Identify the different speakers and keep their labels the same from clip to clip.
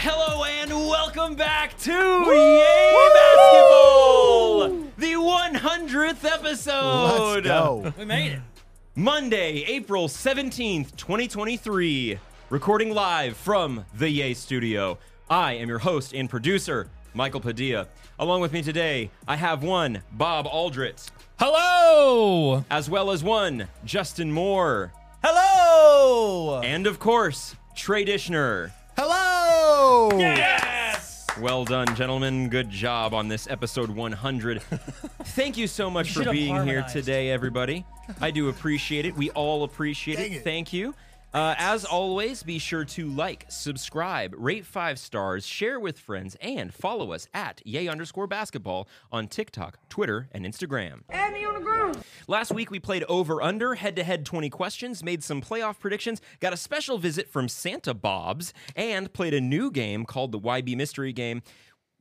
Speaker 1: Hello and welcome back to Yay Basketball, the 100th episode.
Speaker 2: Let's go.
Speaker 3: We made it.
Speaker 1: Monday, April 17th, 2023. Recording live from the Yay Studio. I am your host and producer, Michael Padilla. Along with me today, I have one, Bob Aldrit,
Speaker 3: Hello.
Speaker 1: as well as one, Justin Moore,
Speaker 3: Hello.
Speaker 1: and of course, Trey Dishner.
Speaker 2: Hello.
Speaker 3: Yes.
Speaker 1: Well done, gentlemen. Good job on this episode 100. Thank you so much for
Speaker 3: should have
Speaker 1: being here
Speaker 3: harmonized.
Speaker 1: today, everybody. I do appreciate it. We all appreciate it.
Speaker 2: Dang it.
Speaker 1: Thank you. Uh, as always, be sure to like, subscribe, rate five stars, share with friends, and follow us at yay underscore basketball on TikTok, Twitter, and Instagram. Last week we played over under, head to head 20 questions, made some playoff predictions, got a special visit from Santa Bob's, and played a new game called the YB Mystery Game,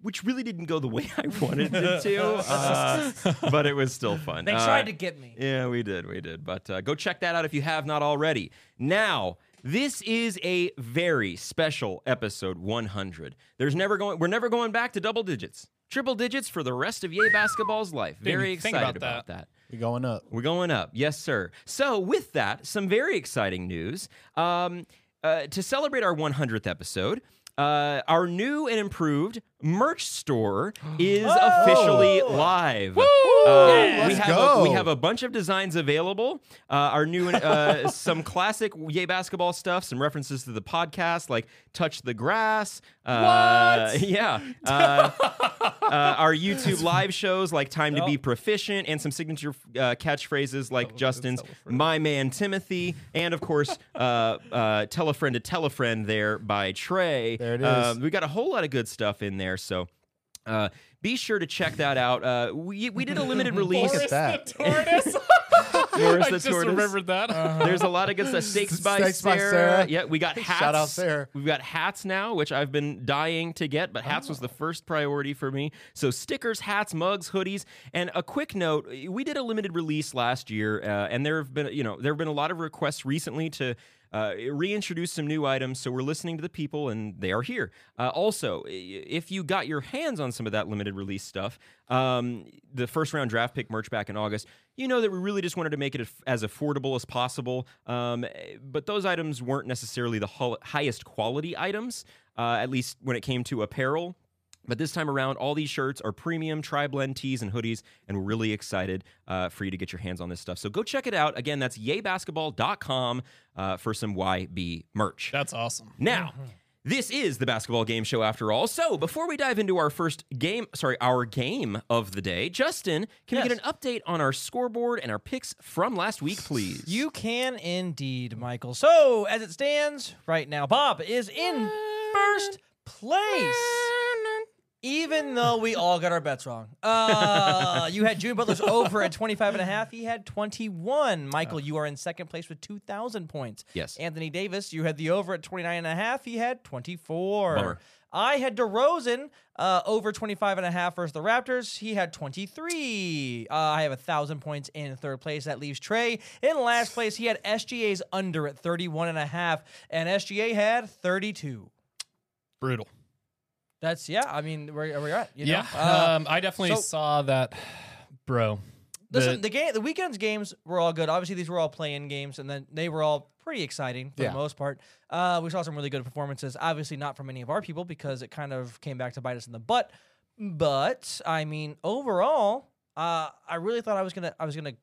Speaker 1: which really didn't go the way I wanted it to, uh, but it was still fun. Uh,
Speaker 3: They tried to get me.
Speaker 1: Yeah, we did, we did. But uh, go check that out if you have not already. Now, this is a very special episode 100. There's never going. We're never going back to double digits, triple digits for the rest of Yay Basketball's life. Very
Speaker 3: even think
Speaker 1: excited
Speaker 3: about
Speaker 1: about that.
Speaker 2: We're going up.
Speaker 1: We're going up. Yes, sir. So, with that, some very exciting news. Um, uh, to celebrate our 100th episode, uh, our new and improved merch store is officially live. Uh, we,
Speaker 2: Oh! Let's
Speaker 1: have
Speaker 2: go.
Speaker 1: A, we have a bunch of designs available. Uh, our new, uh, some classic Yay Basketball stuff, some references to the podcast, like Touch the Grass. Uh, what? Yeah. Uh, uh, our YouTube live shows like Time to Be Proficient and some signature uh, catchphrases like Justin's My Man Timothy and, of course, uh, uh, Tell a Friend to Tell a Friend there by Trey.
Speaker 2: There it
Speaker 1: Um,
Speaker 2: is.
Speaker 1: we got a whole lot of good stuff in there. So uh, be sure to check that out. Uh, we, we did a limited release.
Speaker 2: Look at that.
Speaker 4: tortoise.
Speaker 1: Morris
Speaker 4: I
Speaker 1: the
Speaker 4: just
Speaker 1: Tortoise.
Speaker 4: remembered that.
Speaker 1: There's a lot of good stuff. Steaks by
Speaker 2: Steaks by
Speaker 1: Sarah.
Speaker 2: Sarah.
Speaker 1: Yeah, we got hats.
Speaker 2: Shout out Sarah.
Speaker 1: We've got hats now, which I've been dying to get, but hats was the first priority for me. So stickers, hats, mugs, hoodies, and a quick note: we did a limited release last year, uh, and there have been, you know, there have been a lot of requests recently to. Uh, reintroduce some new items, so we're listening to the people, and they are here. Uh, also, i- if you got your hands on some of that limited release stuff, um, the first round draft pick merch back in August, you know that we really just wanted to make it af- as affordable as possible. Um, eh, but those items weren't necessarily the hol- highest quality items, uh, at least when it came to apparel. But this time around, all these shirts are premium tri blend tees and hoodies, and we're really excited uh, for you to get your hands on this stuff. So go check it out. Again, that's yaybasketball.com uh, for some YB merch.
Speaker 4: That's awesome.
Speaker 1: Now, this is the basketball game show after all. So, before we dive into our first game, sorry, our game of the day, Justin, can we
Speaker 3: Yes.
Speaker 1: get an update on our scoreboard and our picks from last week, please?
Speaker 3: You can indeed, Michael. So, as it stands right now, Bob is in first place. Even though we all got our bets wrong. Uh, you had June Butler's over at 25 and a half. He had 21. Michael, you are in second place with 2,000 points.
Speaker 1: Yes.
Speaker 3: Anthony Davis, you had the over at 29 and a half. He had 24.
Speaker 1: Bummer.
Speaker 3: I had DeRozan uh, over 25 and a half versus the Raptors. He had 23. Uh, I have a 1,000 points in third place. That leaves Trey in last place. He had SGA's under at 31 and a half, and SGA had 32.
Speaker 4: Brutal.
Speaker 3: That's, yeah, I mean, where, where you're at. You
Speaker 4: Yeah.
Speaker 3: Know? Uh,
Speaker 4: um, I definitely
Speaker 3: so-
Speaker 4: saw that, bro. The-
Speaker 3: Listen, the game, the weekend's games were all good. Obviously, these were all play-in games, and then they were all pretty exciting for
Speaker 2: Yeah.
Speaker 3: the most part. Uh, we saw some really good performances. Obviously, not from any of our people because it kind of came back to bite us in the butt. But I mean, overall, uh, I really thought I was gonna, I was gonna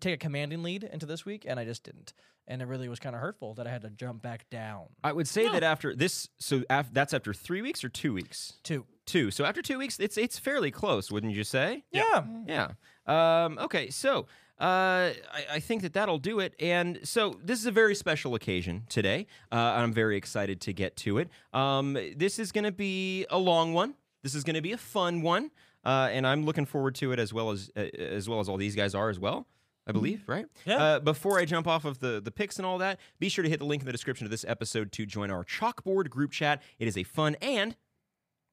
Speaker 3: take a commanding lead into this week, and I just didn't. And it really was kind of hurtful that I had to jump back down
Speaker 1: I would say that after this, so af- that's after three weeks or two weeks?
Speaker 3: too.
Speaker 1: Two. So after two weeks, it's it's fairly close, wouldn't you say?
Speaker 3: Yeah.
Speaker 1: Yeah. Um, okay, so uh, I, I think that that'll do it. And so this is a very special occasion today. Uh, I'm very excited to get to it. Um, this is going to be a long one. This is going to be a fun one, uh, and I'm looking forward to it as well as uh, as well as all these guys are as well. I believe, right?
Speaker 3: Yeah.
Speaker 1: Uh, before I jump off of the, the picks and all that, be sure to hit the link in the description of this episode to join our chalkboard group chat. It is a fun and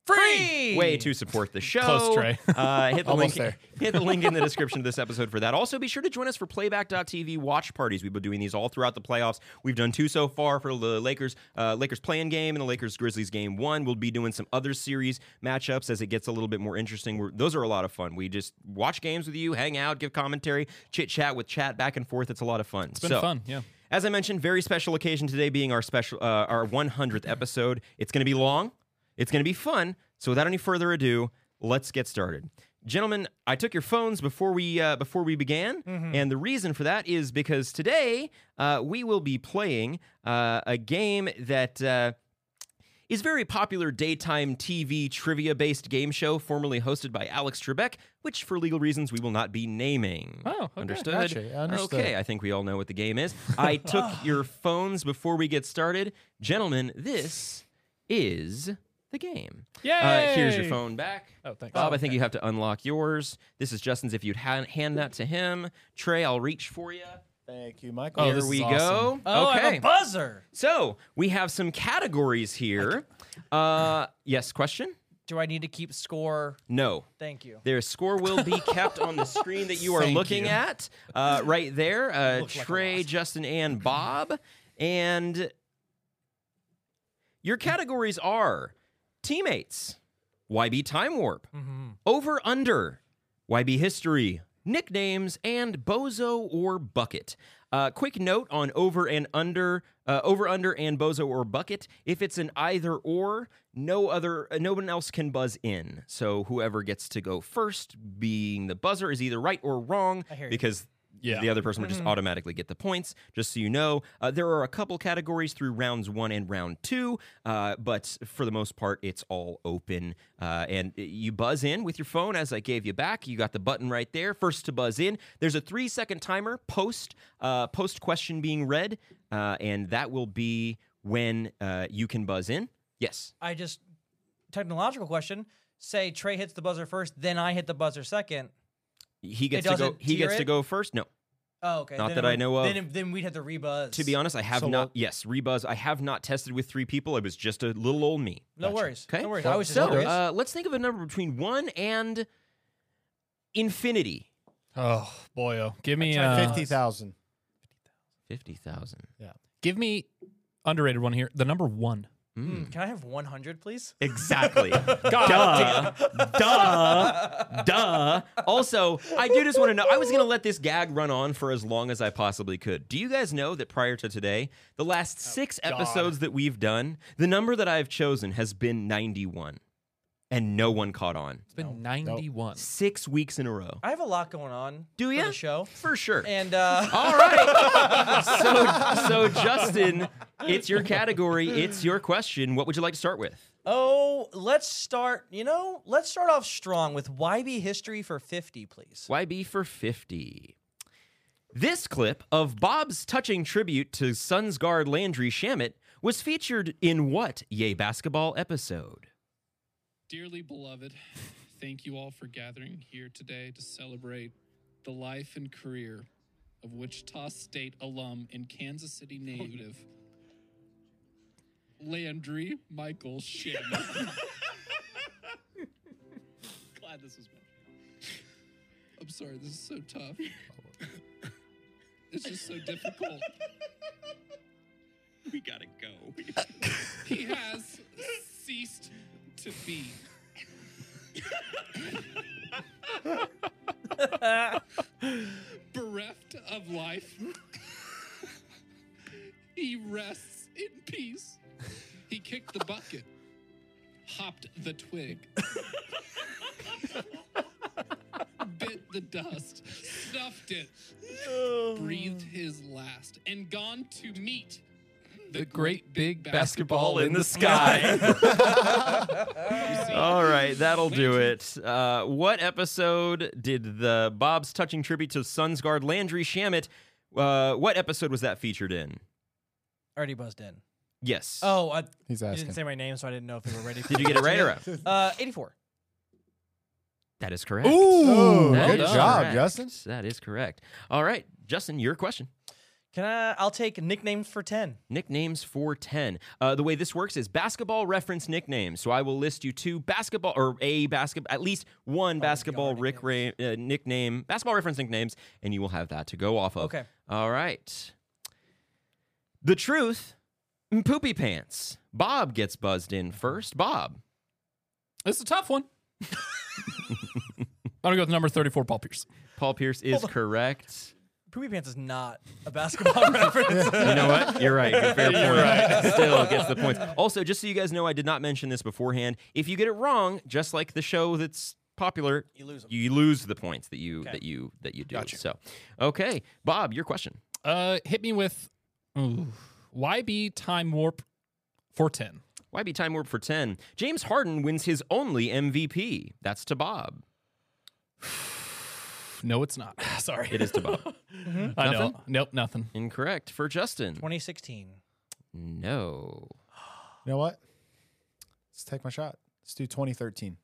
Speaker 3: free.
Speaker 1: way to support the show.
Speaker 4: Close, Trey.
Speaker 1: uh, hit the link.
Speaker 4: Almost there.
Speaker 1: Hit the link in the description of this episode for that. Also, be sure to join us for Playback.tv watch parties. We've been doing these all throughout the playoffs. We've done two so far for the Lakers, uh, Lakers playing game and the Lakers Grizzlies game one. We'll be doing some other series matchups as it gets a little bit more interesting. We're, those are a lot of fun. We just watch games with you, hang out, give commentary, chit chat with chat back and forth. It's a lot of fun. It's
Speaker 4: been fun, yeah.
Speaker 1: As I mentioned, very special occasion today being our special uh, our 100th episode. It's going to be long. It's going to be fun. So without any further ado, let's get started. Gentlemen, I took your phones before we uh, before we began,
Speaker 4: Mm-hmm.
Speaker 1: and the reason for that is because today uh, we will be playing uh, a game that uh, is very popular daytime TV trivia based game show formerly hosted by Alex Trebek, which for legal reasons we will not be naming.
Speaker 4: Oh, okay.
Speaker 1: understood.
Speaker 4: Gotcha. Understood.
Speaker 1: Okay, I think we all know what the game is. I took your phones before we get started. Gentlemen, this is the game. Uh, here's your
Speaker 4: Yay!
Speaker 1: phone back.
Speaker 4: Oh, thanks.
Speaker 1: Bob, I think you have to unlock yours. This is Justin's. If you'd ha- hand that to him, Trey, I'll reach for you.
Speaker 2: Thank you, Michael.
Speaker 4: Oh,
Speaker 1: Here
Speaker 4: this is
Speaker 1: we
Speaker 4: awesome.
Speaker 1: go.
Speaker 3: Oh, I
Speaker 1: okay.
Speaker 3: have a buzzer.
Speaker 1: So we have some categories here. Uh, yes, question?
Speaker 3: Do I need to keep score?
Speaker 1: No.
Speaker 3: Thank you.
Speaker 1: Their score will be kept on the screen that you are
Speaker 4: Thank
Speaker 1: looking
Speaker 4: you.
Speaker 1: at uh, right there. Uh,
Speaker 3: Looks like a
Speaker 1: Trey,
Speaker 3: wasp.
Speaker 1: Justin, and Bob. And your categories are teammates, YB Time Warp,
Speaker 3: Mm-hmm.
Speaker 1: Over Under, YB History, nicknames, and Bozo or Bucket. Uh, quick note on over and under, uh, over under and bozo or bucket. If it's an either or, no other, uh, no one else can buzz in. So whoever gets to go first, being the buzzer, is either right or wrong
Speaker 3: I hear you.
Speaker 1: because
Speaker 4: Yeah.
Speaker 1: the other person would just automatically get the points. Just so you know, uh, there are a couple categories through rounds one and round two, uh, but for the most part, it's all open. Uh, and you buzz in with your phone as I gave you back. You got the button right there. First to buzz in. There's a three second timer post uh, post question being read, uh, and that will be when uh, you can buzz in. Yes.
Speaker 3: I just technological question. Say Trey hits the buzzer first, then I hit the buzzer second.
Speaker 1: He gets to go.
Speaker 3: doesn't
Speaker 1: He
Speaker 3: tier
Speaker 1: gets to
Speaker 3: it?
Speaker 1: go first. No.
Speaker 3: Oh, okay.
Speaker 1: Not
Speaker 3: Then
Speaker 1: that
Speaker 3: it
Speaker 1: I
Speaker 3: would-
Speaker 1: know of.
Speaker 3: Then, then we'd have to rebuzz.
Speaker 1: To be honest, I have
Speaker 4: So
Speaker 1: not.
Speaker 4: we'll-
Speaker 1: Yes, rebuzz. I have not tested with three people. I was just a little old me.
Speaker 3: no worries.
Speaker 1: Okay.
Speaker 3: No worries.
Speaker 1: Well,
Speaker 3: I was just
Speaker 1: so,
Speaker 3: curious.
Speaker 1: uh, let's think of a number between one and infinity.
Speaker 4: Oh boy, oh. give me
Speaker 3: tried
Speaker 4: uh,
Speaker 3: fifty.
Speaker 2: Fifty thousand.
Speaker 1: Fifty thousand.
Speaker 4: give me underrated one here. The number one.
Speaker 1: hmm.
Speaker 3: Mm, Can I have 100, please?
Speaker 1: Exactly. duh. duh. Duh. Also, I do just want to know. I was going to let this gag run on for as long as I possibly could. Do you guys know that prior to today, the
Speaker 3: Oh,
Speaker 1: last six episodes that we've done, the number that I've chosen has been 91, and no one caught on.
Speaker 4: It's been ninety-one.
Speaker 1: Six weeks in a row.
Speaker 3: I have a lot going on.
Speaker 1: Do
Speaker 3: you?
Speaker 1: ya?
Speaker 3: For the show.
Speaker 1: For sure.
Speaker 3: And uh,
Speaker 1: All right. so, so Justin, it's your category. It's your question. What would you like to start with?
Speaker 3: oh, let's start. You know, let's start off strong with YB history for 50, please.
Speaker 1: YB for 50. This clip of Bob's touching tribute to Suns guard Landry Shamit was featured in what Yay Basketball episode?
Speaker 5: Dearly beloved, thank you all for gathering here today to celebrate the life and career of Wichita State alum and Kansas City native Landry Michael Shannon. Glad this was mentioned. I'm sorry, this is so tough. It's just so difficult. We gotta go. he has ceased to be. bereft of life. he rests in peace. He kicked the bucket, hopped the twig, bit the dust, snuffed it, breathed his last, and gone to meet the, great big basketball in the
Speaker 1: sky.
Speaker 5: sea.
Speaker 1: All right, that'll do it. Uh, what episode did the Bob's touching tribute to Suns guard Landry Shamit? Uh, what episode was that featured in?
Speaker 3: Already buzzed in.
Speaker 1: Yes.
Speaker 3: Oh, I,
Speaker 2: He's
Speaker 3: you
Speaker 2: asking.
Speaker 3: didn't say my name, so I didn't know if they were ready.
Speaker 1: Did you get it right or wrong?
Speaker 3: Uh, 84.
Speaker 1: That is correct.
Speaker 2: Ooh,
Speaker 1: That
Speaker 2: good
Speaker 1: is
Speaker 2: job,
Speaker 1: correct.
Speaker 2: Justin.
Speaker 1: That is correct. All right, Justin, your question.
Speaker 3: Can I? I'll take nicknames for ten.
Speaker 1: Nicknames for 10. Uh, the way this works is basketball reference nicknames. So I will list you two basketball or a basketball, at least one basketball Rick Ray, uh, nickname, basketball reference nicknames, and you will have that to go off of.
Speaker 3: Okay.
Speaker 1: All right. The truth, poopy pants. Bob gets buzzed in first. Bob.
Speaker 4: It's a tough one. I'm gonna go with number 34, Paul Pierce.
Speaker 1: Paul Pierce is correct.
Speaker 3: Poopy pants is not a basketball reference.
Speaker 1: You know what? You're right. Good Fair
Speaker 4: You're
Speaker 1: point.
Speaker 4: right.
Speaker 1: Still gets the points. Also, just so you guys know, I did not mention this beforehand. If you get it wrong, just like the show that's popular,
Speaker 3: You lose 'em.
Speaker 1: You lose the points that you
Speaker 3: Okay.
Speaker 1: that you that you do. So, okay, Bob, your question.
Speaker 4: Uh, hit me with ooh, YB Time Warp for 10.
Speaker 1: YB Time Warp for ten. James Harden wins his only MVP. That's to Bob.
Speaker 4: No, it's not. Sorry.
Speaker 1: It is to Bob.
Speaker 4: I know. Nope, nothing.
Speaker 1: Incorrect for Justin.
Speaker 3: 2016.
Speaker 1: No.
Speaker 2: You know what? Let's take my shot. Let's do 2013.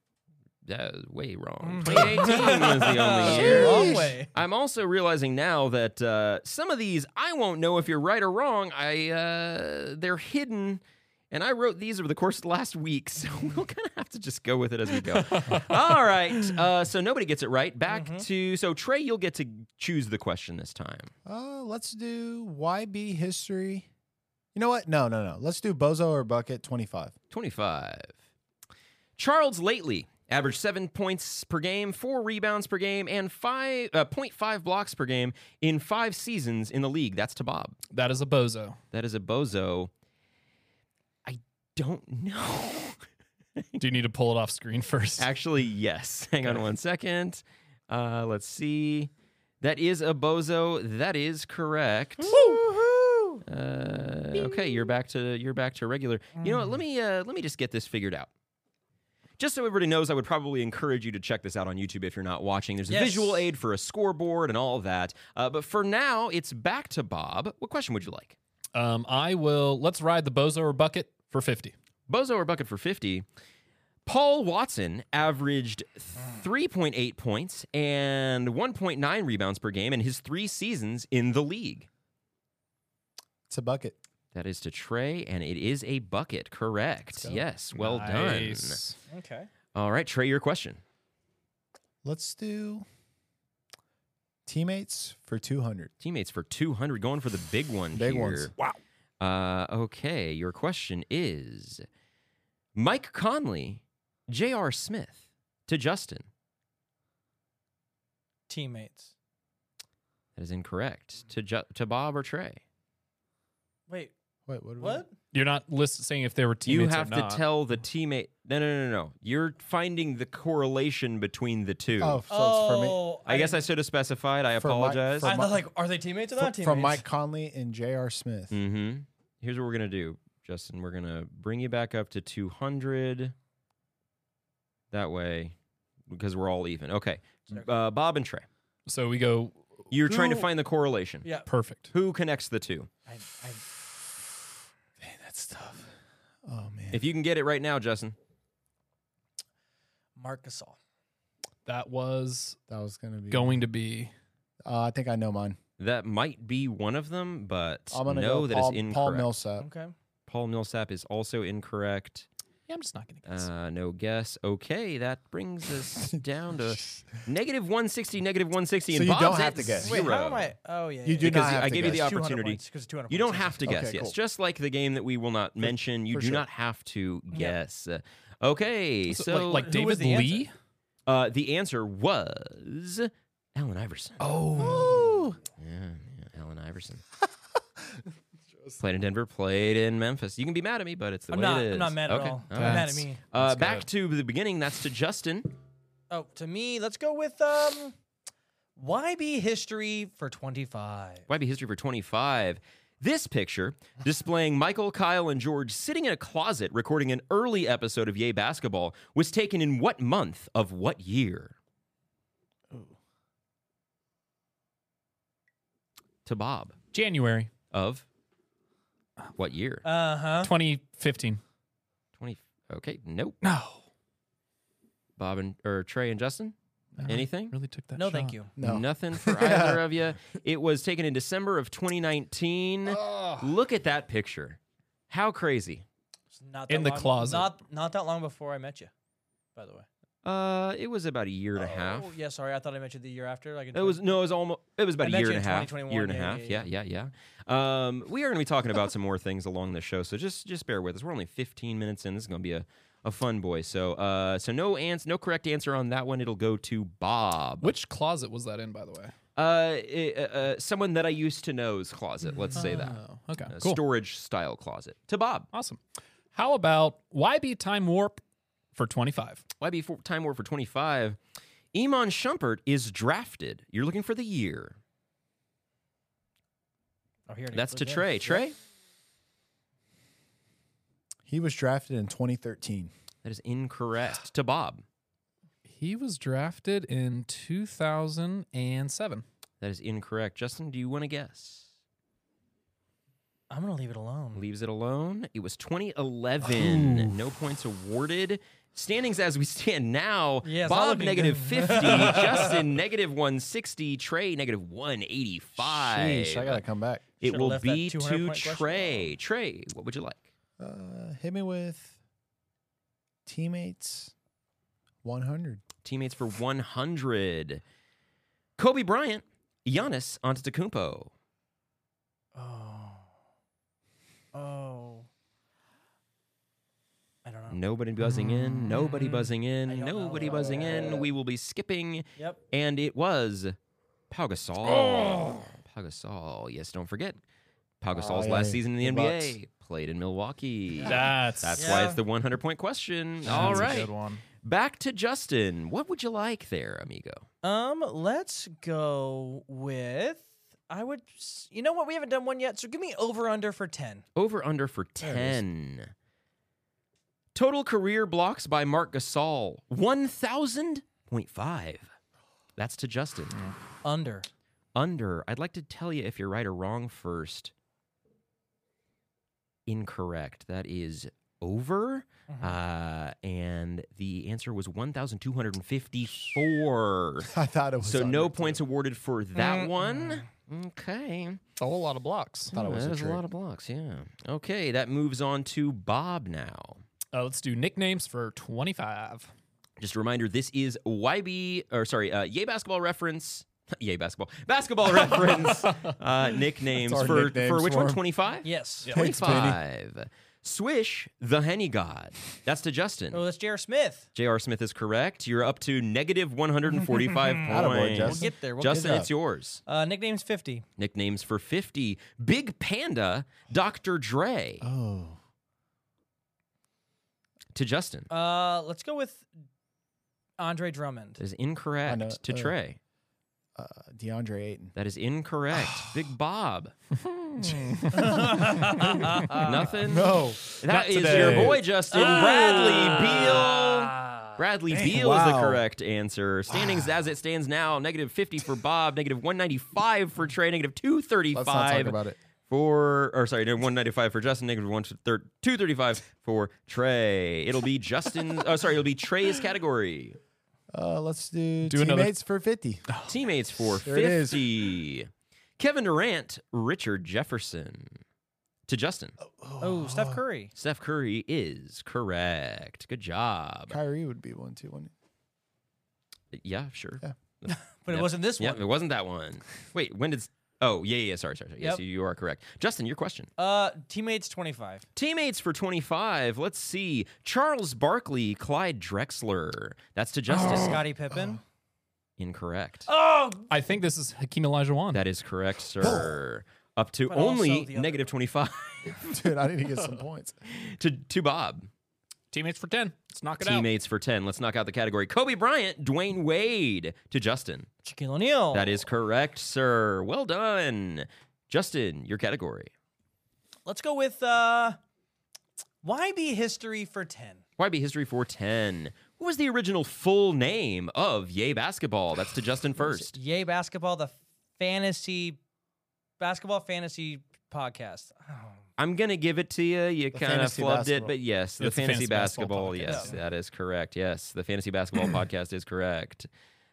Speaker 1: That was way
Speaker 3: Mm.
Speaker 1: wrong. 2018 was the only year.
Speaker 3: Long way.
Speaker 1: I'm also realizing now that uh, some of these I won't know if you're right or wrong. I uh, they're hidden, and I wrote these over the course of the last week, so we'll kind of have to just go with it as we go. All right, uh, so nobody gets it right. Back to so Trey, you'll get to choose the question this time.
Speaker 2: Uh, let's do YB history. You know what? No, no, no. Let's do Bozo or Bucket 25.
Speaker 1: 25. Charles Lately averaged seven points per game, four rebounds per game, and five uh, 0.5 blocks per game in five seasons in the league. That's to Bob.
Speaker 4: That is a bozo.
Speaker 1: That is a bozo. I don't know.
Speaker 4: Do you need to pull it off screen first?
Speaker 1: Actually, yes. Hang on one second. Uh, let's see. That is a bozo. That is correct. Uh, okay, you're back to you're back to regular. You know what? Let me uh, let me just get this figured out. Just so everybody knows, I would probably encourage you to check this out on YouTube if you're not watching. There's a
Speaker 3: Yes.
Speaker 1: visual aid for a scoreboard and all that. Uh, but for now, it's back to Bob. What question would you like?
Speaker 4: Um, I will. Let's ride the bozo or bucket for 50.
Speaker 1: Bozo or Bucket for 50. Paul Watson averaged 3.8 points and 1.9 rebounds per game in his three seasons in the league.
Speaker 2: It's a bucket.
Speaker 1: That is to Trey, and it is a bucket, correct. Yes, well
Speaker 4: Nice.
Speaker 3: Okay.
Speaker 1: done. All right, Trey, your question.
Speaker 2: Let's do teammates for 200.
Speaker 1: Teammates for 200, going for the big one
Speaker 2: Big
Speaker 1: here.
Speaker 2: ones.
Speaker 1: Wow. Uh, okay, your question is Mike Conley, J.R. Smith to Justin.
Speaker 3: Teammates.
Speaker 1: That is incorrect. To, Ju- to Bob or Trey?
Speaker 3: Wait.
Speaker 2: Wait, what? do we-
Speaker 3: What?
Speaker 4: You're not list saying if they were
Speaker 1: you
Speaker 4: teammates.
Speaker 1: have
Speaker 4: or not.
Speaker 1: to tell the teammate. No, no, no, no. You're finding the correlation between the two.
Speaker 2: Oh, so it's for me.
Speaker 3: oh,
Speaker 1: I guess I should have specified. I
Speaker 2: For my-
Speaker 1: apologize.
Speaker 2: for
Speaker 3: I
Speaker 2: my-
Speaker 3: thought like, are they teammates or not
Speaker 2: Fr-
Speaker 3: teammates?
Speaker 2: From Mike Conley and J.R. Smith.
Speaker 1: mm-hmm. Here's what we're gonna do, Justin. We're gonna bring you back up to 200. That way, because we're all even. Okay, uh, Bob and Trey.
Speaker 4: So we go
Speaker 1: You're trying to
Speaker 3: Who-
Speaker 1: find the correlation.
Speaker 3: Yeah.
Speaker 4: perfect.
Speaker 1: Who connects the two?
Speaker 3: I, I,
Speaker 2: Man, that's tough. Oh, man.
Speaker 1: If you can get it right now, Justin.
Speaker 3: Marc Gasol.
Speaker 4: That was
Speaker 2: that was going to be.
Speaker 4: going to be.
Speaker 2: Uh, I think I know mine.
Speaker 1: That might be one of them, but
Speaker 2: I'm going to
Speaker 1: no,
Speaker 2: go
Speaker 1: that is
Speaker 2: Paul,
Speaker 1: incorrect.
Speaker 2: Paul Millsap.
Speaker 3: Okay.
Speaker 1: Paul Millsap is also incorrect.
Speaker 4: Yeah, I'm just not going to guess.
Speaker 1: Uh, no guess. Okay, that brings us down to negative 160, negative 160.
Speaker 2: So
Speaker 1: and
Speaker 2: you don't
Speaker 1: Bob's
Speaker 2: have
Speaker 1: at
Speaker 2: to guess.
Speaker 1: Zero.
Speaker 3: Wait, how am I? Oh yeah.
Speaker 2: You
Speaker 3: yeah,
Speaker 2: do
Speaker 3: yeah.
Speaker 1: Because
Speaker 2: not have
Speaker 1: I
Speaker 2: to
Speaker 1: gave you the
Speaker 2: guess.
Speaker 3: It's 200
Speaker 1: opportunity.
Speaker 3: points, 'cause it's 200
Speaker 1: You don't
Speaker 3: points,
Speaker 1: have to
Speaker 2: Okay,
Speaker 1: guess, yes.
Speaker 2: cool.
Speaker 1: Just like the game that we will not mention, you
Speaker 2: for
Speaker 1: do
Speaker 2: sure.
Speaker 1: not have to guess. Uh, Okay,
Speaker 4: So,
Speaker 1: so,
Speaker 4: like, like
Speaker 3: who was the
Speaker 4: David
Speaker 3: answer?
Speaker 4: Lee?
Speaker 1: uh, the answer was Allen Iverson.
Speaker 4: Oh.
Speaker 1: Yeah, yeah Allen Iverson. played in Denver, played in Memphis. You can be mad at me, but it's the
Speaker 3: I'm
Speaker 1: way
Speaker 3: not.
Speaker 1: it is.
Speaker 3: I'm not mad at
Speaker 1: Okay,
Speaker 3: all.
Speaker 1: all
Speaker 3: You're mad at
Speaker 4: That's-
Speaker 3: me.
Speaker 1: Uh,
Speaker 4: That's
Speaker 1: back to the beginning. That's to Justin.
Speaker 3: Oh, to me, let's go with um, YB history for 25.
Speaker 1: YB History for 25. This picture displaying Michael, Kyle, and George sitting in a closet recording an early episode of Yay Basketball was taken in what month of what year? To Bob.
Speaker 4: January
Speaker 1: Of what year?
Speaker 3: Uh huh.
Speaker 4: 2015.
Speaker 1: 20. Okay, nope.
Speaker 4: No.
Speaker 1: Bob and or Trey and Justin? Anything?
Speaker 4: Really took that.
Speaker 3: No,
Speaker 4: shot.
Speaker 3: thank you.
Speaker 2: No.
Speaker 1: Nothing for either of you. It was taken in December of 2019. Look at that picture. How crazy.
Speaker 3: It's not that
Speaker 4: In the
Speaker 3: long-
Speaker 4: closet.
Speaker 3: Not not that long before I met you, by the way.
Speaker 1: Uh, it was about a year and a half.
Speaker 3: Oh, yeah, sorry. I thought I met you the year after. Like in
Speaker 1: It was no, it was almost. It was about
Speaker 3: I
Speaker 1: a
Speaker 3: met
Speaker 1: year
Speaker 3: you
Speaker 1: and a
Speaker 3: in
Speaker 1: half. Year and a
Speaker 3: 2021.
Speaker 1: half.
Speaker 3: Yeah,
Speaker 1: Yeah, yeah, yeah. Um, we are going to be talking about some more things along the show, so just just bear with us. We're only 15 minutes in. This is going to be a, a fun boy. So uh, so no ans- no correct answer on that one. It'll go to Bob.
Speaker 4: Which closet was that in, by the way?
Speaker 1: Uh, i- uh, uh someone that I used to know's closet. Let's say that
Speaker 4: Oh, okay.
Speaker 1: a
Speaker 4: Cool.
Speaker 1: storage style closet to Bob.
Speaker 4: Awesome. How about YB Time Warp for 25?
Speaker 1: YB for, Time War for 25. Iman Shumpert is drafted. You're looking for the year.
Speaker 3: Oh, here it is.
Speaker 1: That's to
Speaker 3: Look at
Speaker 1: Trey.
Speaker 3: it.
Speaker 1: Trey,
Speaker 2: He was drafted in 2013.
Speaker 1: that is incorrect. To Bob.
Speaker 4: He was drafted in 2007.
Speaker 1: That is incorrect. Justin, do you want to guess?
Speaker 3: I'm gonna leave it alone.
Speaker 1: Leaves it alone. It was 2011. No points awarded. Standings as we stand now
Speaker 3: Yeah, it's not
Speaker 1: Bob
Speaker 3: looking
Speaker 1: negative
Speaker 3: good.
Speaker 1: 50, Justin negative 160, Trey negative 185.
Speaker 2: Sheesh, I gotta come back.
Speaker 1: it
Speaker 3: Should've
Speaker 1: will
Speaker 3: left that
Speaker 1: be to
Speaker 3: 200 point question
Speaker 1: Trey. Trey, what would you like?
Speaker 2: Uh, hit me with teammates. 100.
Speaker 1: Teammates for 100. Kobe Bryant, Giannis Antetokounmpo.
Speaker 3: Oh. Oh. I don't know.
Speaker 1: Nobody buzzing in. Nobody
Speaker 3: Mm,
Speaker 1: buzzing
Speaker 3: I
Speaker 1: in.
Speaker 3: don't know
Speaker 1: Nobody
Speaker 3: about
Speaker 1: buzzing in.
Speaker 3: that.
Speaker 1: We will be skipping
Speaker 3: Yep.
Speaker 1: and it was Pau Gasol. Oh. Pau Gasol. Yes, don't forget. Pau Gasol's
Speaker 2: yeah,
Speaker 1: last
Speaker 2: yeah.
Speaker 1: season in
Speaker 2: The
Speaker 1: the NBA
Speaker 2: Bucks.
Speaker 1: played in Milwaukee. That's
Speaker 4: That's that's,
Speaker 1: why
Speaker 3: Yeah.
Speaker 1: it's the 100 point question. All
Speaker 4: a
Speaker 1: right.
Speaker 4: good one.
Speaker 1: Back to Justin. What would you like there, amigo?
Speaker 3: Um, let's go with. I would. s- You know what? We haven't done one yet, so give me over under for ten.
Speaker 1: Over under for 10. Total career blocks by Mark Gasol 1000.5. That's to Justin.
Speaker 3: Under.
Speaker 1: Under. I'd like to tell you if you're right or wrong first. Incorrect. That is over.
Speaker 2: Mm-hmm.
Speaker 1: Uh, and the answer was 1,254.
Speaker 2: I thought it was.
Speaker 1: so
Speaker 2: under,
Speaker 1: no
Speaker 2: too.
Speaker 1: points awarded for that one. Okay.
Speaker 4: It's a whole lot of blocks.
Speaker 2: Thought it was a
Speaker 1: that was a
Speaker 2: trick.
Speaker 1: lot of blocks. Yeah. Okay. That moves on to Bob now.
Speaker 4: Uh, let's do nicknames for 25.
Speaker 1: Just a reminder, this is YB, or sorry, uh, Yay Basketball Reference. Yay Basketball. Basketball Reference uh, nicknames
Speaker 2: That's our
Speaker 1: for, for
Speaker 2: nicknames
Speaker 1: which
Speaker 2: for
Speaker 1: one?
Speaker 2: him.
Speaker 1: 25?
Speaker 3: Yes.
Speaker 2: Thanks, Penny.
Speaker 1: 25. Swish, the Henny God. That's to Justin.
Speaker 3: Oh, that's J.R. Smith.
Speaker 1: J.R. Smith is correct. You're up to negative 145
Speaker 2: Attaboy,
Speaker 1: points.
Speaker 2: Justin.
Speaker 3: We'll get there. We'll
Speaker 1: Justin,
Speaker 2: get
Speaker 1: it's yours.
Speaker 3: Uh, nickname's fifty.
Speaker 1: Nicknames for 50. Big Panda, Dr. Dre.
Speaker 3: Uh.
Speaker 2: Oh.
Speaker 1: To Justin.
Speaker 3: Uh, let's go with Andre Drummond.
Speaker 1: That is incorrect. To
Speaker 2: uh,
Speaker 1: Trey.
Speaker 2: Uh, DeAndre Ayton.
Speaker 1: That is incorrect. Big Bob. Nothing.
Speaker 2: No.
Speaker 1: That is
Speaker 4: today.
Speaker 1: your boy, Justin. Bradley Beal.
Speaker 3: Ah.
Speaker 1: Bradley
Speaker 2: Dang.
Speaker 1: Beal is the
Speaker 2: Wow.
Speaker 1: correct answer. Standings as it stands now, negative 50 for Bob, negative 195 for Trey, negative
Speaker 2: Let's not talk
Speaker 1: 235
Speaker 2: about it.
Speaker 1: for, or sorry, negative 195 for Justin, negative 235 for Trey. It'll be Justin's, oh, sorry, it'll be Trey's category.
Speaker 2: Uh, let's do,
Speaker 4: Do another-
Speaker 2: teammates for 50.
Speaker 1: Teammates for
Speaker 2: There it is.
Speaker 1: 50. Kevin Durant, Richard Jefferson. To Justin,
Speaker 3: Oh, Steph Curry.
Speaker 1: Steph Curry is correct. Good job.
Speaker 2: Kyrie would be one too, wouldn't he?
Speaker 1: Yeah, sure.
Speaker 2: Yeah.
Speaker 3: But
Speaker 1: Yep.
Speaker 3: it wasn't this
Speaker 1: Yeah,
Speaker 3: one.
Speaker 1: it wasn't that one. Wait, when did? s- Oh, yeah, yeah. yeah, Sorry, sorry. sorry. Yes,
Speaker 3: Yep.
Speaker 1: you are correct. Justin, your question.
Speaker 3: Uh, teammates twenty-five.
Speaker 1: Teammates for twenty-five. Let's see. Charles Barkley, Clyde Drexler. That's to
Speaker 3: To
Speaker 1: Justin.
Speaker 3: Scottie Pippen.
Speaker 1: Incorrect.
Speaker 3: Oh,
Speaker 4: I think this is Hakeem Olajuwon.
Speaker 1: That is correct, sir. Up to
Speaker 3: But also
Speaker 1: only
Speaker 3: the other-
Speaker 1: negative twenty-five
Speaker 2: Dude, I need to get some points.
Speaker 1: to to Bob.
Speaker 4: Teammates for 10. Let's knock it
Speaker 1: Teammates for ten. Let's knock out the category. Kobe Bryant, Dwayne Wade to Justin.
Speaker 3: Shaquille O'Neal.
Speaker 1: That is correct, sir. Well done, Justin. Your category.
Speaker 3: Let's go with uh, YB history for ten.
Speaker 1: YB History 410. What was the original full name of Yay Basketball? That's to Justin first.
Speaker 3: Yay Basketball, the fantasy basketball fantasy podcast.
Speaker 1: I'm gonna give it to you. You kind of
Speaker 2: fantasy
Speaker 1: flubbed it,
Speaker 2: basketball.
Speaker 1: but yes, the
Speaker 4: It's the
Speaker 1: fantasy
Speaker 4: fantasy basketball
Speaker 1: basketball.
Speaker 4: podcast.
Speaker 1: yes, that is correct. Yes, the fantasy basketball podcast is correct.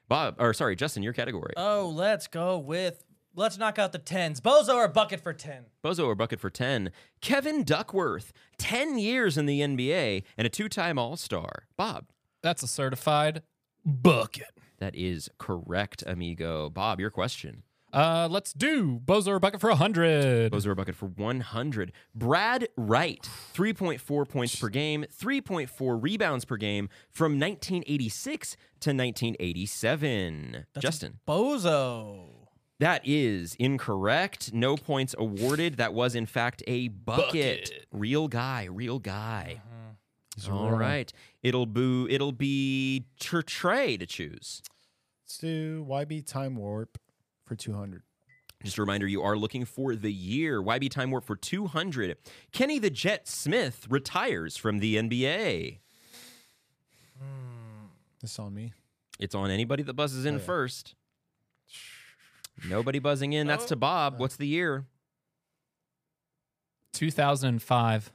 Speaker 1: Bob, or sorry, Justin, your category.
Speaker 3: Oh, let's go with let's knock out the tens. Bozo or bucket for ten.
Speaker 1: Bozo or Bucket for 10. Kevin Duckworth, 10 years in the NBA and a two time All Star. Bob,
Speaker 4: That's a certified bucket.
Speaker 1: that is correct, amigo. Bob, your question.
Speaker 4: Uh, let's do Bozo or bucket for 100.
Speaker 1: Bozo or Bucket for 100. Brad Wright, 3.4 points per game, 3.4 rebounds per game from 1986 to 1987. Justin.
Speaker 3: Bozo.
Speaker 1: That is incorrect. No points awarded. That was, in fact, a bucket. Real guy, real guy. All right. It'll boo. It'll be Trey to choose.
Speaker 2: Let's do YB Time Warp for 200.
Speaker 1: Just a reminder, you are looking for the year. YB Time Warp for 200. Kenny the Jet Smith retires from the NBA.
Speaker 2: This on me.
Speaker 1: It's on anybody that buzzes in
Speaker 2: Oh, yeah.
Speaker 1: first. Nobody buzzing in. That's to Bob. What's the year?
Speaker 4: 2005.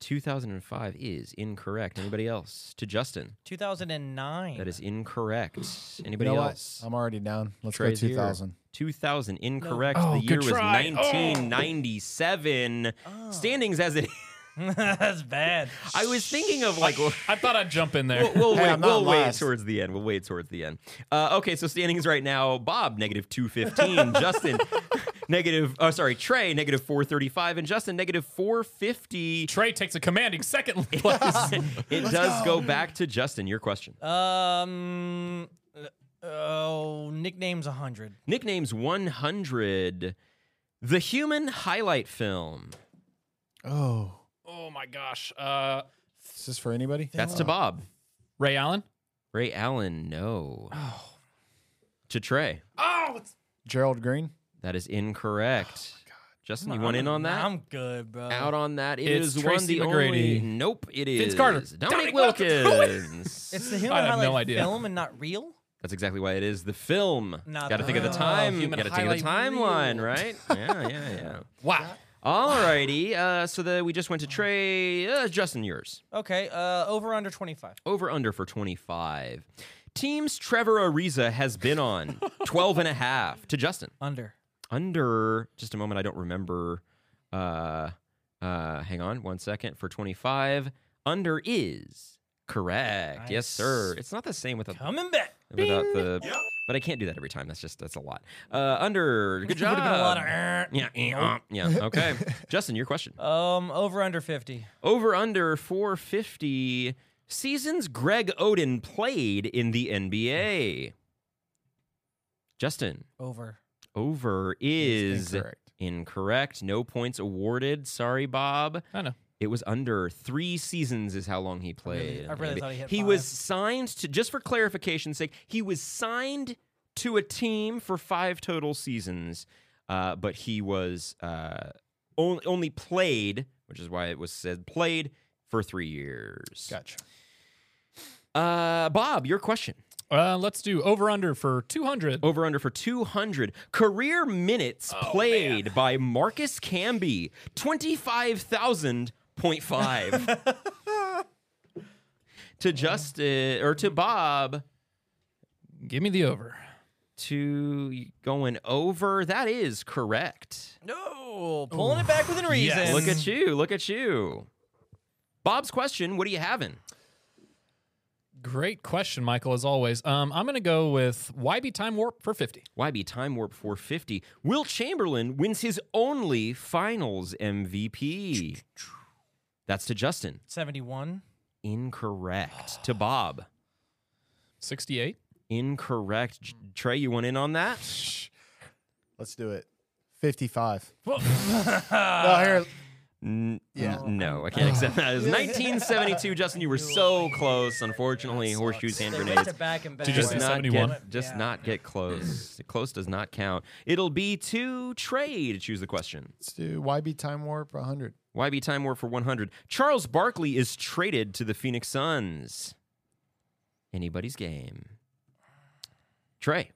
Speaker 1: 2005 is incorrect. Anybody else? To Justin.
Speaker 3: 2009.
Speaker 1: That is incorrect.
Speaker 2: You
Speaker 1: Anybody
Speaker 2: know
Speaker 1: else?
Speaker 2: what? Um, I'm already down. Let's
Speaker 1: Trey's
Speaker 2: go
Speaker 1: here.
Speaker 2: 2000.
Speaker 1: 2000 incorrect.
Speaker 4: Oh,
Speaker 1: the
Speaker 4: good
Speaker 1: year was
Speaker 4: try. Oh.
Speaker 1: 1997.
Speaker 3: Oh.
Speaker 1: Standings as it.
Speaker 3: That's bad.
Speaker 1: I was thinking of like. We'll,
Speaker 4: I thought I'd jump in there.
Speaker 1: we'll, we'll
Speaker 2: Hey,
Speaker 1: wait,
Speaker 2: I'm not
Speaker 1: we'll wait
Speaker 2: last.
Speaker 1: towards the end. We'll wait towards the end. Uh, okay, so standings right now: Bob negative two fifteen, Justin negative. Oh, sorry, Trey negative four thirty five, and Justin negative four fifty.
Speaker 4: Trey takes a commanding second place.
Speaker 1: It does go. back to Justin. Your question.
Speaker 3: Um. uh, Oh, nicknames 100.
Speaker 1: Nicknames one hundred. The human highlight film.
Speaker 2: Oh,
Speaker 4: oh my gosh. Uh,
Speaker 2: is this for anybody?
Speaker 1: That's to Bob.
Speaker 4: Ray Allen?
Speaker 1: Ray Allen, no. To Trey.
Speaker 4: Oh, it's
Speaker 2: Gerald Green.
Speaker 1: That is incorrect. Justin, you went in on that?
Speaker 3: I'm good, bro.
Speaker 1: Out on that. It
Speaker 4: It's
Speaker 1: is one
Speaker 4: Tracy
Speaker 1: the only.
Speaker 4: McGrady.
Speaker 1: Nope, it is.
Speaker 4: Vince Carter.
Speaker 1: Dominic,
Speaker 4: Dominic
Speaker 1: Wilkins.
Speaker 3: It's the human
Speaker 4: I have no
Speaker 3: highlight
Speaker 4: idea.
Speaker 3: film and not real.
Speaker 1: That's exactly why it is the film.
Speaker 3: Not
Speaker 1: Got to
Speaker 3: the
Speaker 1: think of the
Speaker 3: real.
Speaker 1: time.
Speaker 4: Human
Speaker 1: Got to think of the
Speaker 4: highlight
Speaker 1: timeline,
Speaker 4: reel.
Speaker 1: right? Yeah, yeah, yeah.
Speaker 4: wow.
Speaker 1: Alrighty. Uh, so the, we just went to Trey. Uh, Justin, yours.
Speaker 3: Okay, uh, over under 25.
Speaker 1: over under for 25 teams trevor ariza has been on 12 and a half to justin
Speaker 3: Under.
Speaker 1: under just a moment i don't remember uh uh hang on one second for 25 under is correct yes sir it's not the same without,
Speaker 3: Coming back.
Speaker 1: without the but i can't do that every time that's just that's a lot uh under good job
Speaker 3: Would've been a lot of, "Eh."
Speaker 1: yeah uh-huh. yeah, yeah okay justin your question
Speaker 3: Um, over under 50.
Speaker 1: over under 450 seasons Greg Oden played in the NBA. Justin,
Speaker 3: Over.
Speaker 1: over is
Speaker 2: incorrect.
Speaker 1: incorrect. No points awarded. Sorry, Bob.
Speaker 4: I know.
Speaker 1: It was under three seasons is how long he played.
Speaker 3: I
Speaker 1: in the
Speaker 3: really
Speaker 1: NBA.
Speaker 3: thought he hit
Speaker 1: was
Speaker 3: five.
Speaker 1: signed to just for clarification's sake. He was signed to a team for five total seasons, uh, but he was uh, only only played, which is why it was said played for three years.
Speaker 2: Gotcha.
Speaker 1: Uh, Bob, your question.
Speaker 4: Uh, let's do over under for 200.
Speaker 1: Over under for 200 career minutes played by Marcus Camby, 25,000.5. to Justin or to Bob,
Speaker 4: Give me the over.
Speaker 1: to going over. That is correct.
Speaker 3: No, pulling it back within reason.
Speaker 4: Yes.
Speaker 1: Look at you. Look at you. Bob's question, what are you having?
Speaker 4: Great question, Michael, as always. Um, I'm going to go with YB Time Warp for 50.
Speaker 1: YB Time Warp 450. Will Chamberlain wins his only finals MVP. That's to Justin.
Speaker 3: 71.
Speaker 1: Incorrect. To Bob.
Speaker 4: 68.
Speaker 1: Incorrect. J- Trey, you went in on that?
Speaker 2: Let's do it. 55. no, here.
Speaker 1: N-
Speaker 2: Yeah.
Speaker 1: n- no, I can't accept that. It was 1972. Justin, you were so close. Unfortunately, horseshoes, hand
Speaker 3: They went
Speaker 1: grenades.
Speaker 3: to back and back.
Speaker 4: Did you
Speaker 1: Does
Speaker 4: say
Speaker 1: not
Speaker 4: 71?
Speaker 1: get- just
Speaker 3: Yeah.
Speaker 1: not get close. close does not count. It'll be to Trey to choose the question.
Speaker 2: Let's do YB Time Warp 100.
Speaker 1: YB Time War for 100. Charles Barkley is traded to the Phoenix Suns. Anybody's game. Trey,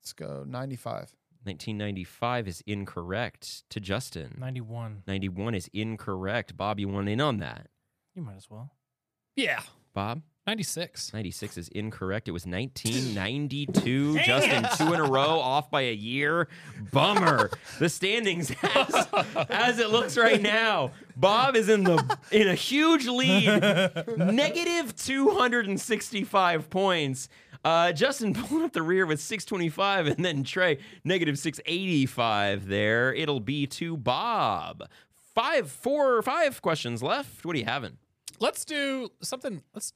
Speaker 2: Let's go 95.
Speaker 1: 1995 is incorrect to Justin.
Speaker 3: 91.
Speaker 1: 91 is incorrect. Bob, you want in on that?
Speaker 3: You might as well.
Speaker 4: Yeah.
Speaker 1: Bob?
Speaker 4: 96.
Speaker 1: 96 is incorrect. It was 1992. Justin, two in a row, off by a year. Bummer. the standings as, as it looks right now. Bob is in the in a huge lead, negative 265 points. Uh, Justin pulling up the rear with 625, and then Trey negative 685. There, it'll be to Bob. Five, four, five questions left. What are you having?
Speaker 4: Let's do something. Let's.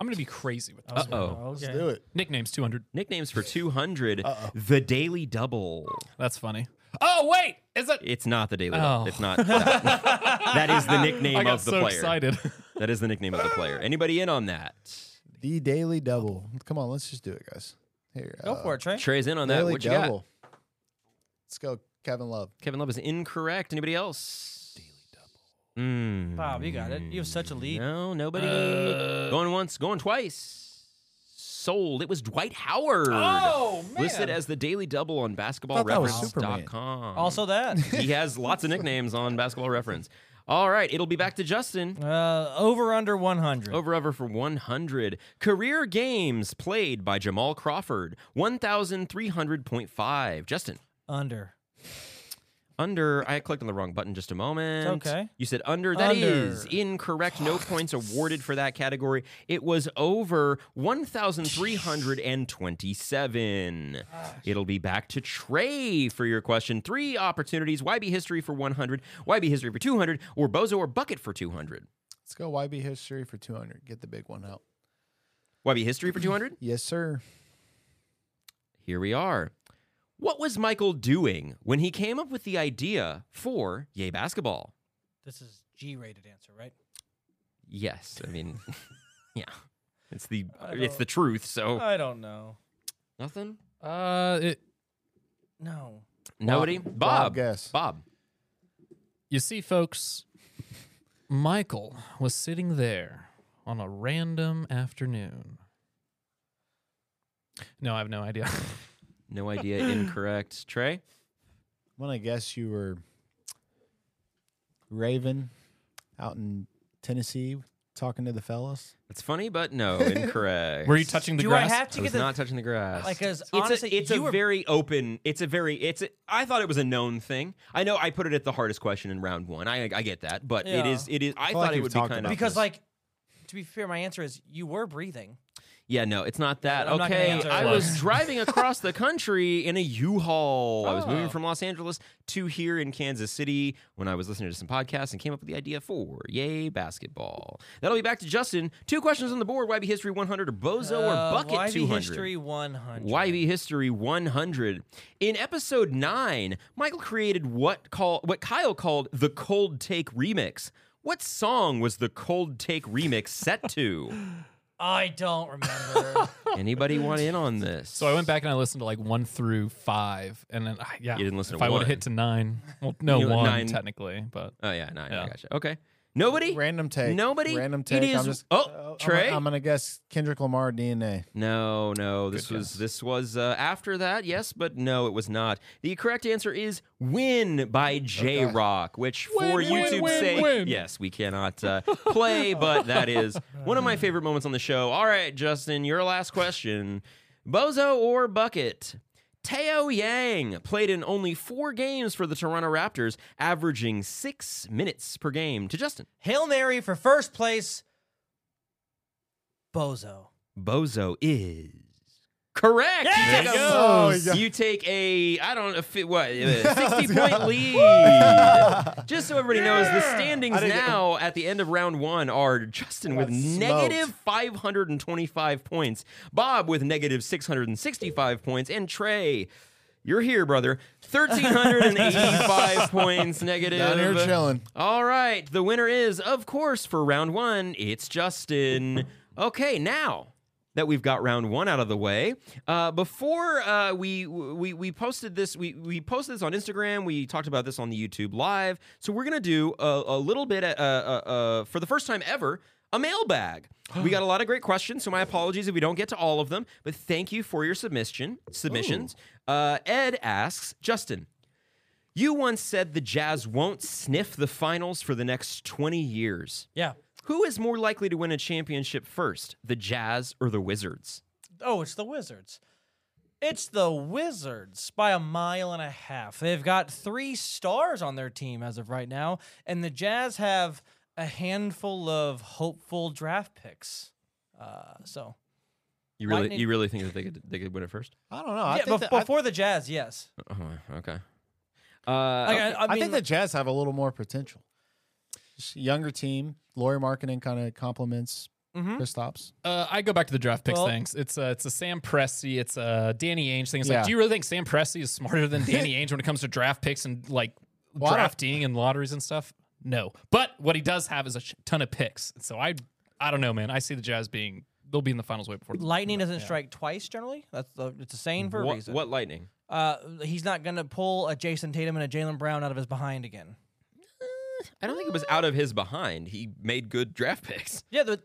Speaker 4: I'm going to be crazy with this.
Speaker 1: Uh oh.
Speaker 3: Okay.
Speaker 2: Let's do it.
Speaker 4: Nicknames 200.
Speaker 1: Nicknames for 200. The Daily Double.
Speaker 4: That's funny. Oh, wait. Is it?
Speaker 1: It's not the Daily
Speaker 4: Oh.
Speaker 1: Double. It's not. That, that is the
Speaker 4: I
Speaker 1: nickname
Speaker 4: got
Speaker 1: of the
Speaker 4: so
Speaker 1: player.
Speaker 4: excited.
Speaker 1: That is the nickname of the player. Anybody in on that?
Speaker 2: The Daily Double. Come on, let's just do it, guys. Here. uh,
Speaker 3: Go for it, Trey.
Speaker 1: Trey's in on that.
Speaker 2: Daily
Speaker 1: What you
Speaker 2: Double.
Speaker 1: got?
Speaker 2: Let's go, Kevin Love.
Speaker 1: Kevin Love is incorrect. Anybody else? Daily Double. Mm.
Speaker 3: Bob, you got it. You have such a lead.
Speaker 1: No, nobody.
Speaker 4: Uh.
Speaker 1: going once, going twice. Sold. It was Dwight Howard.
Speaker 4: Oh, man.
Speaker 1: Listed as the Daily Double on
Speaker 2: that was
Speaker 1: basketballreference.com.
Speaker 3: Also that.
Speaker 1: he has lots of nicknames on Basketball Reference. All right, it'll be back to Justin.
Speaker 3: Uh, over under 100.
Speaker 1: Over over for 100. Career games played by Jamal Crawford, 1,300.5. Justin,
Speaker 3: Under.
Speaker 1: under. I clicked on the wrong button just a moment.
Speaker 3: It's okay.
Speaker 1: You said under. That is
Speaker 3: Under.
Speaker 1: incorrect. No points awarded for that category. It was over 1,327. It'll be back to Trey for your question. Three opportunities YB History for 100, YB History for 200, or Bozo or Bucket for 200.
Speaker 2: Let's go YB history for 200. Get the big one out.
Speaker 1: YB History for 200?
Speaker 2: Yes, sir.
Speaker 1: here we are. What was Michael doing when he came up with the idea for Yay Basketball?
Speaker 3: This is G-rated answer, right?
Speaker 1: Yes, I mean, yeah, it's the
Speaker 3: I
Speaker 1: it's
Speaker 3: don't- Uh,
Speaker 1: the truth. So
Speaker 3: I don't know.
Speaker 1: nothing,
Speaker 4: Uh, it,
Speaker 3: No.
Speaker 1: nobody. Bob,
Speaker 2: guess.
Speaker 1: Bob.
Speaker 4: you see, folks, Michael was sitting there on a random afternoon. No, I have no idea.
Speaker 1: No idea. incorrect. Trey.
Speaker 2: I'm gonna guess you were Raven out in Tennessee talking to the fellas.
Speaker 1: That's funny, but no, incorrect.
Speaker 4: Were you touching the
Speaker 3: Do
Speaker 4: grass?
Speaker 3: I have
Speaker 1: I
Speaker 3: to get
Speaker 1: was
Speaker 3: the
Speaker 1: not touching the grass.
Speaker 3: like? Cause
Speaker 1: It's
Speaker 3: honestly,
Speaker 1: a, it's a
Speaker 3: you were-
Speaker 1: very open. It's a very. It's. A, I thought it was a known thing. I know I put it at the hardest question in round one. I I get that, but it
Speaker 3: Yeah.
Speaker 1: is. It is. I,
Speaker 2: feel
Speaker 1: thought
Speaker 2: like
Speaker 1: it
Speaker 2: we've
Speaker 1: would be
Speaker 2: talked
Speaker 1: kind
Speaker 2: about
Speaker 1: of
Speaker 3: because
Speaker 2: this.
Speaker 3: like to be fair, my answer is you were breathing.
Speaker 1: Yeah, no, it's not that.
Speaker 3: I'm not gonna
Speaker 1: okay,
Speaker 3: answer
Speaker 1: I
Speaker 4: that.
Speaker 1: was driving across the country in a U-Haul. I was moving
Speaker 4: Oh.
Speaker 1: from Los Angeles to here in Kansas City when I was listening to some podcasts and came up with the idea for Yay Basketball. That'll be back to Justin. Two questions on the board: YB History 100 or Bozo
Speaker 3: Uh,
Speaker 1: or Bucket
Speaker 3: YB
Speaker 1: 200.
Speaker 3: History 100.
Speaker 1: YB History 100. In episode 9, Michael created what call what Kyle called the Cold Take remix. What song was the Cold Take remix set to?
Speaker 3: I don't remember.
Speaker 1: Anybody want in on this?
Speaker 4: So I went back and I listened to like one through five, and then I- yeah,
Speaker 1: You didn't listen
Speaker 4: If
Speaker 1: to
Speaker 4: I would
Speaker 1: one.
Speaker 4: have hit to nine, well, no
Speaker 1: You went
Speaker 4: one
Speaker 1: nine.
Speaker 4: technically, but
Speaker 1: Oh yeah, nine. I
Speaker 4: Yeah.
Speaker 1: gotcha. Okay. Nobody.
Speaker 2: Random take.
Speaker 1: Nobody?
Speaker 2: Random
Speaker 1: It
Speaker 2: take.
Speaker 1: is-
Speaker 2: I'm just,
Speaker 1: oh,
Speaker 2: I'm-
Speaker 1: Trey?
Speaker 2: I'm, gonna guess Kendrick Lamar DNA.
Speaker 1: No, no. This
Speaker 4: Good
Speaker 1: was
Speaker 4: guess.
Speaker 1: this was uh, after that. Yes, but no, it was not. The correct answer is "Win" by J Rock, which
Speaker 4: Win,
Speaker 1: for
Speaker 4: win,
Speaker 1: YouTube's
Speaker 4: win,
Speaker 1: sake,
Speaker 4: win.
Speaker 1: yes, we cannot uh, play, but that is one of my favorite moments on the show. All right, Justin, your last question: Bozo or Bucket? Teo Yang played in only four games for the Toronto Raptors, averaging six minutes per game. To Justin.
Speaker 3: Hail Mary for first place. Bozo.
Speaker 1: Bozo is correct. You,
Speaker 3: Yes!
Speaker 1: take a,
Speaker 3: There you
Speaker 2: go.
Speaker 1: you
Speaker 2: Oh, yeah.
Speaker 1: take a I don't know fi- what a sixty point lead. Just so everybody knows, the standings
Speaker 2: I didn't get-
Speaker 1: now at the end of round one are Justin with
Speaker 2: smoked.
Speaker 1: negative five hundred and twenty five points, Bob with negative six hundred and sixty five points, and Trey. You're here, brother. 1,385 points negative.
Speaker 2: Down here chilling.
Speaker 1: All right. The winner is, of course, for round one, it's Justin. Okay, now that we've got round one out of the way, uh, before uh, we, we we posted this, we we posted this on Instagram. We talked about this on the YouTube live. So we're gonna do a, a little bit uh, uh, uh, for the first time ever. A mailbag. We got a lot of great questions, so my apologies if we don't get to all of them. But thank you for your submission submissions. Uh, Ed asks Justin, you once said the Jazz won't sniff the finals for the next 20 years.
Speaker 3: Yeah.
Speaker 1: Who is more likely to win a championship first, the Jazz or the Wizards?
Speaker 3: Oh, it's the Wizards. It's the Wizards by a mile and a half. They've got three stars on their team as of right now, and the Jazz have a handful of hopeful draft picks. Uh, so
Speaker 1: You really,
Speaker 3: Lightning-
Speaker 1: you really think that they could they could win it first?
Speaker 2: I don't know. I
Speaker 3: yeah,
Speaker 2: think
Speaker 3: bef-
Speaker 2: that- I-
Speaker 3: before the Jazz, yes.
Speaker 1: Oh, okay. Uh,
Speaker 3: Like, I, I
Speaker 2: I
Speaker 3: mean,
Speaker 2: think the Jazz have a little more potential. Just younger team. Laurie Marketing kind of complements
Speaker 1: Mm-hmm.
Speaker 3: mhm.
Speaker 2: Kristaps.
Speaker 4: Uh, I go back to the draft picks
Speaker 3: Well-
Speaker 4: things. It's a, it's a Sam Presti, it's a Danny Ainge thing. It's
Speaker 2: Yeah.
Speaker 4: like, do you really think Sam Presti is smarter than Danny Ainge when it comes to draft picks and like
Speaker 2: Well, I don't-
Speaker 4: drafting and lotteries and stuff? No. But what he does have is a sh- ton of picks. So I I don't know, man. I see the Jazz being they'll be in the finals way before. The,
Speaker 3: lightning doesn't strike twice generally. That's the, it's a saying for a
Speaker 1: what,
Speaker 3: reason.
Speaker 1: what lightning?
Speaker 3: Uh, he's not going to pull a Jason Tatum and a Jalen Brown out of his behind again.
Speaker 1: I don't think it was out of his behind. He made good draft picks.
Speaker 3: Yeah, the,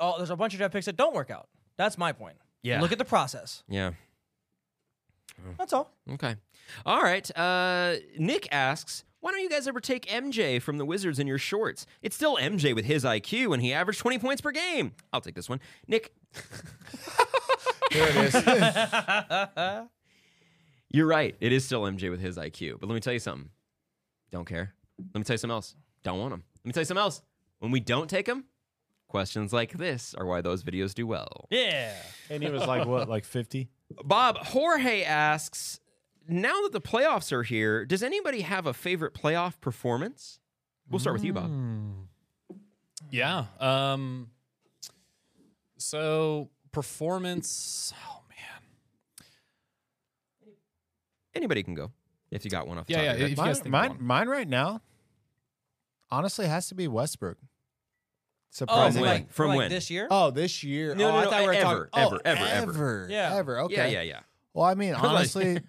Speaker 3: oh, there's a bunch of draft picks that don't work out. That's my point.
Speaker 1: Yeah. Mm.
Speaker 3: Look at the process.
Speaker 1: Yeah.
Speaker 3: That's all.
Speaker 1: Okay. All right. Uh, Nick asks, why don't you guys ever take MJ from the Wizards in your shorts? It's still MJ with his IQ, and he averaged 20 points per game. I'll take this one. Nick,
Speaker 2: There it is.
Speaker 1: you're right. It is still MJ with his IQ. But let me tell you something. Don't care. Let me tell you something else. Don't want him. Let me tell you something else. When we don't take him, questions like this are why those videos do well.
Speaker 3: Yeah.
Speaker 2: and he was like, what, like 50?
Speaker 1: Bob Jorge asks, now that the playoffs are here, does anybody have a favorite playoff performance? We'll start with you, Bob.
Speaker 2: Hmm.
Speaker 4: yeah. Um so performance oh man.
Speaker 1: Anybody can go if you got one off the
Speaker 4: Yeah,
Speaker 1: top
Speaker 4: yeah,
Speaker 1: of your head.
Speaker 4: if you
Speaker 2: Mine,
Speaker 4: guys think of
Speaker 2: mine,
Speaker 4: one.
Speaker 2: mine right now, honestly, has to be Westbrook.
Speaker 3: Oh,
Speaker 1: From
Speaker 3: from
Speaker 2: Surprisingly.
Speaker 1: when?
Speaker 3: like,
Speaker 1: From
Speaker 3: from like
Speaker 1: when?
Speaker 3: this year?
Speaker 2: Oh, this year.
Speaker 1: No,
Speaker 2: oh,
Speaker 1: no,
Speaker 2: I
Speaker 1: no,
Speaker 2: thought we were
Speaker 1: ever,
Speaker 2: talking.
Speaker 1: ever,
Speaker 2: oh,
Speaker 1: ever, ever.
Speaker 3: Yeah.
Speaker 2: Ever. Okay.
Speaker 1: Yeah, yeah, yeah.
Speaker 2: Well, I mean,
Speaker 1: I was like-
Speaker 2: honestly,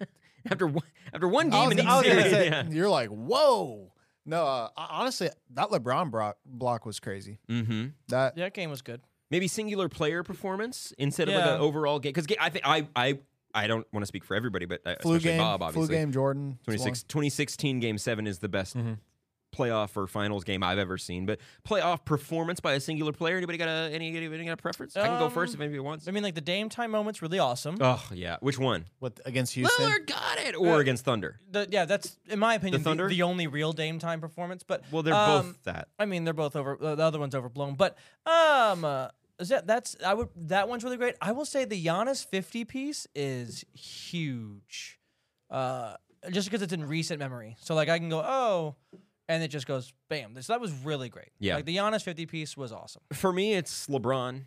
Speaker 1: after one, after one
Speaker 2: I
Speaker 1: game
Speaker 2: was-
Speaker 1: in each
Speaker 2: I was gonna
Speaker 1: series,
Speaker 2: say,
Speaker 1: yeah.
Speaker 2: you're like, whoa. No, uh, ho- honestly, that LeBron block, block was crazy.
Speaker 1: Mm-hmm.
Speaker 2: That
Speaker 3: Yeah, that game was good.
Speaker 1: Maybe singular player performance instead of
Speaker 3: Yeah.
Speaker 1: like an overall game. Because I think I I I don't want to speak for everybody, but uh,
Speaker 2: flu
Speaker 1: especially
Speaker 2: game,
Speaker 1: Bob obviously.
Speaker 2: flu game, Jordan. was
Speaker 1: 26 2016 game seven is the best
Speaker 4: Mhm.
Speaker 1: playoff or finals game I've ever seen. But playoff performance by a singular player. Anybody got a any anybody got a preference? I can go first if
Speaker 3: Um,
Speaker 1: anybody wants.
Speaker 3: I mean, like the Dame time moment's really awesome.
Speaker 1: Oh yeah, which one?
Speaker 2: one. With, against Houston.
Speaker 1: Lillard got it, or
Speaker 3: Uh,
Speaker 1: against Thunder.
Speaker 3: The- yeah, that's in my opinion the,
Speaker 1: Thunder?
Speaker 3: the only real Dame time performance. But
Speaker 1: Well, they're
Speaker 3: um,
Speaker 1: both that.
Speaker 3: I mean, they're both over. uh, the other one's overblown, but um, uh, is that that's I would that one's really great. I will say the Giannis fifty piece is huge, uh, just because it's in recent memory. So like I can go oh, and it just goes bam. So that was really great.
Speaker 1: Yeah.
Speaker 3: like the Giannis fifty piece was awesome.
Speaker 1: For me, it's LeBron.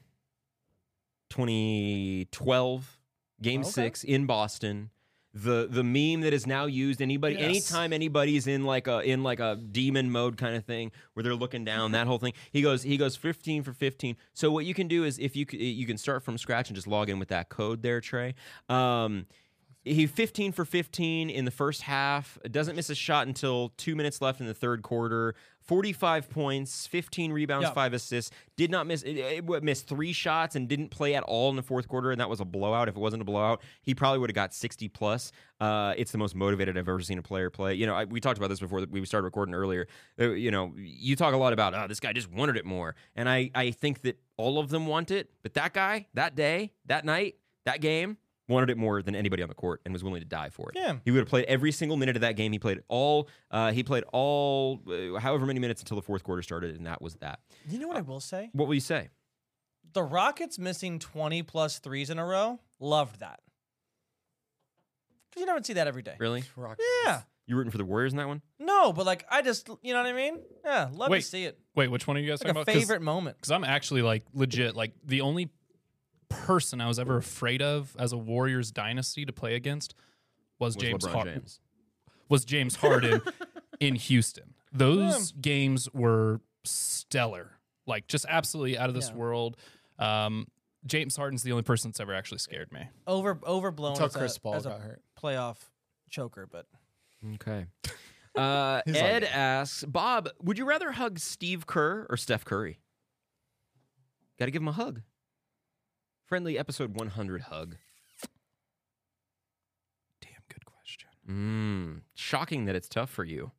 Speaker 1: 2012 game
Speaker 3: Okay.
Speaker 1: 6 in Boston. The the meme that is now used anybody
Speaker 4: Yes.
Speaker 1: anytime anybody's in like a in like a demon mode kind of thing where they're looking down that whole thing. He goes he goes 15 for 15. So what you can do is if you c- you can start from scratch and just log in with that code there Trey. Um he 15 for 15 in the first half doesn't miss a shot until two minutes left in the third quarter 45 points 15 rebounds
Speaker 3: Yeah.
Speaker 1: five assists did not miss it, it missed three shots and didn't play at all in the fourth quarter and that was a blowout if it wasn't a blowout he probably would have got 60 plus uh, it's the most motivated i've ever seen a player play you know I, we talked about this before that we started recording earlier Uh, you know you talk a lot about oh this guy just wanted it more and i i think that all of them want it but that guy that day that night that game wanted it more than anybody on the court and was willing to die for it.
Speaker 3: Yeah.
Speaker 1: He would have played every single minute of that game. He played all. Uh, he played all, uh, however many minutes until the fourth quarter started, and that was that.
Speaker 3: You know what I will say?
Speaker 1: What will you say?
Speaker 3: Uh, The Rockets missing twenty plus threes in a row. Loved that. 'Cause you don't see that every day.
Speaker 1: Really?
Speaker 3: Yeah.
Speaker 1: You rooting for the Warriors in that one?
Speaker 3: No, but like I just you know what I mean? Yeah, love
Speaker 4: Wait.
Speaker 3: to see it.
Speaker 4: Wait, which one are you guys
Speaker 3: Like
Speaker 4: talking
Speaker 3: a
Speaker 4: about? 'Cause-
Speaker 3: favorite moment.
Speaker 4: because I'm actually like legit like the only person I was ever afraid of as a Warriors dynasty to play against was,
Speaker 1: Was
Speaker 4: James
Speaker 1: LeBron
Speaker 4: Harden. Was James Harden in Houston? Those games were stellar, like just absolutely out of this
Speaker 3: Yeah.
Speaker 4: world. Um, James Harden's the only person that's ever actually scared me.
Speaker 3: Over overblown
Speaker 2: Until
Speaker 3: as a-
Speaker 2: Chris Paul
Speaker 3: as a
Speaker 2: got hurt.
Speaker 3: playoff choker, but
Speaker 1: Okay. Uh,
Speaker 2: He's
Speaker 1: Ed
Speaker 2: like-
Speaker 1: asks Bob, would you rather hug Steve Kerr or Steph Curry? Got to give him a hug. Friendly episode 100 hug.
Speaker 4: Damn good question.
Speaker 1: Mm, shocking that it's tough for you.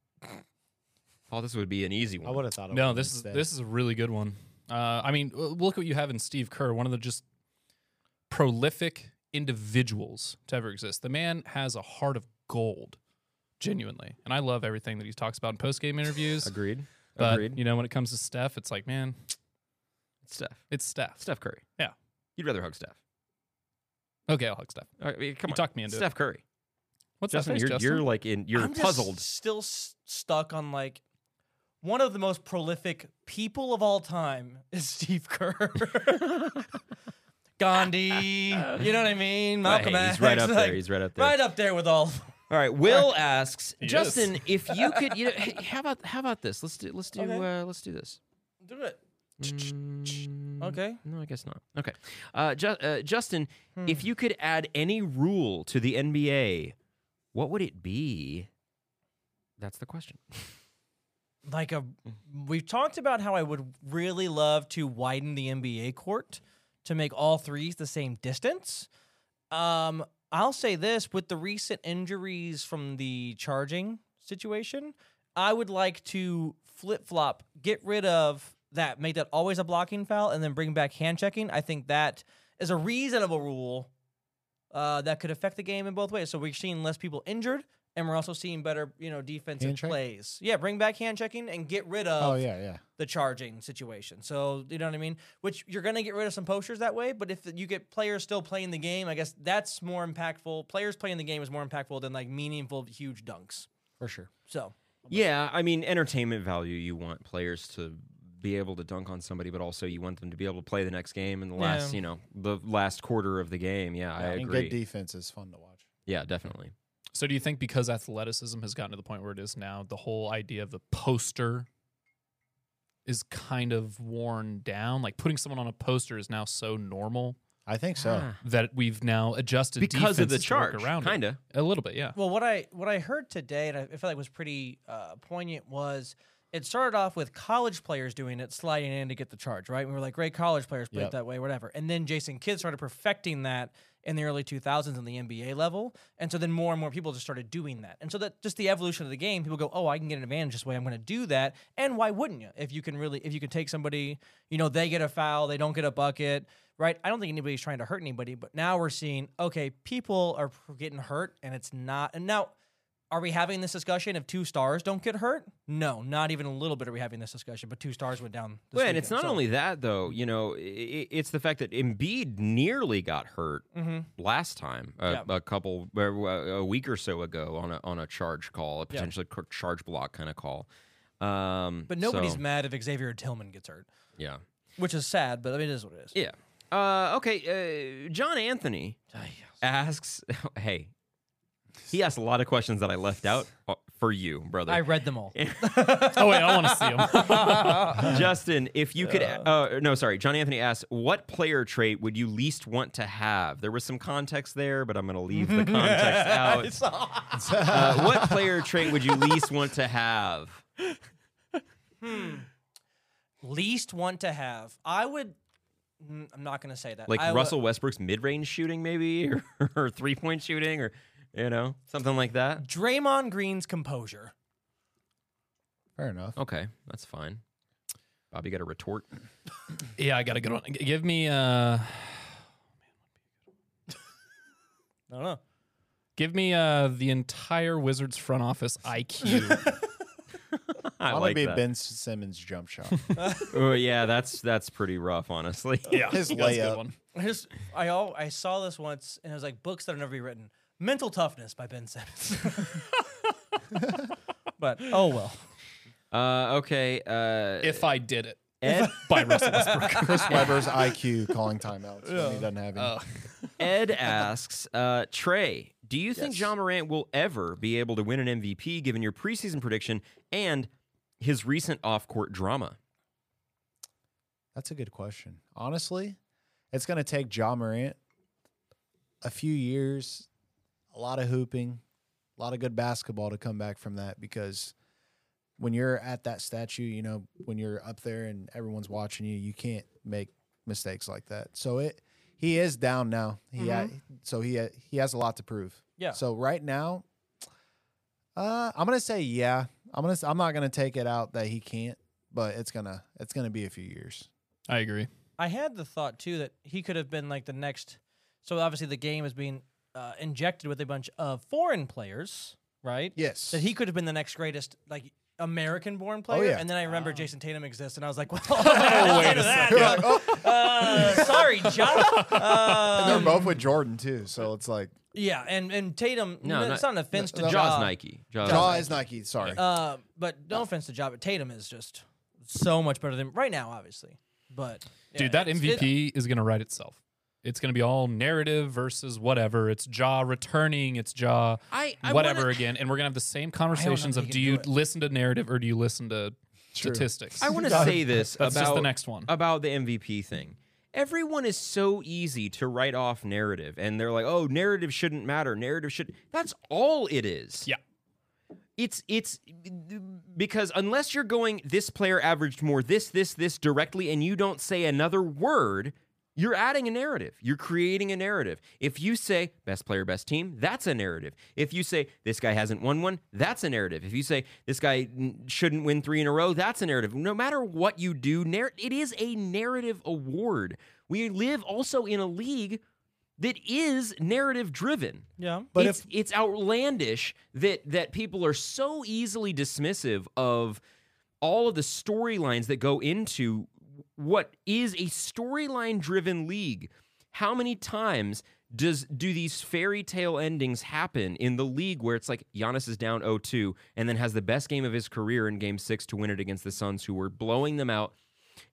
Speaker 1: Thought this would be an easy
Speaker 2: I
Speaker 1: one.
Speaker 2: would have thought. it
Speaker 4: No,
Speaker 2: would've
Speaker 4: this
Speaker 2: been
Speaker 4: is
Speaker 2: Steph.
Speaker 4: this is a really good one. Uh, I mean, w- look what you have in Steve Kerr, one of the just prolific individuals to ever exist. The man has a heart of gold, genuinely, and I love everything that he talks about in post game interviews.
Speaker 1: Agreed.
Speaker 4: But
Speaker 1: Agreed.
Speaker 4: you know, when it comes to Steph, it's like, man,
Speaker 1: Steph.
Speaker 4: it's Steph.
Speaker 1: Steph Curry.
Speaker 4: Yeah.
Speaker 1: You'd rather hug Steph.
Speaker 4: Okay, I'll hug Steph.
Speaker 1: All right, I mean, come
Speaker 4: You
Speaker 1: on.
Speaker 4: talked me into it.
Speaker 1: Steph Curry.
Speaker 4: What's
Speaker 1: Justin,
Speaker 4: that face,
Speaker 1: you're,
Speaker 4: Justin?
Speaker 1: you're like in you're
Speaker 3: I'm just
Speaker 1: puzzled.
Speaker 3: still s- stuck on like one of the most prolific people of all time is Steve Kerr. Gandhi, you know what I mean? Malcolm
Speaker 1: Hey,
Speaker 3: X.
Speaker 1: he's right up
Speaker 3: like,
Speaker 1: there. He's right up there.
Speaker 3: right up there with all. of 'em.
Speaker 1: All right. Will asks
Speaker 4: He is.
Speaker 1: Justin if you could. You know, hey, how about how about this? Let's do let's do
Speaker 3: Okay.
Speaker 1: uh, let's do this. Mm,
Speaker 3: Do it. Okay.
Speaker 1: No, I guess not. Okay. Uh, Ju- uh, Justin, if you could add any rule to the NBA, what would it be? That's the question.
Speaker 3: like a we've talked about how I would really love to widen the NBA court to make all threes the same distance. Um, I'll say this with the recent injuries from the charging situation, I would like to flip flop, get rid of that, make that always a blocking foul, and then bring back hand checking. I think that is a reasonable rule uh, that could affect the game in both ways. So we're seeing less people injured, and we're also seeing better, you know, defensive
Speaker 2: Hand check?
Speaker 3: plays. Yeah, bring back hand checking and get rid of
Speaker 2: Oh
Speaker 4: um,
Speaker 2: yeah, yeah.
Speaker 3: the charging situation. So you know what I mean. Which you're gonna get rid of some posters that way, but if you get players still playing the game, I guess that's more impactful. Players playing the game is more impactful than like meaningful huge dunks.
Speaker 2: For sure.
Speaker 3: So
Speaker 1: Yeah, I mean, entertainment value. You want players to be able to dunk on somebody, but also you want them to be able to play the next game and the last,
Speaker 3: Yeah.
Speaker 1: you know, the last quarter of the game. Yeah, I
Speaker 2: and
Speaker 1: agree.
Speaker 2: good defense is fun to watch.
Speaker 1: yeah, definitely.
Speaker 4: So do you think because athleticism has gotten to the point where it is now, the whole idea of the poster is kind of worn down? Like putting someone on a poster is now so normal
Speaker 2: I think so.
Speaker 1: Ah.
Speaker 4: that we've now adjusted
Speaker 1: Because of the
Speaker 4: defenses to work
Speaker 1: charge,
Speaker 4: around it.
Speaker 1: kinda.
Speaker 4: a little bit, yeah.
Speaker 3: Well, what I what I heard today, and I I felt like was pretty uh, poignant, was it started off with college players doing it, sliding in to get the charge, right? And we were like, great college players play
Speaker 2: Yep.
Speaker 3: it that way, whatever. And then Jason Kidd started perfecting that in the early 2000s on the NBA level, and so then more and more people just started doing that. And so that just the evolution of the game, people go, oh, I can get an advantage this way. I'm going to do that, and why wouldn't you? If you can really, if you can take somebody, you know, they get a foul, they don't get a bucket right? I don't think anybody's trying to hurt anybody, but now we're seeing okay, people are p- getting hurt, and it's not. And now, are we having this discussion if two stars don't get hurt? No, not even a little bit. Are we having this discussion? But two stars went down. This
Speaker 1: Well, and it's
Speaker 3: weekend,
Speaker 1: not only that though. You know, i- i it's the fact that Embiid nearly got hurt
Speaker 3: so. Mhm.
Speaker 1: last time, a,
Speaker 3: Yeah.
Speaker 1: a couple uh, a week or so ago on a on a charge call, a potentially cr- charge block kind of call. Um,
Speaker 3: But nobody's
Speaker 1: so,
Speaker 3: mad if Xavier Tillman gets hurt,
Speaker 1: yeah
Speaker 3: which is sad. But I mean, it is what it is.
Speaker 1: yeah. Uh, okay, uh, John Anthony
Speaker 3: Ay,
Speaker 1: asks, hey, he asked a lot of questions that I left out uh, for you, brother.
Speaker 3: I read them all.
Speaker 4: oh wait, I want to see him.
Speaker 1: Justin, if you could, uh, no, sorry. John Anthony asks, what player trait would you least want to have? There was some context there, but I'm going to leave the context out. Uh, what player trait would you least want to have?
Speaker 3: Least want to have. I would. mm, I'm not going to say that.
Speaker 1: Like
Speaker 3: I wa-
Speaker 1: Russell Westbrook's mid range shooting, maybe, or, or three point shooting, or, you know, something like that?
Speaker 3: Draymond Green's composure.
Speaker 2: Fair enough.
Speaker 1: Okay, that's fine. Bob, you got a retort?
Speaker 4: yeah, I got a good one. G- Give me uh
Speaker 3: I don't know.
Speaker 4: give me uh the entire Wizards front office IQ.
Speaker 1: I
Speaker 2: I'm
Speaker 1: like
Speaker 2: gonna be
Speaker 1: that.
Speaker 2: Ben Simmons jump shot.
Speaker 1: Oh, yeah, that's that's pretty rough, honestly.
Speaker 4: yeah.
Speaker 2: His
Speaker 4: that's a good
Speaker 2: layup.
Speaker 4: one.
Speaker 3: I just I all I saw this once and it was like books that'll never be written. Mental Toughness by Ben Simmons. but oh well.
Speaker 1: Uh, okay. Uh,
Speaker 4: If I did it
Speaker 1: Ed
Speaker 4: by Russell Westbrook.
Speaker 2: Chris Webber's IQ calling timeouts when he doesn't have any.
Speaker 4: Oh.
Speaker 1: Ed asks uh, Trey, do you think
Speaker 2: Yes.
Speaker 1: John Morant will ever be able to win an MVP given your preseason prediction and his recent off-court drama?
Speaker 2: That's a good question. Honestly, it's going to take John Morant a few years, a lot of hooping, a lot of good basketball to come back from that because when you're at that statue, you know, when you're up there and everyone's watching you, you can't make mistakes like that. So it he is down now. He ha- so he ha- he has a lot to prove.
Speaker 3: Yeah.
Speaker 2: So right now uh I'm going to say yeah. I'm going to I'm not going to take it out that he can't, but it's going to it's going to be a few years.
Speaker 4: I agree.
Speaker 3: I had the thought too that he could have been like the next. So obviously the game is being uh, injected with a bunch of foreign players, right?
Speaker 2: Yes.
Speaker 3: That he could have been the next greatest like American-born player.
Speaker 2: Oh, yeah.
Speaker 3: And then I remember Jason Tatum exists, and I was like, well,
Speaker 4: wait a
Speaker 2: You're like, oh,
Speaker 3: uh, sorry, John.
Speaker 2: and they're
Speaker 3: Um,
Speaker 2: both with Jordan too, so it's like
Speaker 3: yeah, and and Tatum. No,
Speaker 1: No, not-
Speaker 3: it's not an offense to
Speaker 2: no,
Speaker 1: Jaws
Speaker 3: Ja.
Speaker 1: Nike. Jaws.
Speaker 2: Jaw is Nike. Sorry,
Speaker 3: Uh, but no offense to Ja, but Tatum is just so much better than right now, obviously. But yeah,
Speaker 4: Dude, that
Speaker 3: it's- it-
Speaker 4: MVP is going to write itself. It's going to be all narrative versus whatever. It's Jaw returning. It's Jaw
Speaker 1: I- I
Speaker 4: whatever
Speaker 1: wanna-
Speaker 4: again, and we're going to have the same
Speaker 3: if
Speaker 4: conversations
Speaker 3: he
Speaker 4: of
Speaker 3: can
Speaker 4: do
Speaker 3: do
Speaker 4: you
Speaker 3: it.
Speaker 4: listen to narrative or do you listen to statistics?
Speaker 1: I want to say this
Speaker 4: That's
Speaker 1: about
Speaker 4: just the next one.
Speaker 1: about the MVP thing. Everyone is so easy to write off narrative, and they're like, "Oh, narrative shouldn't matter. Narrative should." That's all it is.
Speaker 4: Yeah.
Speaker 1: It's it's because unless you're going, this player averaged more, this this this directly, and you don't say another word. You're adding a narrative. You're creating a narrative. If you say best player, best team, that's a narrative. If you say this guy hasn't won one, that's a narrative. If you say this guy n- shouldn't win three in a row, that's a narrative. No matter what you do, narr- it is a narrative award. We live also in a league that is narrative driven.
Speaker 3: yeah.
Speaker 2: But
Speaker 1: it's, it's outlandish that that people are so easily dismissive of all of the storylines that go into what is a storyline driven league. How many times does do these fairy tale endings happen in the league where it's like Giannis is down 0-2 and then has the best game of his career in game 6 to win it against the Suns who were blowing them out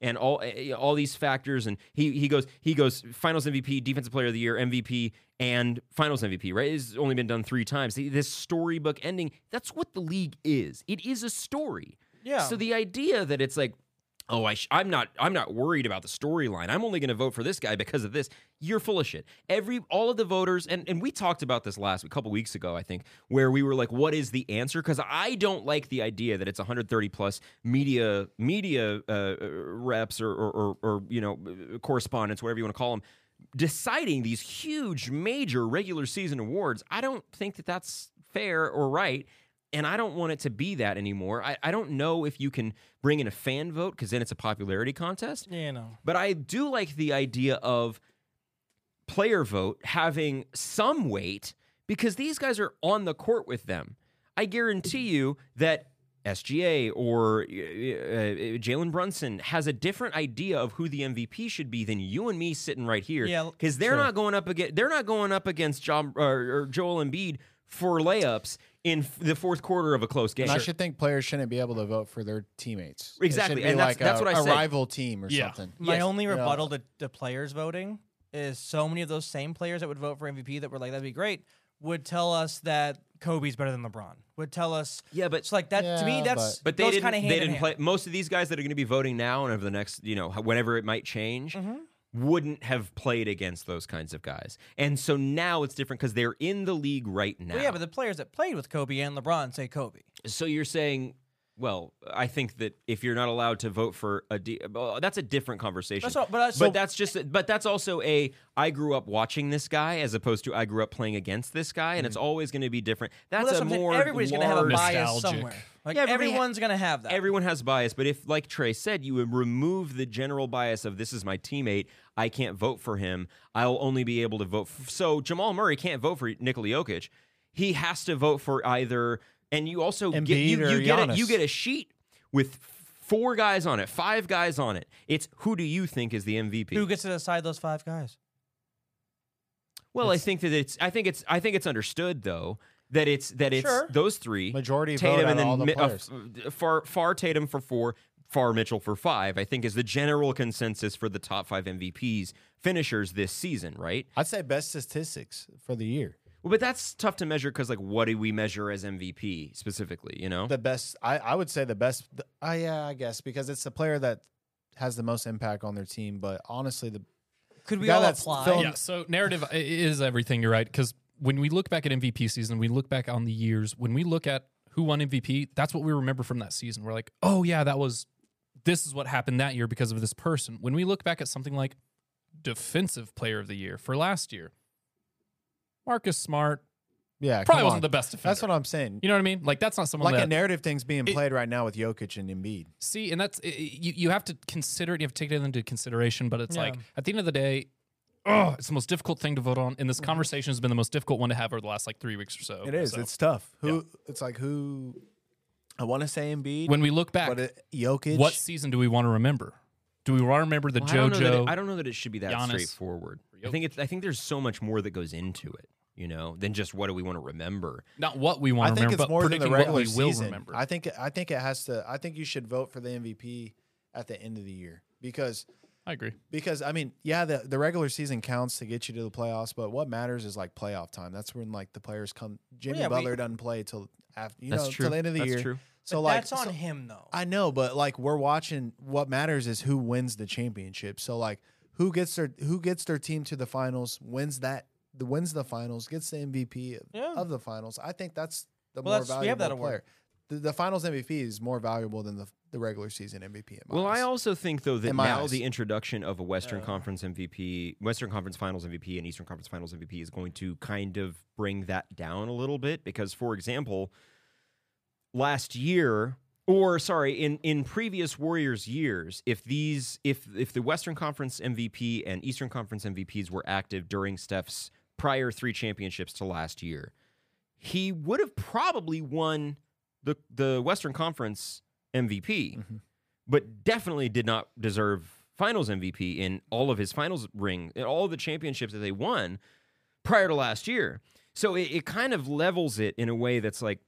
Speaker 1: and all eh, all these factors and he he goes he goes finals MVP defensive player of the year MVP and finals MVP right it's only been done 3 times this storybook ending that's what the league is it is a story
Speaker 3: Yeah.
Speaker 1: so the idea that it's like oh I sh- i'm not i'm not worried about the storyline i'm only going to vote for this guy because of this you're full of shit every all of the voters and, and we talked about this last a couple weeks ago i think where we were like what is the answer because i don't like the idea that it's 130 plus media media uh, reps or, or, or, or you know uh, correspondents whatever you want to call them deciding these huge major regular season awards i don't think that that's fair or right and I don't want it to be that anymore. I, I don't know if you can bring in a fan vote because then it's a popularity contest.
Speaker 3: you know,
Speaker 1: But I do like the idea of player vote having some weight because these guys are on the court with them. I guarantee you that SGA or uh, uh, Jalen Brunson has a different idea of who the MVP should be than you and me sitting right here.
Speaker 3: Yeah,
Speaker 1: because they're not going up against they're not going up against John or, or Joel Embiid for layups in f- the fourth quarter of a close game.
Speaker 2: and I should think players shouldn't be able to vote for their teammates. It
Speaker 1: Exactly,
Speaker 2: should be
Speaker 1: and that's-
Speaker 2: like
Speaker 1: that's
Speaker 2: a,
Speaker 1: what I
Speaker 2: a
Speaker 1: said.
Speaker 2: rival team or
Speaker 4: Yeah.
Speaker 2: something.
Speaker 3: my
Speaker 1: Yes.
Speaker 3: only
Speaker 2: Yeah.
Speaker 3: rebuttal to, to players voting is so many of those same players that would vote for MVP that were like, that'd be great, would tell us that Kobe's better than LeBron. Would tell us.
Speaker 1: Yeah, but-
Speaker 3: It's like that to me,
Speaker 2: Yeah,
Speaker 3: that's.
Speaker 1: But they
Speaker 3: goes
Speaker 1: didn't.
Speaker 3: kinda hand
Speaker 1: They
Speaker 3: in
Speaker 1: didn't
Speaker 3: hand.
Speaker 1: play. Most of these guys that are going to be voting now and over the next, you know, whenever it might change,
Speaker 3: Mm-hmm.
Speaker 1: wouldn't have played against those kinds of guys. And so now it's different because they're in the league right now.
Speaker 3: Well, yeah, but the players that played with Kobe and LeBron say Kobe.
Speaker 1: so you're saying, well, I think that if you're not allowed to vote for a, D, well, that's a different conversation.
Speaker 3: That's all- but I- so-
Speaker 1: but that's just. But that's also a. I grew up watching this guy as opposed to I grew up playing against this guy, and it's always going to be different. That's,
Speaker 3: Mm-hmm. Well,
Speaker 1: a
Speaker 3: that's what I'm saying.
Speaker 1: more.
Speaker 3: Everybody's going to have a
Speaker 1: large-
Speaker 3: bias
Speaker 4: nostalgic-
Speaker 3: somewhere. Like
Speaker 1: Yeah, everybody ha-
Speaker 3: everyone's going to have that.
Speaker 1: Everyone has bias, but if, like Trey said, you would remove the general bias of this is my teammate, I can't vote for him. I'll only be able to vote. For, so Jamal Murray can't vote for Nikola Jokic. He has to vote for either. And you also get
Speaker 2: Embiid
Speaker 1: you,
Speaker 2: or
Speaker 1: you get a, you
Speaker 2: Giannis.
Speaker 1: get a sheet with four guys on it, five guys on it. It's who do you think is the MVP?
Speaker 3: Who gets to decide those five guys?
Speaker 1: well, I think that it's I think it's I think it's understood though that it's that it's
Speaker 3: Sure.
Speaker 1: those three
Speaker 2: Majority vote
Speaker 1: Tatum and
Speaker 2: out of
Speaker 1: then
Speaker 2: all the
Speaker 1: Mi- uh,
Speaker 2: players.
Speaker 1: f- far far Tatum for four, far Mitchell for five. I think is the general consensus for the top five MVPs finishers this season, right?
Speaker 2: I'd say best statistics for the year.
Speaker 1: Well, but that's tough to measure because like what do we measure as MVP specifically? You know,
Speaker 2: The best, I, I would say the best. th- I yeah, I guess because it's the player that has the most impact on their team. But honestly, the
Speaker 3: Could we
Speaker 2: guy
Speaker 3: all
Speaker 2: that's
Speaker 3: apply?
Speaker 2: filling-
Speaker 4: yeah. So narrative i- is everything. You're right. Because when we look back at MVP season, we look back on the years. When we look at who won MVP, that's what we remember from that season. We're like, oh yeah, that was. This is what happened that year because of this person. When we look back at something like defensive player of the year for last year, Marcus Smart,
Speaker 2: Yeah,
Speaker 4: Probably
Speaker 2: come
Speaker 4: wasn't
Speaker 2: on.
Speaker 4: the best defender.
Speaker 2: That's what I'm saying.
Speaker 4: you know what I mean? Like that's not someone
Speaker 2: like
Speaker 4: that
Speaker 2: a narrative thing's being
Speaker 4: It-
Speaker 2: played right now with Jokic and Embiid.
Speaker 4: See, and that's i- i- you. You have to consider it. You have to take it into consideration. But it's
Speaker 3: Yeah.
Speaker 4: like at the end of the day, oh, it's the most difficult thing to vote on. And this
Speaker 1: Mm-hmm.
Speaker 4: conversation has been the most difficult one to have over the last like three weeks or so.
Speaker 2: It is.
Speaker 4: So
Speaker 2: It's tough. Who? It's like who? I want to say Embiid,
Speaker 4: when we look back,
Speaker 2: but it, Jokic.
Speaker 4: what season do we want to remember? Do we want to remember the
Speaker 1: Well, I don't know that
Speaker 4: JoJo?
Speaker 1: it- I don't know that it should be that
Speaker 4: Giannis.
Speaker 1: straightforward. I
Speaker 4: Jokic.
Speaker 1: think it's, I think there's so much more that goes into it, you know, than just what do we want to remember.
Speaker 4: not what we
Speaker 2: I
Speaker 4: want to
Speaker 2: think
Speaker 4: remember,
Speaker 2: it's
Speaker 4: but
Speaker 2: more than the
Speaker 4: predicting what
Speaker 2: regular
Speaker 4: we will
Speaker 2: season.
Speaker 4: remember.
Speaker 2: I think. I think it has to. I think you should vote for the MVP at the end of the year because
Speaker 4: I agree.
Speaker 2: because I mean, yeah, the, the regular season counts to get you to the playoffs, but what matters is like playoff time. That's when like the players come. Jimmy
Speaker 3: yeah, we-
Speaker 2: Butler doesn't play till after you
Speaker 1: That's
Speaker 2: know
Speaker 1: true.
Speaker 2: till the end of the
Speaker 1: That's
Speaker 2: year.
Speaker 1: true.
Speaker 2: So
Speaker 3: But
Speaker 2: like
Speaker 3: that's on
Speaker 2: so-
Speaker 3: him though.
Speaker 2: I know, but like we're watching. What matters is who wins the championship. So like who gets their who gets their team to the finals, wins that the wins the finals, gets the MVP of,
Speaker 3: Yeah.
Speaker 2: of the finals. I think that's the
Speaker 3: Well,
Speaker 2: more
Speaker 3: that's-
Speaker 2: valuable
Speaker 3: we have that award.
Speaker 2: player. The, the finals MVP is more valuable than the the regular season MVP. In my
Speaker 1: Well, I
Speaker 2: eyes.
Speaker 1: also think though that
Speaker 2: In my
Speaker 1: now
Speaker 2: eyes.
Speaker 1: the introduction of a Western
Speaker 3: Uh.
Speaker 1: Conference MVP, Western Conference Finals MVP, and Eastern Conference Finals MVP is going to kind of bring that down a little bit because, for example, last year or sorry in in previous warriors years if these if if the western conference mvp and eastern conference mvps were active during steph's prior three championships to last year he would have probably won the the western conference mvp
Speaker 2: Mhm.
Speaker 1: but definitely did not deserve finals mvp in all of his finals ring in all the championships that they won prior to last year so it, it kind of levels it in a way that's like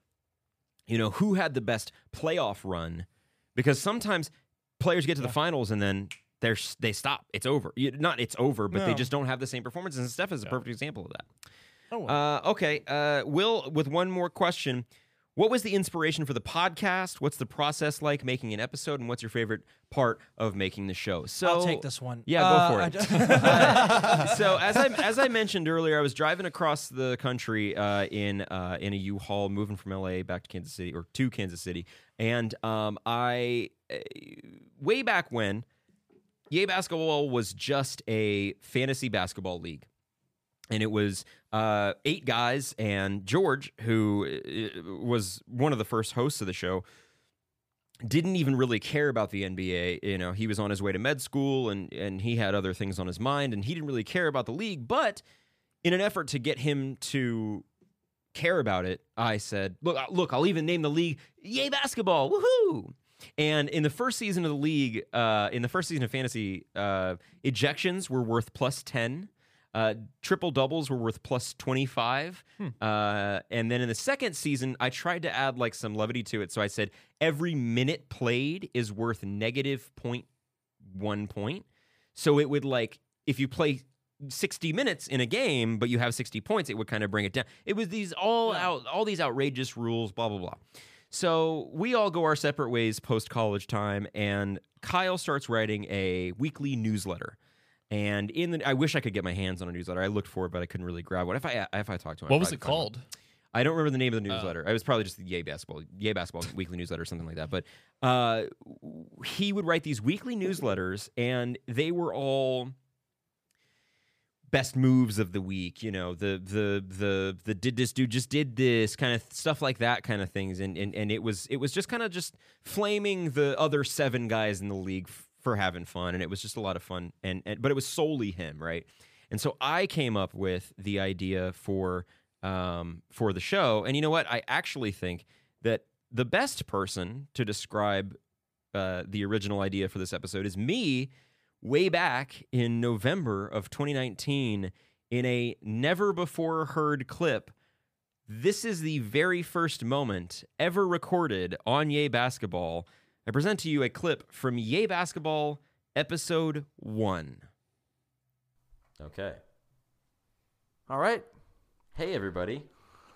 Speaker 1: you know, who had the best playoff run? Because sometimes players get to the finals and then they're s- they stop. It's over. You- Not it's over, but they
Speaker 3: No.
Speaker 1: just don't have the same performances. And Steph is a perfect example of that.
Speaker 3: Oh, well.
Speaker 1: Uh, okay, uh, Will, with one more question. What was the inspiration for the podcast? What's the process like making an episode? And what's your favorite part of making the show? So
Speaker 3: I'll take this one.
Speaker 1: Yeah, go
Speaker 3: Uh,
Speaker 1: for
Speaker 3: I
Speaker 1: it.
Speaker 3: d-
Speaker 1: so as I as I mentioned earlier, I was driving across the country uh, in uh, in a U-Haul, moving from LA back to Kansas City or to Kansas City, and um, I uh, way back when, Yay Basketball was just a fantasy basketball league. And it was uh, eight guys, and George, who uh, was one of the first hosts of the show, didn't even really care about the NBA. You know, he was on his way to med school and and he had other things on his mind and he didn't really care about the league, but in an effort to get him to care about it, I said, "Look, uh, look, I'll even name the league Yay Basketball. Woohoo!" And in the first season of the league, uh, in the first season of fantasy, uh, ejections were worth plus 10. Uh, triple doubles were worth plus 25. Uh, and then in the second season, I tried to add like some levity to it. So I said every minute played is worth negative point one point. So it would like if you play 60 minutes in a game, but you have 60 points, it would kind of bring it down. It was these all out all these outrageous rules, blah blah blah. So we all go our separate ways post college time, and Kyle starts writing a weekly newsletter. And in the, I wish I could get my hands on a newsletter. I looked for it, but I couldn't really grab one. If I if I talked to him, I'd
Speaker 4: What was
Speaker 1: probably find one.
Speaker 4: it called?
Speaker 1: I don't remember the name of the newsletter. it was probably just the Yay Basketball, Yay Basketball Weekly Newsletter, or something like that. But uh, he would write these weekly newsletters, and they were all best moves of the week. You know, the the the the did this dude just did this kind of stuff like that kind of things, and and and it was it was just kind of just flaming the other seven guys in the league f- for having fun, and it was just a lot of fun. And, and but it was solely him, right? And so I came up with the idea for um, for the show. And you know what? I actually think that the best person to describe uh, the original idea for this episode is me way back in November of 2019 in a never before heard clip. This is the very first moment ever recorded on Yay Basketball. I present to you a clip from Yay Basketball episode one. Okay. All right. Hey, everybody.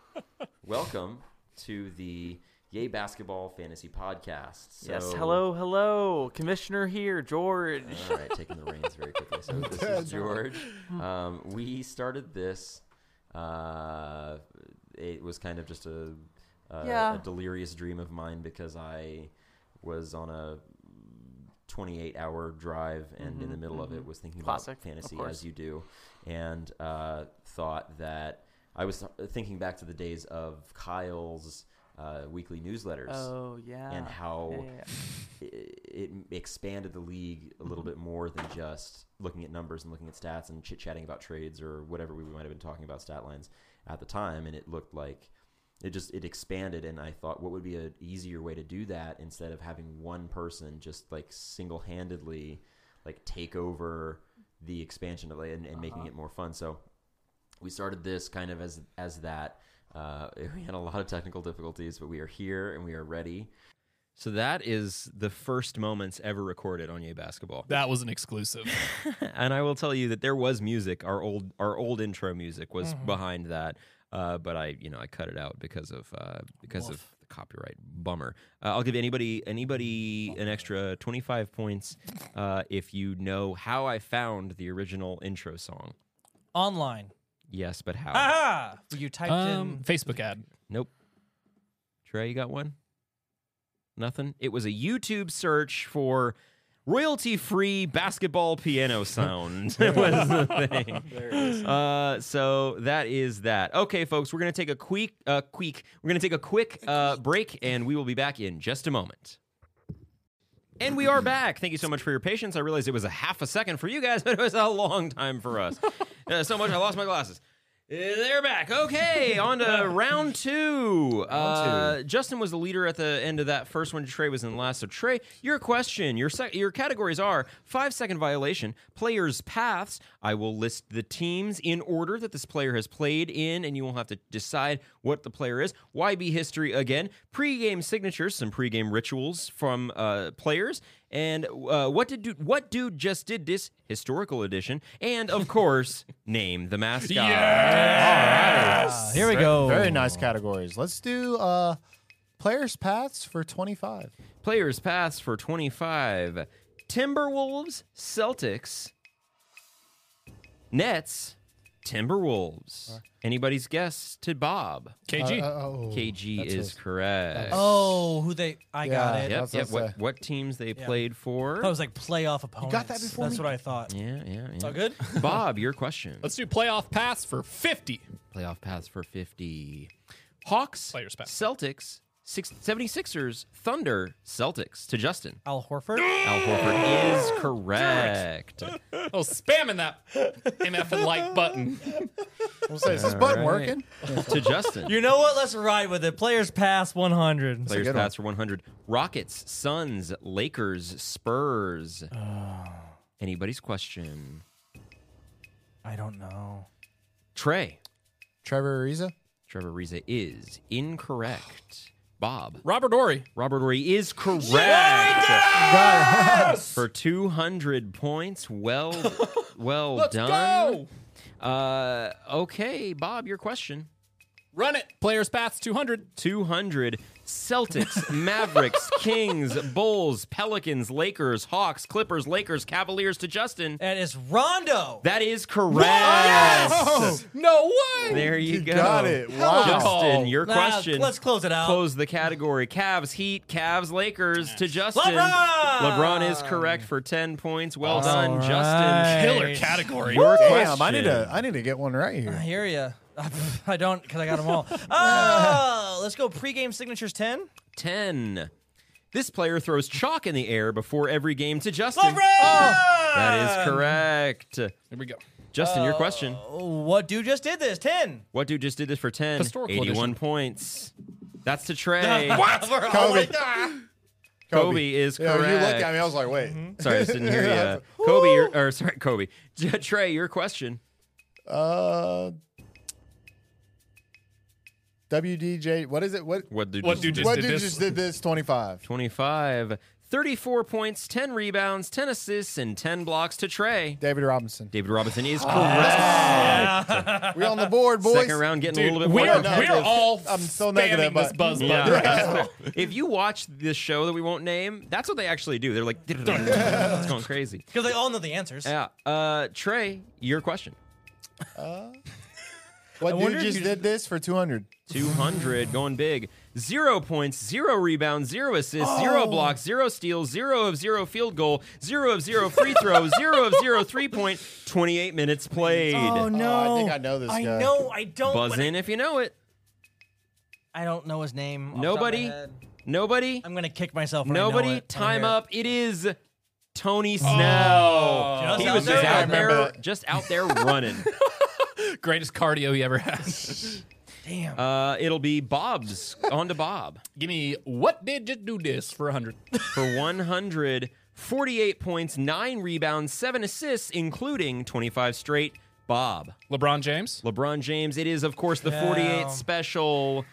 Speaker 1: Welcome to the Yay Basketball Fantasy Podcast. So,
Speaker 6: Yes, hello, hello. Commissioner here, George.
Speaker 1: All right, taking the reins very quickly. So this is George. Um, we started this. Uh, it was kind of just a, a,
Speaker 6: Yeah.
Speaker 1: a delirious dream of mine because I was on a 28 hour drive and in the middle of it was thinking
Speaker 6: Mm-hmm, Classic, of
Speaker 1: about fantasy
Speaker 6: course.
Speaker 1: as you do and uh, thought that
Speaker 7: I was thinking back to the days of Kyle's uh, weekly newsletters
Speaker 6: Oh yeah.
Speaker 7: and how
Speaker 6: Yeah, yeah, yeah. Mm-hmm.
Speaker 7: i- it expanded the league a little bit more than just looking at numbers and looking at stats and chit chatting about trades or whatever we might have been talking about stat lines at the time. And it looked like it just it expanded. And I thought, what would be an easier way to do that instead of having one person just like single handedly like take over the expansion of it and, and
Speaker 6: Uh-huh.
Speaker 7: making it more fun. So we started this kind of as as that. Uh, we had a lot of technical difficulties, but we are here and we are ready.
Speaker 1: So that is the first moments ever recorded on Yay Basketball.
Speaker 4: That was an exclusive.
Speaker 1: and I will tell you that there was music. Our old our old intro music was behind that, uh, but I you know I cut it out because of uh, because of the copyright. Bummer. Uh, I'll give anybody anybody an extra twenty five points uh, if you know how I found the original intro song.
Speaker 3: Online.
Speaker 1: Yes, but how?
Speaker 3: Aha! You typed
Speaker 4: um,
Speaker 3: in.
Speaker 4: Facebook ad.
Speaker 1: Nope. Trey, you got one? Nothing? It was a YouTube search for royalty free basketball piano sound. It was the thing. Uh, so that is that. Okay, folks, we're going to take a quick, uh, quick, we're going to take a quick uh, break and we will be back in just a moment. And we are back. Thank you so much for your patience. I realized it was a half a second for you guys, but it was a long time for us. Uh, so much, I lost my glasses. Uh, They're back. Okay, on to round two. Uh, Justin was the leader at the end of that first one. Trey was in the last. So Trey, your question, your sec- your categories are five second violation, players' paths. I will list the teams in order that this player has played in, and you will have to decide what the player is. YB history again, pregame signatures, some pregame rituals from uh, players, and uh, what did dude, what dude just did this historical edition, and of course, name the mascot.
Speaker 3: Ah, here we
Speaker 1: Oh.
Speaker 3: go.
Speaker 2: Very nice categories. Let's do uh, players' paths for 25.
Speaker 1: Players pass for 25. Timberwolves, Celtics, Nets, Timberwolves. Anybody's guess to Bob?
Speaker 4: KG.
Speaker 2: Uh, oh,
Speaker 1: KG
Speaker 2: that's
Speaker 1: is
Speaker 2: what-
Speaker 1: correct.
Speaker 3: Oh, who they? I got
Speaker 2: Yeah.
Speaker 3: it.
Speaker 1: yep,
Speaker 2: that's
Speaker 1: yep.
Speaker 2: what I
Speaker 1: What, what teams they played for?
Speaker 3: That was like playoff opponents.
Speaker 2: got that before
Speaker 3: That's
Speaker 2: me?
Speaker 3: what I thought.
Speaker 1: yeah, yeah, yeah.
Speaker 3: All good.
Speaker 1: Bob, your question.
Speaker 4: Let's do playoff paths for 50.
Speaker 1: Playoff paths for 50. Hawks,
Speaker 4: Players pass.
Speaker 1: Celtics, six, 76ers, Thunder, Celtics. To Justin.
Speaker 3: Al Horford.
Speaker 1: Al Horford is correct.
Speaker 4: Oh, spamming that MF and like button.
Speaker 2: We'll say, is this button
Speaker 1: All right.
Speaker 2: working?
Speaker 1: to Justin.
Speaker 3: You know what? Let's ride with it. Players pass 100.
Speaker 1: Players
Speaker 2: good one.
Speaker 1: pass for 100. Rockets, Suns, Lakers, Spurs.
Speaker 2: Oh.
Speaker 1: Anybody's question?
Speaker 3: I don't know.
Speaker 1: Trey.
Speaker 2: Trevor Ariza?
Speaker 1: Trevor Reza is incorrect. Bob.
Speaker 4: Robert Ory.
Speaker 1: Robert Ory is correct for 200 points. Well, well done. Uh, okay, Bob, your question.
Speaker 4: Run it. Players paths 200.
Speaker 1: 200 Celtics, Mavericks, Kings, Bulls, Pelicans, Lakers, Hawks, Clippers, Lakers, Cavaliers to Justin.
Speaker 3: And it's Rondo.
Speaker 1: That is correct.
Speaker 4: No way.
Speaker 1: There you, go.
Speaker 2: Got it.
Speaker 1: Justin,
Speaker 2: Wow.
Speaker 4: call.
Speaker 1: your
Speaker 3: Nah,
Speaker 1: question.
Speaker 3: Let's close it out.
Speaker 1: Close the category. Cavs, Heat, Cavs, Lakers to Justin.
Speaker 3: LeBron!
Speaker 1: LeBron is correct for 10 points. Well done,
Speaker 3: right.
Speaker 1: Justin.
Speaker 4: Killer
Speaker 3: Nice.
Speaker 4: category.
Speaker 1: Your
Speaker 2: Damn, I
Speaker 1: question.
Speaker 2: need, to, I need to get one right
Speaker 3: I
Speaker 2: here.
Speaker 3: hear you. I don't because I got them all. Oh, let's go pregame signatures 10.
Speaker 1: 10. This player throws chalk in the air before every game to Justin.
Speaker 3: LeBron! Oh!
Speaker 1: That is correct.
Speaker 4: Here we go.
Speaker 1: Justin, your question.
Speaker 3: Oh, what dude just did this? 10.
Speaker 1: What dude just did this for 10?
Speaker 4: Historical
Speaker 1: 81
Speaker 4: edition.
Speaker 1: points. That's to Trey.
Speaker 3: We're all
Speaker 2: Kobe.
Speaker 3: like, ah.
Speaker 1: Kobe. is
Speaker 2: Yeah,
Speaker 1: correct.
Speaker 2: you looked at me. I was like, wait.
Speaker 3: Mm-hmm.
Speaker 1: Sorry, I just didn't hear you. Kobe, your, or sorry, Kobe. Trey, your question.
Speaker 2: Uh, WDJ, what is it? What
Speaker 1: What did
Speaker 4: What dude just
Speaker 2: what
Speaker 4: did
Speaker 2: dude
Speaker 4: this?
Speaker 2: just did this? 25.
Speaker 1: 25, 34 points, 10 rebounds, 10 assists, and 10 blocks to Trey.
Speaker 2: David Robinson.
Speaker 1: David Robinson is correct.
Speaker 2: We on the board, boys.
Speaker 1: Second round getting a
Speaker 4: Dude,
Speaker 1: little bit
Speaker 4: we're,
Speaker 1: more.
Speaker 2: no,
Speaker 4: we're
Speaker 2: dude.
Speaker 4: all
Speaker 2: I'm so
Speaker 4: spamming
Speaker 2: negative,
Speaker 4: this
Speaker 2: but-
Speaker 4: buzz button.
Speaker 1: Yeah.
Speaker 4: right now.
Speaker 1: if you watch this show that we won't name, that's what they actually do. They're like, it's going crazy.
Speaker 3: Because they all know the answers.
Speaker 1: Yeah. Uh, Trey, your question.
Speaker 2: What
Speaker 3: wonder
Speaker 2: dude
Speaker 3: if
Speaker 2: just
Speaker 3: you
Speaker 2: did this for 200?
Speaker 1: 200 going big. Zero points, zero rebounds, zero assists, zero blocks, zero steals, zero of zero field goal, zero of zero free throw, zero of zero three point, 28 minutes played.
Speaker 3: Oh no!
Speaker 2: I think I know this
Speaker 3: I
Speaker 2: guy.
Speaker 3: know I don't.
Speaker 1: Buzz
Speaker 3: but I-
Speaker 1: in if you know it.
Speaker 3: I don't know his name. off the top of my
Speaker 1: Nobody,
Speaker 3: head.
Speaker 1: nobody,
Speaker 3: I'm gonna kick myself. When I know
Speaker 1: nobody,
Speaker 3: it.
Speaker 1: time
Speaker 3: I hear it.
Speaker 1: up. It is
Speaker 3: Oh,
Speaker 1: Tony Snell.
Speaker 3: Just
Speaker 1: he
Speaker 3: out
Speaker 1: was just
Speaker 3: there. I
Speaker 1: out
Speaker 2: remember
Speaker 1: there,
Speaker 2: that.
Speaker 1: just out there running.
Speaker 4: Greatest cardio he ever has.
Speaker 3: Damn.
Speaker 1: Uh, it'll be Bob's on to Bob.
Speaker 4: Give me what did you do this for a hundred?
Speaker 1: for 148 points, nine rebounds, seven assists, including 25 straight. Bob,
Speaker 4: LeBron James.
Speaker 1: LeBron James. It is, of course, the
Speaker 3: Yeah.
Speaker 1: 48 special.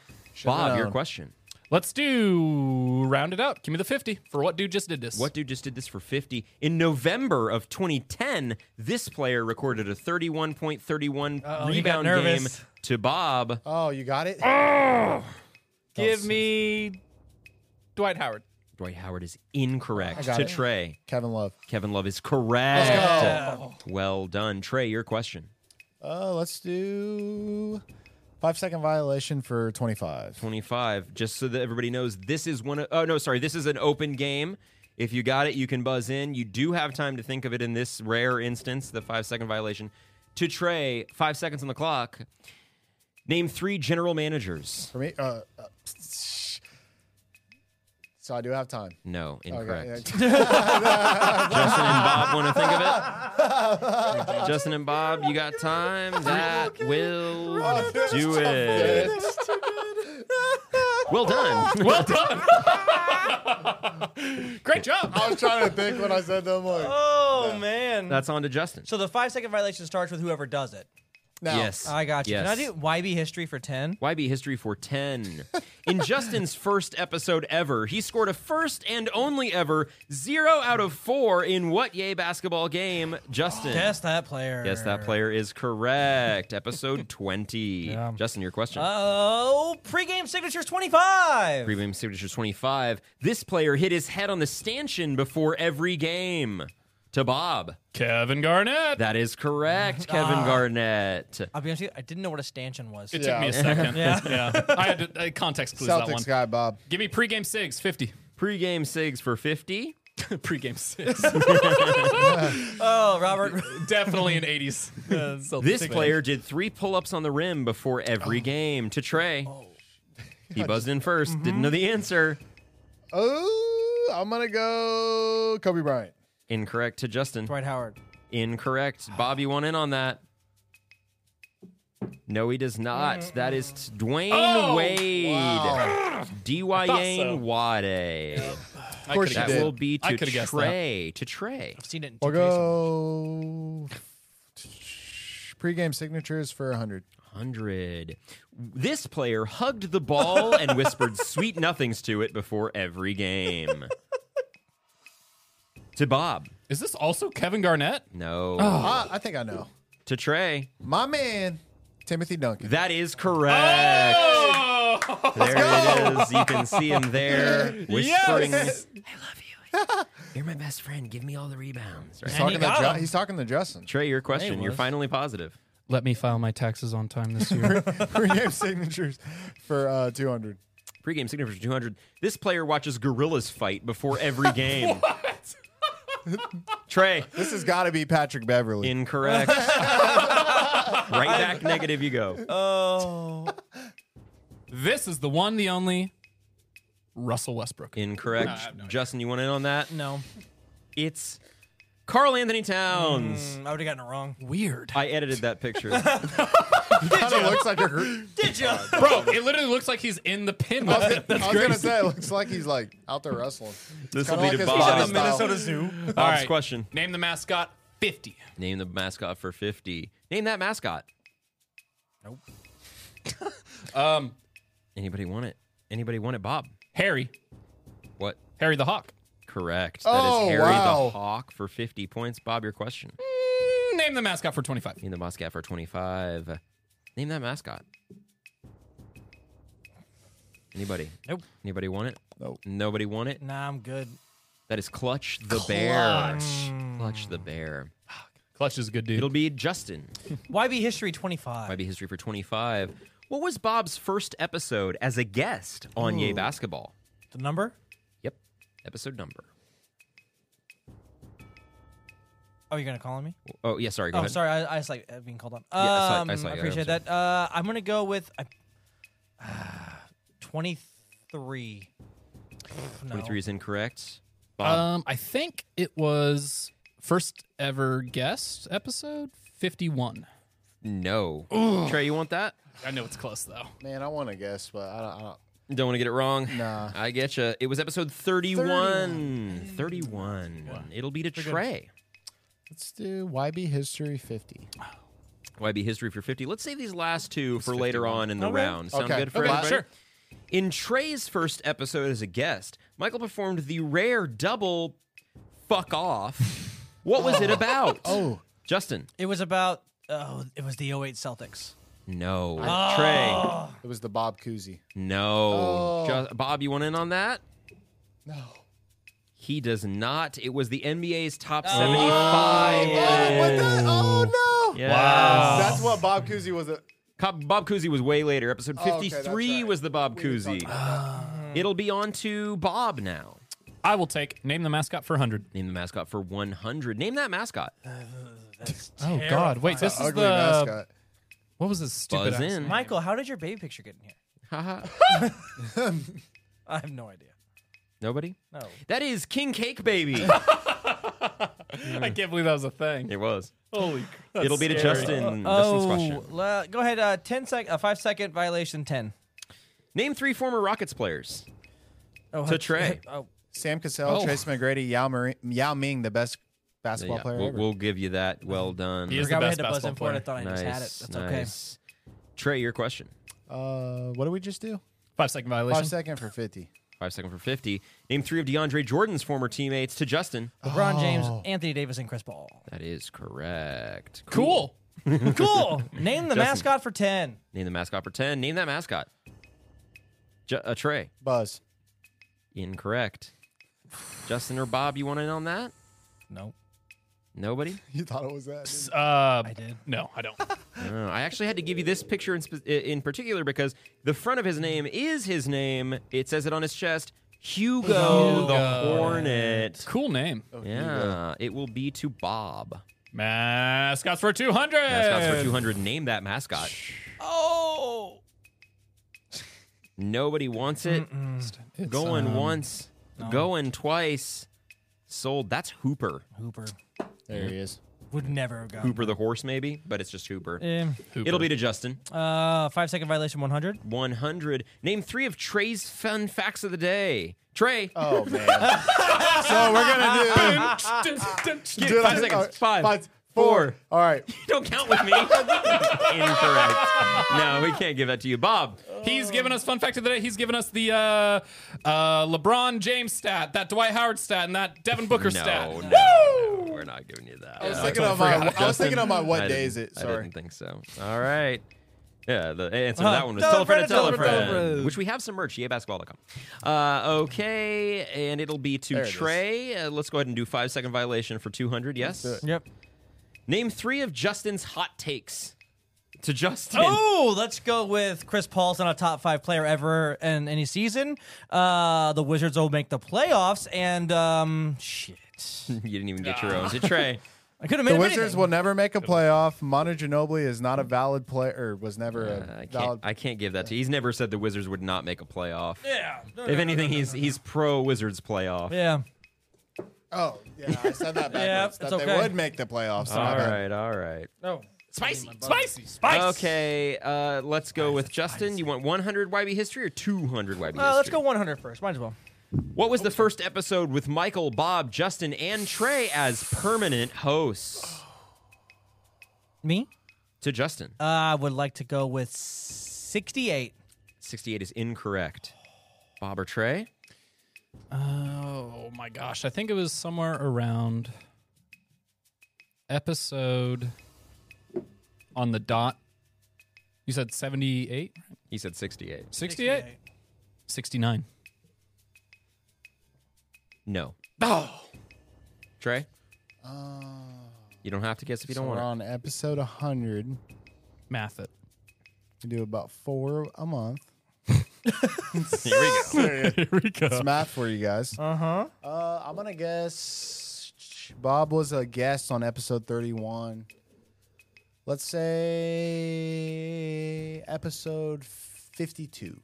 Speaker 1: Bob, your
Speaker 2: known.
Speaker 1: question.
Speaker 4: Let's do round it up. Give me the fifty for what dude just did this.
Speaker 1: What dude just did this for 50? In November of 2010, this player recorded a 31 point 31
Speaker 3: Uh-oh, he got
Speaker 1: rebound game
Speaker 3: nervous.
Speaker 1: to Bob.
Speaker 2: Oh, you got it?
Speaker 4: Give me Dwight Howard.
Speaker 1: Dwight Howard is incorrect.
Speaker 2: got
Speaker 1: To
Speaker 2: it.
Speaker 1: Trey,
Speaker 2: Kevin Love.
Speaker 1: Kevin Love is correct. Well done, Trey. Your question.
Speaker 2: Uh, let's do five second violation for 25.
Speaker 1: 25 just so that everybody knows this is one of oh no sorry this is an open game if you got it you can buzz in you do have time to think of it in this rare instance the five second violation to trey five seconds on the clock name three general managers
Speaker 2: For me, uh, uh, so I do have time.
Speaker 1: no incorrect
Speaker 2: Okay.
Speaker 1: justin and bob want to think of it justin and bob you got time that will do it well done well done
Speaker 4: Great job.
Speaker 2: I was trying to think when I said that. I'm like,
Speaker 3: oh man.
Speaker 1: that's on to justin
Speaker 3: so the five second violation starts with whoever does it.
Speaker 2: no.
Speaker 1: yes
Speaker 3: I got you.
Speaker 1: yes.
Speaker 3: Can I do YB history for ten?
Speaker 1: YB History for 10. In Justin's first episode ever, he scored a first and only ever zero out of four in what yay basketball game, Justin?
Speaker 3: Guess that player.
Speaker 1: Yes, that player is correct. episode 20. Justin, your question.
Speaker 3: Oh, pregame signatures twenty five.
Speaker 1: Premium Signature 25. This player hit his head on the stanchion before every game. To Bob.
Speaker 4: Kevin Garnett.
Speaker 1: That is correct,
Speaker 3: Ah.
Speaker 1: Kevin Garnett.
Speaker 3: I'll be honest with you. I didn't know what a stanchion was.
Speaker 4: it
Speaker 2: Yeah.
Speaker 4: took me a second.
Speaker 3: Yeah.
Speaker 4: I had to I context clues that one.
Speaker 2: Celtics guy, Bob.
Speaker 4: Give me pregame six fifty.
Speaker 1: Pre-game SIGs for 50.
Speaker 4: pregame six.
Speaker 3: oh, Robert.
Speaker 4: Definitely an eighties.
Speaker 1: This player did three pull ups on the rim before
Speaker 4: Oh.
Speaker 1: every game to Trey. He buzzed in 1st did
Speaker 4: Mm-hmm.
Speaker 1: didn't know the answer.
Speaker 2: Oh, I'm going to go Kobe Bryant.
Speaker 1: Incorrect to Justin.
Speaker 3: Dwight Howard.
Speaker 1: Incorrect. Bobby won in on that. No, he does not. That is t- Dwayne
Speaker 4: Oh,
Speaker 1: Wade.
Speaker 2: Oh,
Speaker 1: DYane Wade.
Speaker 4: Of
Speaker 2: course you
Speaker 1: That
Speaker 2: did.
Speaker 1: will be
Speaker 4: I
Speaker 1: to
Speaker 4: could've guessed that.
Speaker 1: Trey. To Trey.
Speaker 3: I've seen it in
Speaker 2: We'll
Speaker 3: 2K so
Speaker 2: go pregame signatures for 100.
Speaker 1: 100. This player hugged the ball and whispered sweet nothings to it before every game. to Bob.
Speaker 4: Is this also Kevin Garnett?
Speaker 1: No.
Speaker 2: Ah, I think I know.
Speaker 1: To Trey.
Speaker 2: My man, Timothy Duncan.
Speaker 1: That is correct. Oh! There it is. You can see him there whispering. I love you. You're my best friend. Give me all the rebounds.
Speaker 2: He's
Speaker 1: Right?
Speaker 2: talking,
Speaker 3: he
Speaker 2: to
Speaker 3: got
Speaker 2: Ju-
Speaker 3: him.
Speaker 2: he's talking to Justin.
Speaker 1: Trey, your question. You're
Speaker 3: was.
Speaker 1: finally positive.
Speaker 4: Let me file my taxes on time this year.
Speaker 2: pregame signatures for uh, 200.
Speaker 1: Pre-game signature for 200. This player watches gorillas fight before every game. Trey.
Speaker 2: This has got to be Patrick Beverly.
Speaker 1: Incorrect. right back negative you go.
Speaker 4: this is the one, the only Russell Westbrook.
Speaker 1: Incorrect. Justin, you want in on that?
Speaker 3: No.
Speaker 1: It's Carl Anthony Towns.
Speaker 3: Mm, I would have gotten it wrong.
Speaker 4: Weird.
Speaker 1: I edited that picture.
Speaker 2: kind of looks like a. gr-
Speaker 3: Did you?
Speaker 4: Bro, it literally looks like he's in the pin with
Speaker 2: I was,
Speaker 4: it. That's
Speaker 2: I was gonna
Speaker 4: crazy.
Speaker 2: say it looks like he's like out there wrestling.
Speaker 1: this
Speaker 2: Kinda
Speaker 1: will be
Speaker 2: like
Speaker 1: to
Speaker 2: his father
Speaker 1: Bob.
Speaker 2: style.
Speaker 3: Minnesota Zoo.
Speaker 4: All
Speaker 1: Bob's question.
Speaker 4: Name the mascot 50.
Speaker 1: Name the mascot for 50. Name that mascot.
Speaker 4: Um,
Speaker 1: Anybody want it? Anybody want it, Bob?
Speaker 4: Harry.
Speaker 1: What?
Speaker 4: Harry the Hawk.
Speaker 1: Correct. that
Speaker 2: Oh,
Speaker 1: is Harry
Speaker 2: wow.
Speaker 1: the Hawk for 50 points. Bob, your question.
Speaker 4: Name the mascot for 25.
Speaker 1: Name the mascot for 25. Name that mascot. Anybody?
Speaker 3: Nope.
Speaker 1: Anybody want it?
Speaker 2: Nope.
Speaker 1: Nobody want it?
Speaker 3: Nah, I'm good.
Speaker 1: That is Clutch the Bear. Clutch the Bear.
Speaker 4: Clutch is a good dude.
Speaker 1: It'll be Justin.
Speaker 3: YB History 25.
Speaker 1: Might be history for 25. What was Bob's first episode as a guest on Yay Basketball?
Speaker 3: The number?
Speaker 1: Yep, episode number.
Speaker 3: Oh, you're going to call on me?
Speaker 1: Oh yeah, sorry. Go
Speaker 3: Oh,
Speaker 1: ahead.
Speaker 3: sorry. I, I just like uh, being called on. Um,
Speaker 1: Yeah, I saw it- I
Speaker 3: I,
Speaker 1: saw it, yeah,
Speaker 3: appreciate
Speaker 1: I'm sorry.
Speaker 3: that. Uh, I'm going to go with I, 23. No.
Speaker 1: 23 is incorrect. Bob,
Speaker 4: Um, I think it was first ever guest episode 51.
Speaker 1: no. Trey, you want that?
Speaker 4: I know it's close though.
Speaker 2: Man, I want to guess, but I don't. I don't
Speaker 1: Don't want to get it wrong.
Speaker 2: Nah.
Speaker 1: I get you. It was episode 31. 31. It'll be to Trey.
Speaker 2: let's do YB History 50.
Speaker 1: YB History for 50. Let's save these last two for later on in the round. Sound
Speaker 2: Oh, Okay.
Speaker 1: good for
Speaker 2: Okay,
Speaker 1: everybody?
Speaker 4: sure.
Speaker 1: In Trey's first episode as a guest, Michael performed the rare double fuck off. What was it about?
Speaker 2: Oh,
Speaker 1: Justin.
Speaker 3: It was about, oh, it was the 08 Celtics.
Speaker 1: No.
Speaker 2: Ah.
Speaker 1: Trey.
Speaker 2: it was the Bob Cousy.
Speaker 1: No.
Speaker 2: Oh.
Speaker 1: Ju- Bob, you want in on that?
Speaker 2: No.
Speaker 1: He does not. It was the NBA's top 75.
Speaker 2: Oh, what the? Oh no!
Speaker 1: Yes.
Speaker 2: That's what Bob Cousy was. A,
Speaker 1: Cop- Bob Cousy was way later. Episode
Speaker 2: Oh, okay,
Speaker 1: 53
Speaker 2: that's right.
Speaker 1: was the Bob
Speaker 2: We didn't talk
Speaker 1: Cousy.
Speaker 2: about
Speaker 1: It'll be on to Bob now.
Speaker 4: I will take name the mascot for 100.
Speaker 1: Name the mascot for 100. Name that mascot.
Speaker 4: Oh god, wait, this
Speaker 2: that
Speaker 4: is
Speaker 2: ugly
Speaker 4: the
Speaker 1: uh,
Speaker 2: mascot.
Speaker 4: What was this stupid
Speaker 1: Buzz
Speaker 4: ass-
Speaker 1: in.
Speaker 3: Michael, how did your baby picture get in here?
Speaker 1: Haha.
Speaker 3: I have no idea.
Speaker 1: Nobody?
Speaker 3: No.
Speaker 1: That is King Cake Baby.
Speaker 4: I can't believe that was a thing.
Speaker 1: it was.
Speaker 4: Holy crap.
Speaker 1: It'll be to Justin. Justin's
Speaker 3: Oh,
Speaker 1: question.
Speaker 3: la- go ahead. Uh, 10 sec, uh, five second violation 10.
Speaker 1: Name three former Rockets players.
Speaker 3: Oh,
Speaker 1: To Trey.
Speaker 3: Oh,
Speaker 2: Sam Cassell,
Speaker 4: Oh.
Speaker 2: Trace McGrady, Yao, Mar- Yao Ming, the best basketball
Speaker 1: Yeah,
Speaker 2: player
Speaker 1: we'll,
Speaker 2: ever.
Speaker 1: we'll give you that. Well done.
Speaker 4: He is- He's the
Speaker 3: forgot we had
Speaker 4: best
Speaker 3: to buzz
Speaker 4: basketball
Speaker 3: in for it. I
Speaker 4: player.
Speaker 3: thought I just had it. That's okay.
Speaker 1: nice. Trey, your question.
Speaker 2: uh, what did we just do?
Speaker 4: 5 second violation.
Speaker 2: Five second for fifty.
Speaker 1: Five second for 50. Name three of DeAndre Jordan's former teammates to Justin.
Speaker 2: Oh.
Speaker 3: LeBron James, Anthony Davis, and Chris Paul.
Speaker 1: That is correct.
Speaker 4: Cool.
Speaker 3: Cool. Name the mascot for 10.
Speaker 1: Name the mascot for 10. Name that mascot. Ju- uh, Trey.
Speaker 2: Buzz.
Speaker 1: Incorrect. Justin or Bob, you want in on that?
Speaker 3: No,
Speaker 1: Nobody?
Speaker 2: You thought it was that? didn't you?
Speaker 4: Uh
Speaker 3: I did.
Speaker 4: no, I don't.
Speaker 1: Oh, I actually had to give you this picture in, spe- in particular because the front of his name is his name. It says it on his chest Hugo, the Hornet.
Speaker 4: Cool name.
Speaker 1: Oh. Yeah, it will be to Bob.
Speaker 4: Mascots for 200.
Speaker 1: Mascots for 200. Name that mascot.
Speaker 3: Oh.
Speaker 1: Nobody wants it.
Speaker 4: It's,
Speaker 1: Going
Speaker 4: um,
Speaker 1: once, going twice. Sold. That's Hooper.
Speaker 3: Hooper.
Speaker 2: There he is.
Speaker 3: Would never have gotten
Speaker 1: Hooper the horse, maybe, but it's just Hooper.
Speaker 3: Um,
Speaker 4: Hooper.
Speaker 1: It'll be to Justin.
Speaker 3: uh, five second violation 100.
Speaker 1: 100. Name three of Trey's fun facts of the day. Trey.
Speaker 2: Oh man. so we're gonna do.
Speaker 1: Give it five seconds. Five, four. Uh,
Speaker 2: All right.
Speaker 1: Don't count with me. Incorrect. No, we can't give that to you. Bob.
Speaker 4: He's given us fun fact of the day. He's given us the uh, uh, LeBron James stat, that Dwight Howard stat, and that Devin
Speaker 1: No,
Speaker 4: Booker stat.
Speaker 1: no, no, we're not giving you that.
Speaker 2: I was
Speaker 1: No.
Speaker 2: thinking on my. I was thinking on my. What
Speaker 1: I
Speaker 2: day
Speaker 1: didn't-
Speaker 2: is it?
Speaker 1: I
Speaker 2: Sorry.
Speaker 1: didn't think so. All right. Yeah, the answer to
Speaker 3: Uh-huh.
Speaker 1: that one was
Speaker 3: Tell a
Speaker 1: tell a
Speaker 3: friend
Speaker 1: friend
Speaker 3: to
Speaker 1: tell a
Speaker 3: tell a friend.
Speaker 1: friend, which we have some merch, E yeahbasketball.com. Uh, okay, and it'll be to
Speaker 2: There it is.
Speaker 1: Trey. Uh, let's go ahead and do five second violation for 200, yes?
Speaker 2: Let's do
Speaker 3: Yep.
Speaker 1: Name three of Justin's hot takes to Justin.
Speaker 3: Oh, let's go with Chris Paul's not a top five player ever in any season. Uh, the Wizards will make the playoffs, and um, shit,
Speaker 1: You didn't even get your own to Trey.
Speaker 3: I could have made
Speaker 2: The
Speaker 3: him
Speaker 2: Wizards
Speaker 3: anything.
Speaker 2: will never make a playoff. Manu Ginobili is not a valid player. Was never
Speaker 1: Uh, I
Speaker 2: a
Speaker 1: can't.
Speaker 2: valid.
Speaker 1: I can't give that to. He's never said the Wizards would not make a playoff.
Speaker 3: Yeah. No, no,
Speaker 1: If anything, he's he's pro Wizards playoff.
Speaker 3: Yeah.
Speaker 2: Oh yeah, I said that
Speaker 3: Yeah,
Speaker 2: backwards. that
Speaker 3: it's
Speaker 2: they
Speaker 3: okay.
Speaker 2: would make the playoffs.
Speaker 1: All right, all right.
Speaker 3: No.
Speaker 1: Spicy,
Speaker 4: Spicy, spicy.
Speaker 1: Okay, uh, let's go with Justin. You want 100 YB history or 200 YB history?
Speaker 3: Uh, let's go 100 first. Might as well.
Speaker 1: What was the first episode with Michael, Bob, Justin, and Trey as permanent hosts?
Speaker 3: Me?
Speaker 1: To Justin,
Speaker 3: Uh, I would like to go with 68.
Speaker 1: 68 is incorrect. Bob or Trey?
Speaker 4: Oh my gosh, I think it was somewhere around episode on the dot. You said 78?
Speaker 1: He said 68.
Speaker 4: 68? 69.
Speaker 1: No. Oh. Trey?
Speaker 2: Oh,
Speaker 1: You don't have to guess if you
Speaker 2: So
Speaker 1: don't want
Speaker 2: we're
Speaker 1: to.
Speaker 2: on episode 100.
Speaker 4: Math it.
Speaker 2: We do about four a month.
Speaker 1: Here we go.
Speaker 4: Here we go.
Speaker 2: It's math for you guys.
Speaker 3: Uh huh.
Speaker 2: Uh, I'm gonna guess Bob was a guest on episode 31. Let's say episode 52.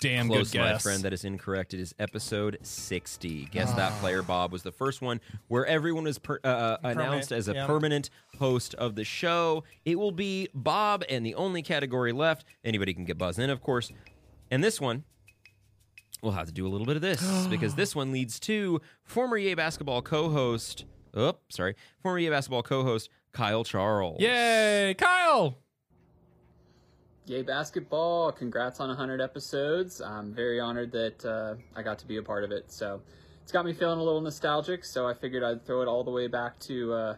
Speaker 4: Damn
Speaker 1: Close,
Speaker 4: good
Speaker 1: my
Speaker 4: guess.
Speaker 1: friend. That is incorrect. It is episode 60. Guess that player, Bob, was the first one where everyone was per, uh, uh, announced as a
Speaker 3: yeah.
Speaker 1: permanent host of the show. It will be Bob and the only category left. Anybody can get buzzed in, of course. And this one, we'll have to do a little bit of this because this one leads to former EA basketball co-host. Oh, sorry, former EA basketball co-host Kyle Charles.
Speaker 4: Yay, Kyle!
Speaker 8: Yay Basketball! Congrats on 100 episodes. I'm very honored that uh, I got to be a part of it. So it's got me feeling a little nostalgic. So I figured I'd throw it all the way back to. Uh,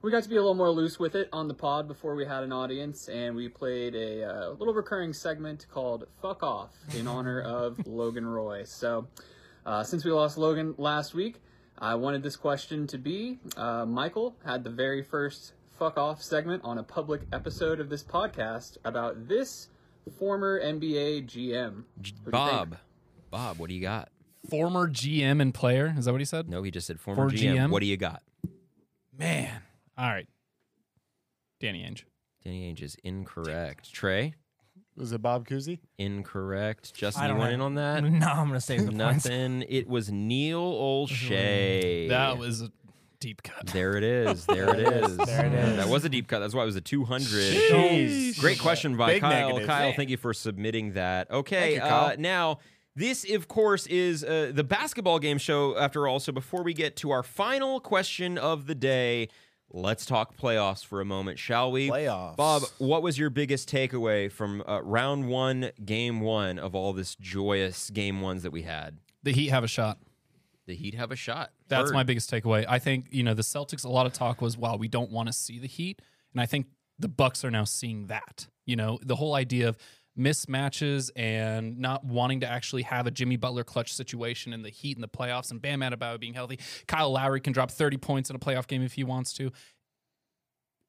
Speaker 8: we got to be a little more loose with it on the pod before we had an audience, and we played a uh, little recurring segment called "Fuck Off" in honor of Logan Roy. So uh, since we lost Logan last week, I wanted this question to be uh, Michael had the very first fuck off segment on a public episode of this podcast about this former NBA GM. What do you think?
Speaker 1: Bob. Bob, what do you got?
Speaker 4: Former GM and player. Is that what he said?
Speaker 1: No, he just said former
Speaker 4: For
Speaker 1: GM.
Speaker 4: GM?
Speaker 1: What do you got?
Speaker 4: Man. All right. Danny Ainge.
Speaker 1: Danny Ainge is incorrect. Trey,
Speaker 2: Was it Bob Cousy?
Speaker 1: incorrect. Justin,
Speaker 3: I
Speaker 1: you
Speaker 3: don't
Speaker 1: went
Speaker 3: have-
Speaker 1: in on that.
Speaker 3: No, I'm gonna save the points.
Speaker 1: Nothing. It was Neil Olshay.
Speaker 4: That was a deep cut.
Speaker 1: There it is. There it is.
Speaker 2: There it is.
Speaker 1: That was a deep cut. That's why it was a 200.
Speaker 2: Jeez.
Speaker 1: Great question by
Speaker 2: Big
Speaker 1: Kyle.
Speaker 2: negative.
Speaker 1: Kyle, thank you for submitting that. Okay,
Speaker 2: Thank you, Kyle.
Speaker 1: Uh, now this, of course, is uh, the basketball game show. After all, so before we get to our final question of the day, let's talk playoffs for a moment, shall we?
Speaker 2: Playoffs.
Speaker 1: Bob, what was your biggest takeaway from uh, round one, game one of all this joyous game ones that we had?
Speaker 4: The Heat have a shot.
Speaker 1: The Heat have a shot.
Speaker 4: That's
Speaker 1: Bird.
Speaker 4: my biggest takeaway. I think, you know, the Celtics, a lot of talk was, wow, we don't want to see the Heat. And I think the Bucks are now seeing that. You know, the whole idea of mismatches and not wanting to actually have a Jimmy Butler clutch situation in the Heat in the playoffs and Bam Adebayo being healthy. Kyle Lowry can drop 30 points in a playoff game if he wants to.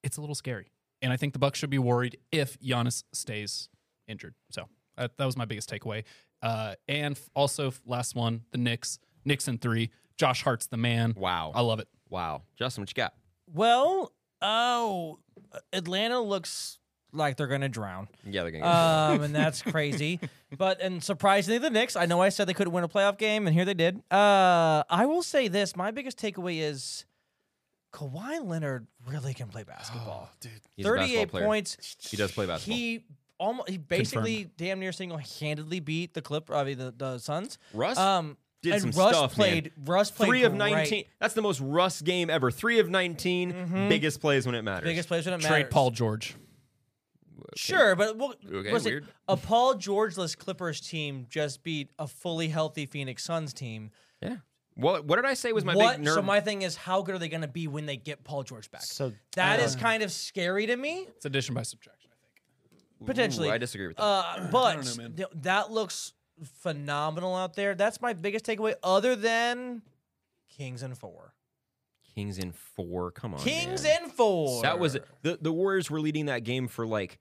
Speaker 4: It's a little scary. And I think the Bucks should be worried if Giannis stays injured. So uh, that was my biggest takeaway. Uh, and f- also f- last one, the Knicks. Knicks in three. Josh Hart's the man.
Speaker 1: Wow.
Speaker 4: I love it.
Speaker 1: Wow. Justin, what you got?
Speaker 3: Well, oh, Atlanta looks like they're gonna drown.
Speaker 1: Yeah, they're going to
Speaker 3: Um, and that's crazy. But and surprisingly, the Knicks. I know I said they couldn't win a playoff game, and here they did. Uh, I will say this: my biggest takeaway is Kawhi Leonard really can play basketball.
Speaker 1: He's a basketball
Speaker 3: Thirty-eight
Speaker 1: player.
Speaker 3: points.
Speaker 1: He does play basketball.
Speaker 3: He almost he basically damn near single-handedly beat the Clip. I mean, the, the Suns.
Speaker 1: Russ
Speaker 3: Um,
Speaker 1: did
Speaker 3: and
Speaker 1: some
Speaker 3: Russ
Speaker 1: stuff, man.
Speaker 3: played. Russ played
Speaker 1: Three of
Speaker 3: great.
Speaker 1: 19. That's the most Russ game ever. Three of 19. Biggest plays when it matters.
Speaker 3: Mm-hmm. Biggest players when it matters.
Speaker 4: Trade Paul George.
Speaker 3: Sure, but well,
Speaker 1: Okay,
Speaker 3: was
Speaker 1: weird.
Speaker 3: it a Paul Georgeless Clippers team just beat a fully healthy Phoenix Suns team?
Speaker 1: Yeah. What, what did I say was my
Speaker 3: what?
Speaker 1: big nerve?
Speaker 3: So my thing is, how good are they going to be when they get Paul George back?
Speaker 2: So
Speaker 3: that is kind of scary to me,
Speaker 4: It's addition by subtraction, I think.
Speaker 3: potentially.
Speaker 1: Ooh, I disagree with that.
Speaker 3: Uh, but th- that looks phenomenal out there. That's my biggest takeaway, other than Kings and four.
Speaker 1: Kings in four. Come on.
Speaker 3: Kings
Speaker 1: man.
Speaker 3: and four.
Speaker 1: Oh, That was the the Warriors were leading that game for like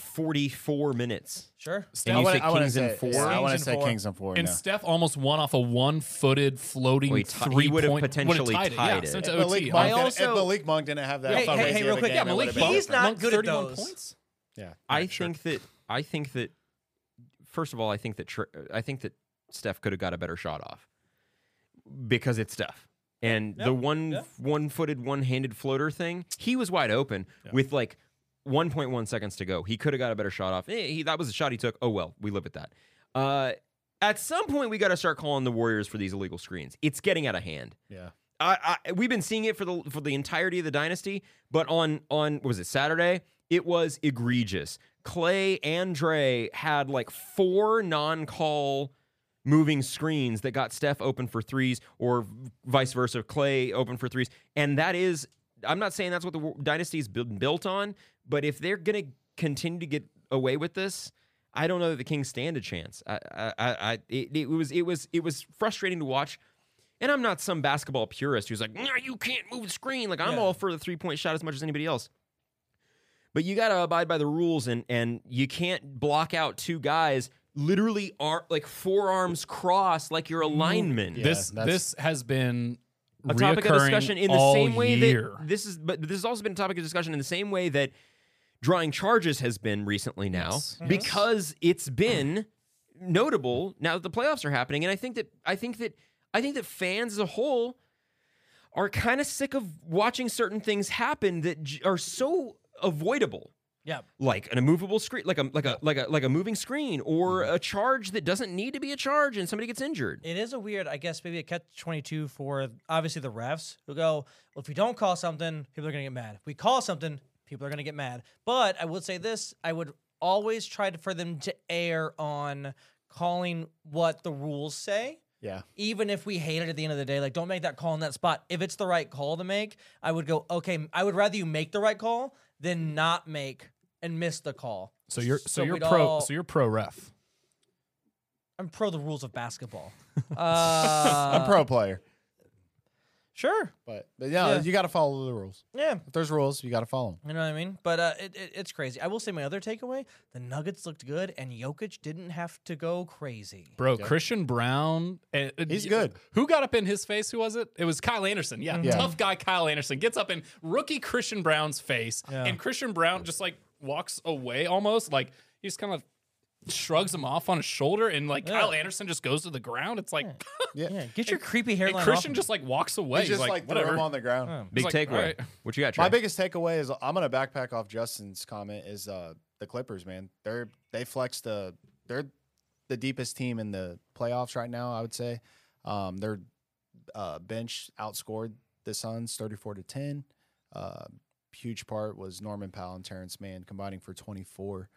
Speaker 1: 44 minutes.
Speaker 3: sure.
Speaker 1: And you
Speaker 2: I wanna-
Speaker 1: said
Speaker 2: I wanna
Speaker 1: Kings in
Speaker 2: say-
Speaker 1: four?
Speaker 2: yeah, I
Speaker 3: Kings
Speaker 2: want
Speaker 3: in
Speaker 2: to say
Speaker 3: four.
Speaker 2: Kings and four.
Speaker 4: And
Speaker 2: no.
Speaker 4: Steph almost won off a one-footed floating
Speaker 1: Well, he ti- he
Speaker 4: three
Speaker 1: would've
Speaker 4: point.
Speaker 1: potentially
Speaker 4: would've tied
Speaker 1: tied
Speaker 4: it. Yeah,
Speaker 1: it.
Speaker 4: sent to
Speaker 2: If Malik,
Speaker 4: OT.
Speaker 2: Monk
Speaker 3: I
Speaker 2: didn't-
Speaker 3: also-
Speaker 2: if Malik Monk didn't have that.
Speaker 3: Hey,
Speaker 2: fucking
Speaker 3: hey,
Speaker 2: crazy
Speaker 3: hey, real
Speaker 2: of a
Speaker 3: quick, yeah,
Speaker 2: game, it
Speaker 3: Malik
Speaker 2: would've been
Speaker 3: Monk- he's
Speaker 2: different.
Speaker 3: not good at
Speaker 4: 31
Speaker 3: those.
Speaker 4: Points?
Speaker 2: Yeah.
Speaker 1: I
Speaker 4: sure.
Speaker 1: think that I think that first of all, I think that Tr- uh, I think that Steph could have got a better shot off because it's Steph. And the one
Speaker 3: yeah.
Speaker 1: one-footed, one-handed floater thing, he was wide open with like 1.1 seconds to go. He could have got a better shot off. Eh, he- that was the shot he took. Oh well, we live with that. Uh, at some point, we got to start calling the Warriors for these illegal screens. It's getting out of hand.
Speaker 2: Yeah.
Speaker 1: I, I we've been seeing it for the for the entirety of the dynasty, but on on what was it Saturday? It was egregious. Clay and Dre had like four non-call moving screens that got Steph open for threes, or vice versa, Clay open for threes, and that is. I'm not saying that's what the wo- dynasty's been built on, but if they're going to continue to get away with this, I don't know that the Kings stand a chance. I, I, I, I it, it was, it was, it was frustrating to watch And I'm not some basketball purist who's like, nah, you can't move the screen. Like I'm
Speaker 3: Yeah.
Speaker 1: all for the three point shot as much as anybody else. But you gotta abide by the rules, and and you can't block out two guys literally are like forearms crossed like your alignment.
Speaker 2: Yeah,
Speaker 4: this
Speaker 2: that's-
Speaker 4: this has been
Speaker 1: a topic of
Speaker 4: reoccurring
Speaker 1: discussion in the
Speaker 4: all
Speaker 1: same way
Speaker 4: year.
Speaker 1: that this is but this has also been a topic of discussion in the same way that drawing charges has been recently now
Speaker 4: Yes. Yes.
Speaker 1: because it's been notable now that the playoffs are happening and I think that I think that I think that fans as a whole are kind of sick of watching certain things happen that j- are so avoidable
Speaker 3: Yep.
Speaker 1: like an immovable screen like a like a like a like a moving screen or a charge that doesn't need to be a charge and somebody gets injured
Speaker 3: It is a weird, I guess, maybe a catch 22 for obviously the refs who go, well, if we don't call something, people are going to get mad. If we call something, people are going to get mad. But I would say this I would always try to, for them to err on calling what the rules say.
Speaker 2: Yeah.
Speaker 3: Even if we hate it at the end of the day, like don't make that call in that spot. If it's the right call to make, I would go, okay, I would rather you make the right call than not make and miss the call.
Speaker 4: So you're so, you're
Speaker 3: we'd
Speaker 4: pro
Speaker 3: all-
Speaker 4: so you're pro ref.
Speaker 3: I'm pro the rules of basketball. Uh,
Speaker 2: I'm pro player,
Speaker 3: Sure.
Speaker 2: but but yeah,
Speaker 3: yeah.
Speaker 2: you got to follow the rules.
Speaker 3: Yeah.
Speaker 2: If there's rules, you got to follow them.
Speaker 3: You know what I mean? But uh, it, it, it's crazy. I will say my other takeaway: the Nuggets looked good, and Jokic didn't have to go crazy.
Speaker 4: Bro, Christian Brown. and- and
Speaker 2: He's
Speaker 4: y-
Speaker 2: good.
Speaker 4: Who got up in his face? Who was it? It was Kyle Anderson. Mhm. Yeah,
Speaker 2: Yeah.
Speaker 4: tough guy Kyle Anderson gets up in rookie Christian Brown's face, and Christian Brown just like walks away almost. Like he just kind of shrugs him off on his shoulder, and like
Speaker 3: Yeah.
Speaker 4: Kyle Anderson just goes to the ground. It's like
Speaker 3: Yeah, get your creepy
Speaker 4: and
Speaker 3: hairline.
Speaker 4: Christian
Speaker 3: off.
Speaker 4: just like walks away.
Speaker 2: He's just like, throw
Speaker 4: whatever.
Speaker 2: him on the ground.
Speaker 1: big
Speaker 4: like,
Speaker 1: takeaway
Speaker 4: all right.
Speaker 1: what you got Trey?
Speaker 2: My biggest takeaway is I'm gonna backpack off Justin's comment is uh the Clippers, man. They're they flex the they're the deepest team in the playoffs right now, I would say. Um their uh bench outscored the Suns 34 to 10. Uh huge part was Norman Powell and Terrence Mann combining for 24.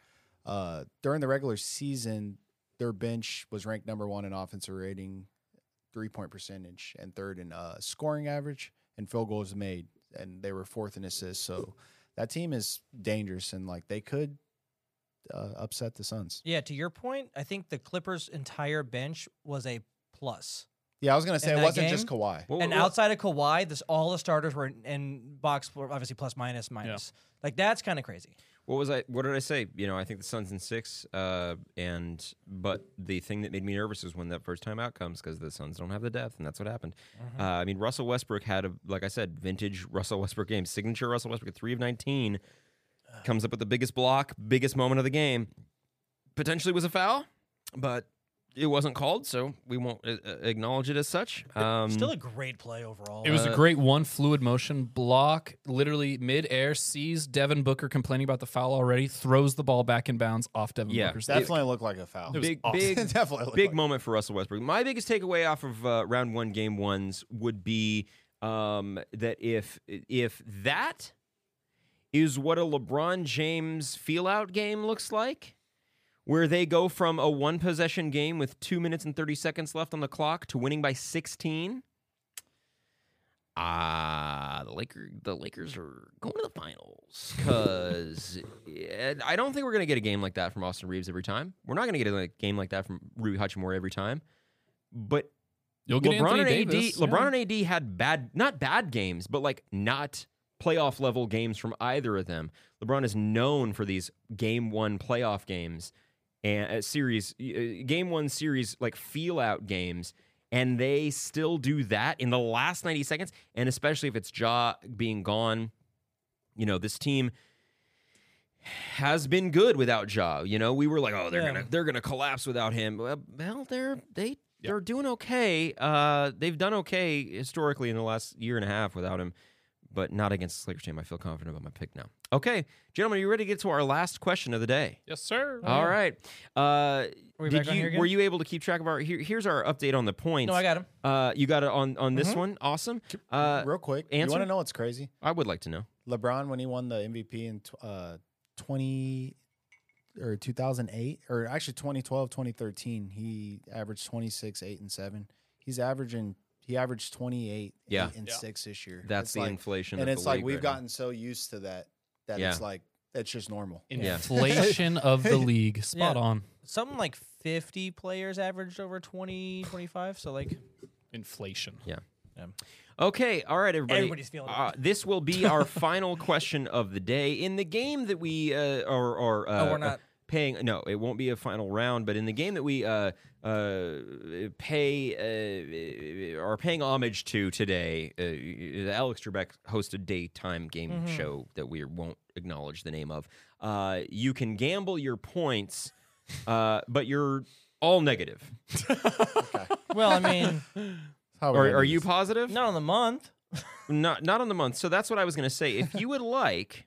Speaker 2: Uh during the regular season, their bench was ranked number one in offensive rating, three point percentage, and third in uh, scoring average and field goals made, and they were fourth in assists. So that team is dangerous, and like they could uh, upset the Suns.
Speaker 3: yeah. To your point, I think the Clippers' entire bench was a plus.
Speaker 2: Yeah, I was gonna say
Speaker 3: In
Speaker 2: it
Speaker 3: that
Speaker 2: wasn't just
Speaker 3: game?
Speaker 2: Kawhi.
Speaker 1: Well,
Speaker 3: and
Speaker 1: well,
Speaker 3: outside of Kawhi, this all the starters were in, in box score, obviously plus minus minus. Like that's kind of crazy.
Speaker 1: What was I? What did I say? You know, I think the Suns in six. Uh, and but the thing that made me nervous is when that first time out comes because the Suns don't have the depth, and that's what happened. Uh, I mean, Russell Westbrook had a like I said, vintage Russell Westbrook game, signature Russell Westbrook, at three of nineteen, comes up with the biggest block, biggest moment of the game. Potentially was a foul, but it wasn't called, so we won't uh, uh, acknowledge it as such. Um,
Speaker 3: Still a great play overall.
Speaker 4: It was a great one fluid motion block, literally midair, sees Devin Booker complaining about the foul already, throws the ball back in bounds off Devin
Speaker 1: Yeah,
Speaker 4: Booker's leg.
Speaker 2: Definitely looked like a foul.
Speaker 1: big, big,
Speaker 2: Definitely looked
Speaker 1: big
Speaker 2: like-
Speaker 1: moment for Russell Westbrook. My biggest takeaway off of uh, round one, game ones would be um, that if if that is what a LeBron James feel out game looks like, where they go from a one possession game with two minutes and thirty seconds left on the clock to winning by sixteen. Ah, the Laker, the Lakers are going to the finals because I don't think we're going to get a game like that from Austin Reeves every time. We're not going to get a like, game like that from Ruby Hachimura every time. But
Speaker 4: You'll get
Speaker 1: LeBron
Speaker 4: Anthony
Speaker 1: and
Speaker 4: Davis.
Speaker 1: AD,
Speaker 4: yeah.
Speaker 1: LeBron and AD had bad, not bad games, but like not playoff level games from either of them. LeBron is known for these game one playoff games and uh, series, uh, game one series like feel out games, and they still do that in the last ninety seconds, and especially if it's Ja being gone, you know this team has been good without Ja. You know, we were like, oh, they're
Speaker 3: Yeah.
Speaker 1: gonna they're gonna collapse without him. Well, well, they're they they're doing okay. Uh, they've done okay historically in the last year and a half without him, but not against the Lakers team. I feel confident about my pick now. Okay, gentlemen, are you ready to get to our last question of the day?
Speaker 4: Yes, sir.
Speaker 1: All right. Uh,
Speaker 3: Are we
Speaker 1: did
Speaker 3: back on
Speaker 1: you
Speaker 3: here again?
Speaker 1: were you able to keep track of our? Here, here's our update on the points.
Speaker 3: No, I got Mm-hmm. him.
Speaker 1: Uh, you got it on on this one. Awesome. Uh,
Speaker 2: Real quick, you
Speaker 1: answer?
Speaker 2: want to know what's crazy?
Speaker 1: I would like to know.
Speaker 2: LeBron when he won the MVP in tw- uh, 20 or 2008 or actually 2012 2013 he averaged 26 8 and 7 he's averaging he averaged 28
Speaker 1: Yeah.
Speaker 2: 8 and
Speaker 4: Yeah.
Speaker 2: 6 this year
Speaker 1: That's
Speaker 2: It's
Speaker 1: the
Speaker 2: like-
Speaker 1: inflation.
Speaker 2: and
Speaker 1: of
Speaker 2: it's
Speaker 1: the
Speaker 2: like
Speaker 1: league
Speaker 2: we've
Speaker 1: right now.
Speaker 2: gotten so used to that that
Speaker 1: Yeah.
Speaker 2: it's like it's just normal
Speaker 1: Yeah.
Speaker 4: Inflation of the league. Spot
Speaker 3: Yeah.
Speaker 4: on.
Speaker 3: Something like 50 players averaged over 20, 25. So like,
Speaker 4: inflation.
Speaker 1: Okay, all right, everybody.
Speaker 3: Everybody's feeling it.
Speaker 1: Uh, this will be our final question of the day in the game that we uh, are, are uh,
Speaker 3: Oh, we're not-
Speaker 1: paying. No, it won't be a final round, but in the game that we uh, uh, pay uh, are paying homage to today, uh, the Alex Trebek hosted daytime game
Speaker 3: Mm-hmm.
Speaker 1: show that we won't acknowledge the name of. Uh, you can gamble your points, uh, but you're all negative.
Speaker 3: Well, I mean,
Speaker 2: How we
Speaker 1: Are,
Speaker 2: gonna
Speaker 1: are
Speaker 2: do
Speaker 1: you
Speaker 2: this?
Speaker 1: positive?
Speaker 3: not on the month.
Speaker 1: not not on the month. So that's what I was going to say. If you would like,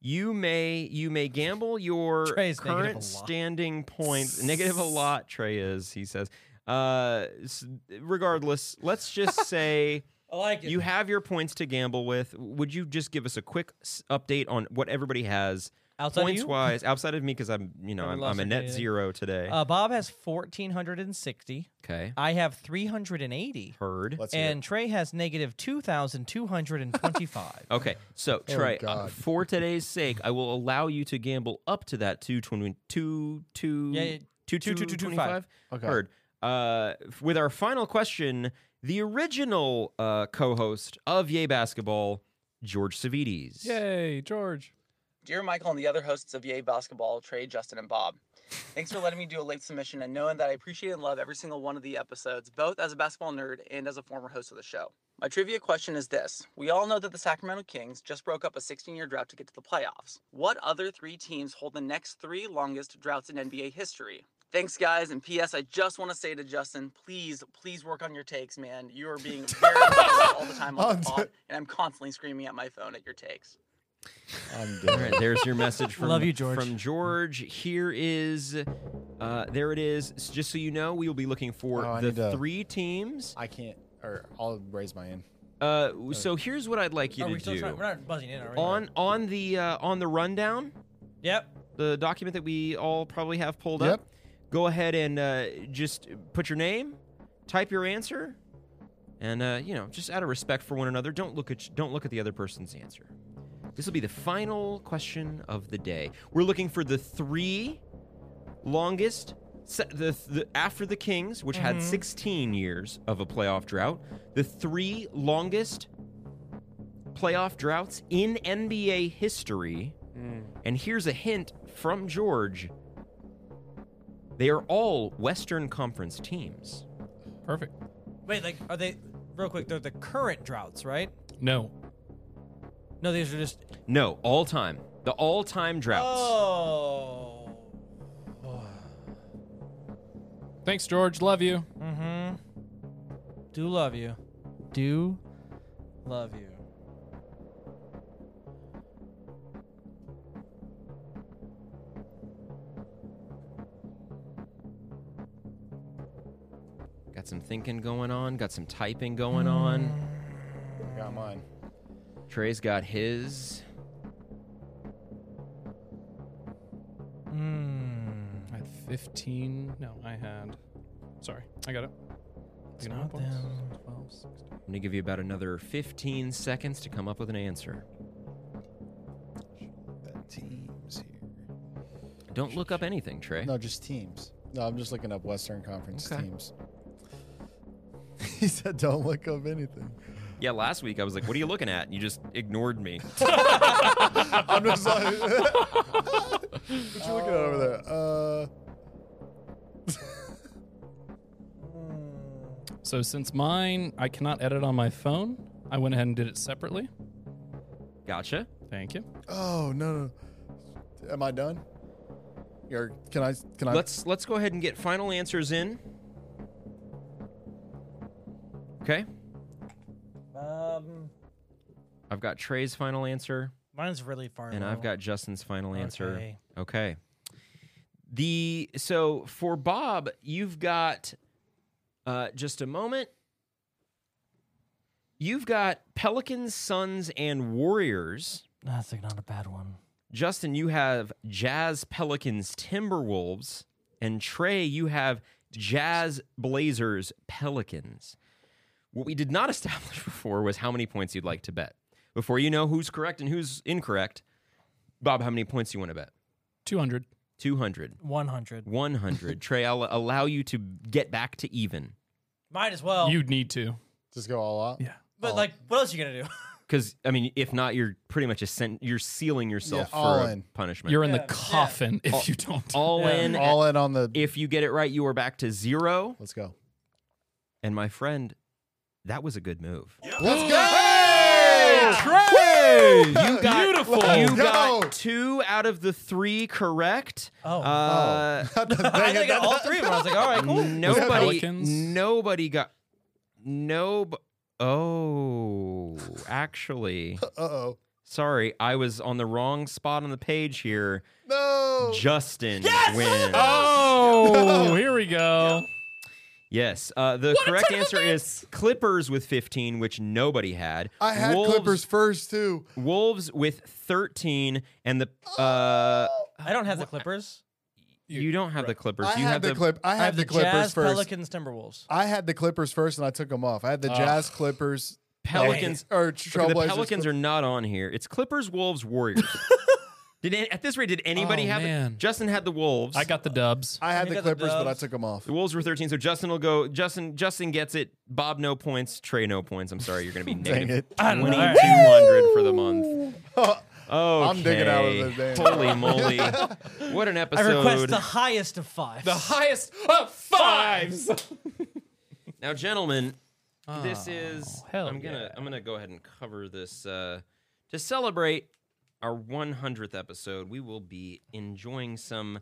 Speaker 1: you may you may gamble your
Speaker 3: Trey's negative a
Speaker 1: current
Speaker 3: lot.
Speaker 1: standing point negative a lot. Trey is he says. Uh, s- regardless, let's just say
Speaker 3: I like it.
Speaker 1: you have your points to gamble with. Would you just give us a quick s- update on what everybody has
Speaker 3: Outside of
Speaker 1: points
Speaker 3: you?
Speaker 1: wise outside of me? Because I'm you know
Speaker 3: Haven't
Speaker 1: I'm,
Speaker 3: lost
Speaker 1: I'm a
Speaker 3: any
Speaker 1: net
Speaker 3: yet.
Speaker 1: zero today.
Speaker 3: uh, Bob has fourteen hundred and sixty.
Speaker 1: okay,
Speaker 3: I have three hundred and eighty,
Speaker 1: heard.
Speaker 2: Let's hear it.
Speaker 3: and Trey has negative two thousand two hundred and twenty-five.
Speaker 1: Okay, so Trey, uh,
Speaker 2: Oh, God.
Speaker 1: for today's sake, I will allow you to gamble up to that two twenty two two
Speaker 3: Yeah, yeah,
Speaker 1: two two
Speaker 3: two, two,
Speaker 1: two
Speaker 3: two,
Speaker 1: two
Speaker 3: two,
Speaker 1: twenty
Speaker 3: five.
Speaker 1: five.
Speaker 2: Okay.
Speaker 1: Heard. Uh, f- with our final question, the original uh, co-host of Yay Basketball, George Savides.
Speaker 4: Yay, George.
Speaker 9: Dear Michael and the other hosts of Yay Basketball, Trey, Justin, and Bob, thanks for letting me do a late submission and knowing that I appreciate and love every single one of the episodes, both as a basketball nerd and as a former host of the show. My trivia question is this We all know that the Sacramento Kings just broke up a 16 year drought to get to the playoffs. What other three teams hold the next three longest droughts in NBA history? Thanks, guys. And P.S. I just want to say to Justin, please, please work on your takes, man. You are being very annoying all the time on the
Speaker 2: Oh,
Speaker 9: pod, and I'm constantly screaming at my phone at your takes.
Speaker 2: I'm
Speaker 1: All right,
Speaker 2: done.
Speaker 1: there's your message from
Speaker 3: Love you, George.
Speaker 1: From George, here is, uh, there it is. S- Just so you know, we will be looking for
Speaker 2: Oh, I
Speaker 1: the
Speaker 2: need to-
Speaker 1: three teams.
Speaker 2: I can't, or I'll raise my hand.
Speaker 1: Uh, w- so here's what I'd like you
Speaker 3: Are
Speaker 1: to
Speaker 3: we still
Speaker 1: do.
Speaker 3: trying? We're not buzzing in, are we?
Speaker 1: on on the uh, on the rundown,
Speaker 3: Yep.
Speaker 1: the document that we all probably have pulled
Speaker 2: Yep.
Speaker 1: up. Go ahead and uh, just put your name, type your answer, and uh, you know, just out of respect for one another, don't look at don't look at the other person's answer. This will be the final question of the day. We're looking for the three longest. se- The, the after the Kings, which had 16 years of a playoff drought, the three longest playoff droughts in NBA history. And here's a hint from George. They are all Western Conference teams.
Speaker 4: Perfect.
Speaker 3: Wait, like, are they? Real quick, they're the current droughts, right?
Speaker 4: No.
Speaker 3: No, these are just.
Speaker 1: No, all time. The all time droughts.
Speaker 3: Oh.
Speaker 4: Thanks, George. Love you.
Speaker 3: Mm-hmm. Do love you. Do love you.
Speaker 1: Got some thinking going on, got some typing going on.
Speaker 2: I got mine.
Speaker 1: Trey's got his.
Speaker 3: Mm.
Speaker 4: I had 15. No, I had. Sorry, I got it.
Speaker 3: It's not them.
Speaker 4: 12, 16.
Speaker 1: I'm going to give you about another 15 seconds to come up with an answer.
Speaker 2: The teams here.
Speaker 1: Don't look up anything, Trey.
Speaker 2: No, just teams. No, I'm just looking up Western Conference
Speaker 1: Okay.
Speaker 2: teams. he said, "Don't look up anything."
Speaker 1: Yeah, last week I was like, what are you looking at? And you just ignored me.
Speaker 2: I'm just like, what you looking at over there? Uh,
Speaker 4: So since mine, I cannot edit on my phone. I went ahead and did it separately.
Speaker 1: Gotcha.
Speaker 4: Thank you.
Speaker 2: oh no, no. Am I done? Or can I? Can I?
Speaker 1: Let's let's go ahead and get final answers in. Okay.
Speaker 3: Um,
Speaker 1: I've got Trey's final answer,
Speaker 3: mine's really far.
Speaker 1: and I've
Speaker 3: below.
Speaker 1: got Justin's final answer.
Speaker 3: Okay.
Speaker 1: Okay. The so for Bob, you've got uh, just a moment. You've got Pelicans, Suns, and Warriors.
Speaker 3: That's like not a bad one.
Speaker 1: Justin, you have Jazz, Pelicans, Timberwolves, and Trey, you have Jazz, Blazers, Pelicans. What we did not establish before was how many points you'd like to bet. Before you know who's correct and who's incorrect, Bob, how many points you want to bet?
Speaker 4: 200.
Speaker 1: 200,
Speaker 3: One hundred.
Speaker 1: 100. Trey, I'll allow you to get back to even.
Speaker 3: Might as well.
Speaker 4: You'd need to.
Speaker 2: Just go all out.
Speaker 4: Yeah.
Speaker 3: but
Speaker 2: all-
Speaker 3: like, what else you gonna do?
Speaker 1: Because I mean, if not, you're pretty much a sen- you're sealing yourself
Speaker 2: all
Speaker 1: for a
Speaker 2: in.
Speaker 1: punishment.
Speaker 4: You're in
Speaker 3: Yeah,
Speaker 4: the
Speaker 3: yeah.
Speaker 4: coffin if you don't.
Speaker 1: all
Speaker 3: Yeah.
Speaker 1: in.
Speaker 2: all in on the.
Speaker 1: if you get it right, you are back to zero.
Speaker 2: Let's go.
Speaker 1: And my friend, that was a good move.
Speaker 2: Let's go.
Speaker 1: You got,
Speaker 4: Beautiful.
Speaker 1: You
Speaker 2: Let's go.
Speaker 1: got two out of the three correct.
Speaker 3: Oh.
Speaker 1: Uh,
Speaker 3: I think I got all three of them. I was like, all right, cool.
Speaker 1: Nobody.
Speaker 4: Pelicans?
Speaker 1: Nobody got. No. Oh, actually,
Speaker 2: Uh oh.
Speaker 1: sorry, I was on the wrong spot on the page here.
Speaker 2: No.
Speaker 1: Justin wins.
Speaker 4: Oh, here we go.
Speaker 1: Yes. Uh, the correct answer is Clippers with 15, which nobody had.
Speaker 2: I had
Speaker 1: Wolves,
Speaker 2: Clippers first too.
Speaker 1: Wolves with 13, and the uh,
Speaker 3: I don't have the Clippers.
Speaker 1: you don't have the Clippers.
Speaker 2: I
Speaker 1: you
Speaker 2: had
Speaker 1: have
Speaker 2: the, clip. I
Speaker 3: I
Speaker 2: had
Speaker 3: have
Speaker 2: the,
Speaker 3: the,
Speaker 2: Clippers
Speaker 3: Jazz,
Speaker 2: first.
Speaker 3: Pelicans, Timberwolves.
Speaker 2: I had the Clippers first, and I took them off. I had the Jazz Clippers.
Speaker 1: Pelicans.
Speaker 2: or
Speaker 1: Look,
Speaker 2: Trailblazers.
Speaker 1: the Pelicans are not on here. It's Clippers, Wolves, Warriors. did any- at this rate, did anybody
Speaker 4: Oh,
Speaker 1: have
Speaker 4: man.
Speaker 1: it? Justin had the Wolves.
Speaker 4: I got the dubs.
Speaker 2: I
Speaker 3: You
Speaker 2: had the
Speaker 3: got the
Speaker 2: Clippers, but I
Speaker 3: Dubs.
Speaker 2: took them off.
Speaker 1: the Wolves were 13, so Justin will go. Justin Justin gets it. Bob no points. Trey no points. I'm sorry, you're going to be
Speaker 2: Dang
Speaker 1: negative
Speaker 2: it.
Speaker 3: I don't know. All
Speaker 1: 2200
Speaker 3: right.
Speaker 1: for the month. Oh,
Speaker 2: I'm digging out of this damn-
Speaker 1: Holy moly! What an
Speaker 3: I
Speaker 1: episode!
Speaker 3: request the highest of five.
Speaker 4: the highest of fives.
Speaker 1: Now, gentlemen, this is.
Speaker 4: Oh, hell
Speaker 1: I'm gonna I'm gonna go ahead and cover this uh, to celebrate our 100th episode. We will be enjoying some.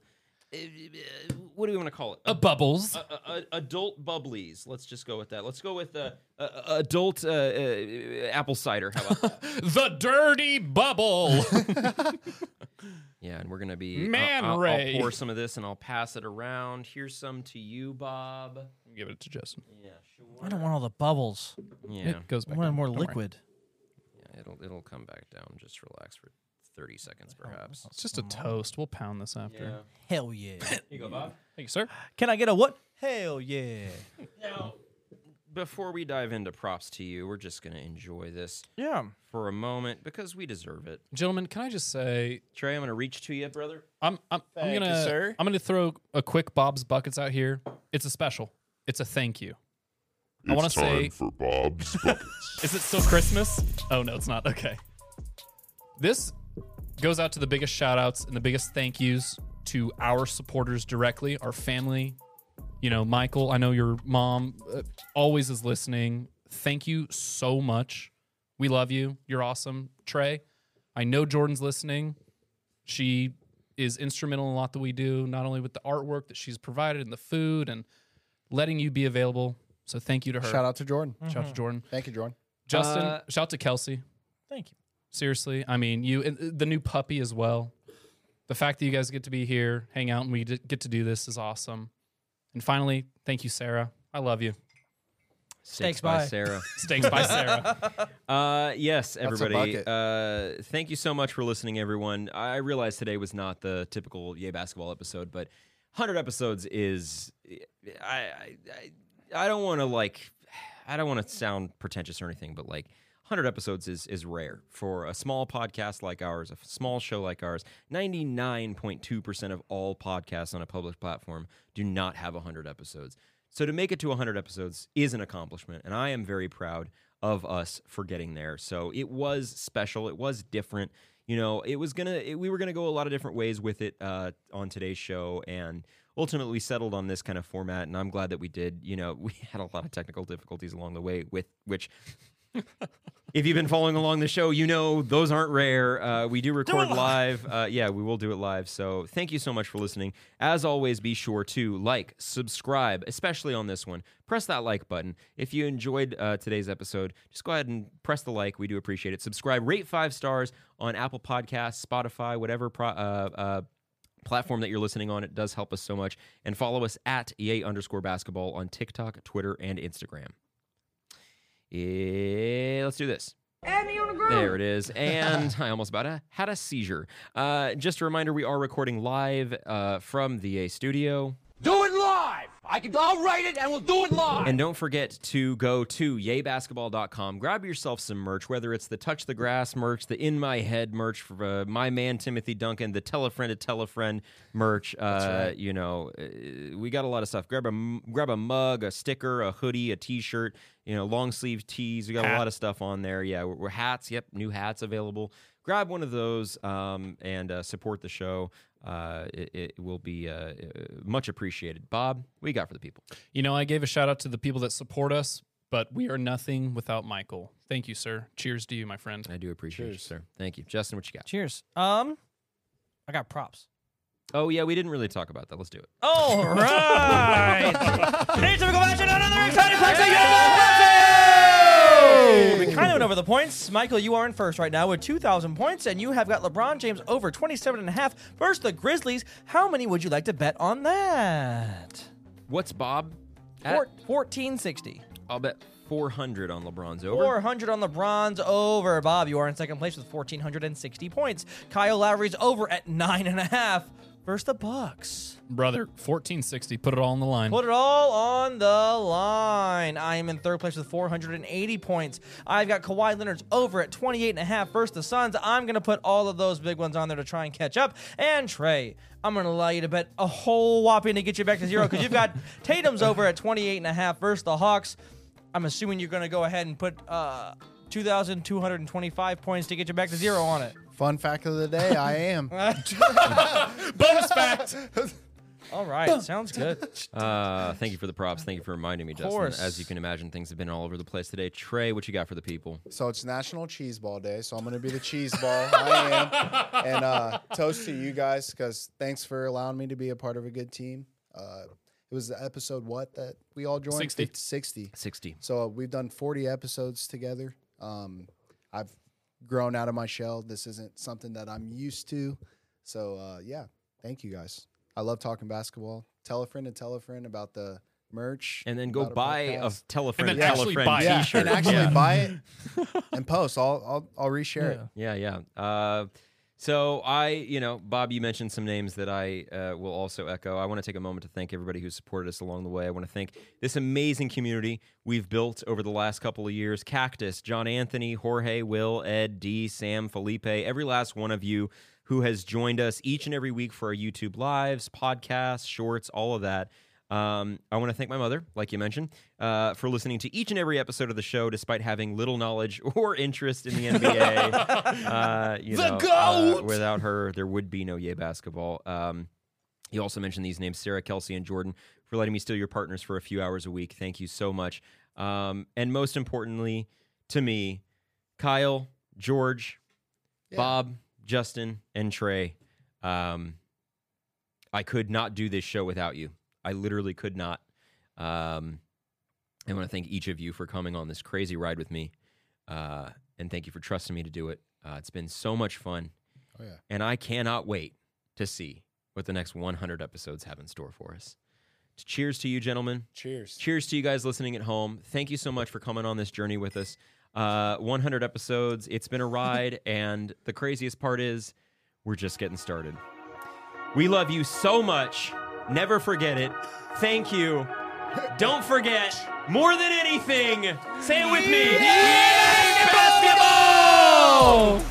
Speaker 1: uh, uh, What do we want to call it?
Speaker 4: Uh, bubbles.
Speaker 1: A- a- a- adult bubblies. Let's just go with that. Let's go with uh, uh, uh, adult uh, uh, apple cider. How about that?
Speaker 4: the dirty bubble.
Speaker 1: yeah, and we're gonna be I'll-
Speaker 4: Man
Speaker 1: I'll, I'll
Speaker 4: Ray.
Speaker 1: pour some of this and I'll pass it around. Here's some to you, Bob.
Speaker 4: Give it to Justin.
Speaker 1: Yeah, sure.
Speaker 3: I don't want all the bubbles.
Speaker 1: Yeah.
Speaker 4: It goes
Speaker 3: I
Speaker 4: back.
Speaker 3: want
Speaker 4: in.
Speaker 3: more
Speaker 4: Don't worry.
Speaker 3: liquid.
Speaker 1: Yeah, it'll it'll come back down. Just relax for thirty seconds,
Speaker 4: Oh,
Speaker 1: perhaps.
Speaker 4: It's just a toast. We'll pound this after.
Speaker 3: Hell yeah.
Speaker 1: You go, Bob.
Speaker 4: Thank you, sir.
Speaker 3: Can I get a what? Hell yeah.
Speaker 1: Before we dive into props to you, we're just gonna enjoy this
Speaker 3: Yeah.
Speaker 1: for a moment because we deserve it.
Speaker 4: Gentlemen, can I just say
Speaker 1: Trey, I'm gonna reach to you, brother.
Speaker 4: I'm I'm, I'm
Speaker 2: Thank you,
Speaker 4: gonna
Speaker 2: sir.
Speaker 4: I'm gonna throw a quick Bob's buckets out here. It's a special. It's a thank you. I want to say
Speaker 10: for Bob's Buckets.
Speaker 4: Is it still Christmas? Oh no, it's not. Okay. This goes out to the biggest shout outs and the biggest thank yous to our supporters directly, our family. You know, Michael, I know your mom uh, always is listening. Thank you so much. We love you. You're awesome. Trey, I know Jordan's listening. She is instrumental in a lot that we do, not only with the artwork that she's provided and the food and letting you be available. So thank you to her.
Speaker 2: Shout out Mm-hmm. to Jordan.
Speaker 4: Shout out to Jordan.
Speaker 2: Thank you, Jordan.
Speaker 4: Justin,
Speaker 1: Uh,
Speaker 4: shout out to Kelsey.
Speaker 3: Thank you.
Speaker 4: Seriously, I mean, you and uh, the new puppy as well. The fact that you guys get to be here, hang out, and we d- get to do this is awesome. And finally, thank you, Sarah. I love you.
Speaker 1: Stakes
Speaker 3: Stakes
Speaker 1: by
Speaker 3: by.
Speaker 1: Sarah.
Speaker 4: Stakes by Sarah.
Speaker 1: Uh, yes,
Speaker 2: That's a
Speaker 1: everybody. Uh, thank you so much for listening, everyone. I realize today was not the typical Yay Basketball episode, but 100 episodes is. I I, I, I don't want to like. I don't want to sound pretentious or anything, but like 100 episodes is is rare for a small podcast like ours, a f- small show like ours. 99.2% of all podcasts on a public platform do not have 100 episodes. So to make it to 100 episodes is an accomplishment, and I am very proud of us for getting there. So it was special. It was different. You know, it was gonna. It, we were gonna go a lot of different ways with it uh, on today's show, and ultimately we settled on this kind of format. And I'm glad that we did. You know, we had a lot of technical difficulties along the way, with which. If you've been following along the show, you know those aren't rare. Uh, we do record live. Uh, yeah, we will do it live. So thank you so much for listening. As always, be sure to like, subscribe, especially on this one. Press that like button. If you enjoyed uh, today's episode, just go ahead and press the like. We do appreciate it. Subscribe, rate five stars on Apple Podcasts, Spotify, whatever pro- uh, uh, platform that you're listening on. It does help us so much. And follow us at EA underscore basketball on TikTok, Twitter, and Instagram. Yeah, let's do this. There it is. And I almost about a, had a seizure. Uh, just a reminder, we are recording live uh, from the A studio.
Speaker 10: Do it live!
Speaker 11: I can, I'll write it and we'll do it live.
Speaker 1: And don't forget to go to yaybasketball.com. Grab yourself some merch, whether it's the Touch the Grass merch, the In My Head merch for uh, my man Timothy Duncan, the Tell a Friend to Tell a Friend merch. Uh, You know, uh, we got a lot of stuff. Grab a m- grab a mug, a sticker, a hoodie, a T-shirt. You know, long sleeve tees. We got a lot of stuff on there. Yeah, we're, we're hats. Yep, new hats available. Grab one of those um, and uh, support the show. Uh, it, it will be uh, uh, much appreciated. Bob, what you got for the people?
Speaker 4: You know, I gave a shout out to the people that support us, but we are nothing without Michael. Thank you, sir. Cheers to you, my friend.
Speaker 1: I do appreciate you, sir. Thank you. Justin, what you got?
Speaker 3: Cheers. Um, I got props.
Speaker 1: Oh, yeah, we didn't really talk about that. Let's do it.
Speaker 3: All right. Today's typical match and another exciting Flex Action Flex Action! We kind of went over the points. Michael, you are in first right now with 2,000 points, and you have got LeBron James over 27 and a half versus the Grizzlies. How many would you like to bet on that?
Speaker 1: What's Bob? At?
Speaker 3: Four, 1460.
Speaker 1: I'll bet 400 on LeBron's over.
Speaker 3: 400 on LeBron's over. Bob, you are in second place with 1,460 points. Kyle Lowry's over at 9.5 versus the Bucks.
Speaker 4: Brother, 1460. Put it all on the line.
Speaker 3: Put it all on the line. I am in third place with 480 points. I've got Kawhi Leonard's over at 28 and a half versus the Suns. I'm going to put all of those big ones on there to try and catch up. And Trey, I'm going to allow you to bet a whole whopping to get you back to zero because you've got Tatum's over at 28 and a half versus the Hawks. I'm assuming you're going to go ahead and put uh, 2,225 points to get you back to zero on it.
Speaker 2: Fun fact of the day, I am.
Speaker 4: Bonus fact.
Speaker 3: All right, sounds good.
Speaker 1: Uh, thank you for the props. Thank you for reminding me, Justin.
Speaker 3: course.
Speaker 1: As you can imagine, things have been all over the place today. Trey, what you got for the people?
Speaker 2: So it's National Cheese Ball Day, so I'm gonna be the cheese ball. I am, and uh, toast to you guys because thanks for allowing me to be a part of a good team. Uh, it was the episode what that we all joined
Speaker 4: 60.
Speaker 2: Fif- 60.
Speaker 1: 60.
Speaker 2: So uh, we've done 40 episodes together. Um, I've grown out of my shell. This isn't something that I'm used to. So uh, yeah, thank you guys. I love talking basketball. Tell a friend and tell a friend about the merch.
Speaker 1: And then go
Speaker 2: about our
Speaker 1: buy a
Speaker 2: podcast.
Speaker 1: tell a
Speaker 4: then
Speaker 1: friend, tell a
Speaker 4: actually
Speaker 1: friend
Speaker 4: buy it.
Speaker 2: yeah,
Speaker 1: t-shirt.
Speaker 2: and actually
Speaker 1: yeah.
Speaker 2: buy it and post. I'll I'll I'll reshare it.
Speaker 1: Yeah, yeah. Uh, so I, you know, Bob, you mentioned some names that I uh, will also echo. I want to take a moment to thank everybody who supported us along the way. I want to thank this amazing community we've built over the last couple of years. Cactus, John Anthony, Jorge, Will, Ed, D, Sam, Felipe, every last one of you who has joined us each and every week for our YouTube lives, podcasts, shorts, all of that. Um, I want to thank my mother, like you mentioned, uh, for listening to each and every episode of the show, despite having little knowledge or interest in the NBA. uh, you know, uh, without her, there would be no yay basketball. Um, you also mentioned these names, Sarah, Kelsey, and Jordan, for letting me steal your partners for a few hours a week. Thank you so much. Um, and most importantly, to me, Kyle, George, Bob, Justin, and Trey. Um, I could not do this show without you. I literally could not. Um, I want to thank each of you for coming on this crazy ride with me, uh, and thank you for trusting me to do it. Uh, it's been so much fun.
Speaker 2: Oh, yeah.
Speaker 1: And I cannot wait to see what the next 100 episodes have in store for us. Cheers to you, gentlemen.
Speaker 2: Cheers.
Speaker 1: Cheers to you guys listening at home. Thank you so much for coming on this journey with us. Uh, 100 episodes. It's been a ride, and the craziest part is we're just getting started. We love you so much. Never forget it. Thank you. Don't forget, more than anything, say it with me. Basketball!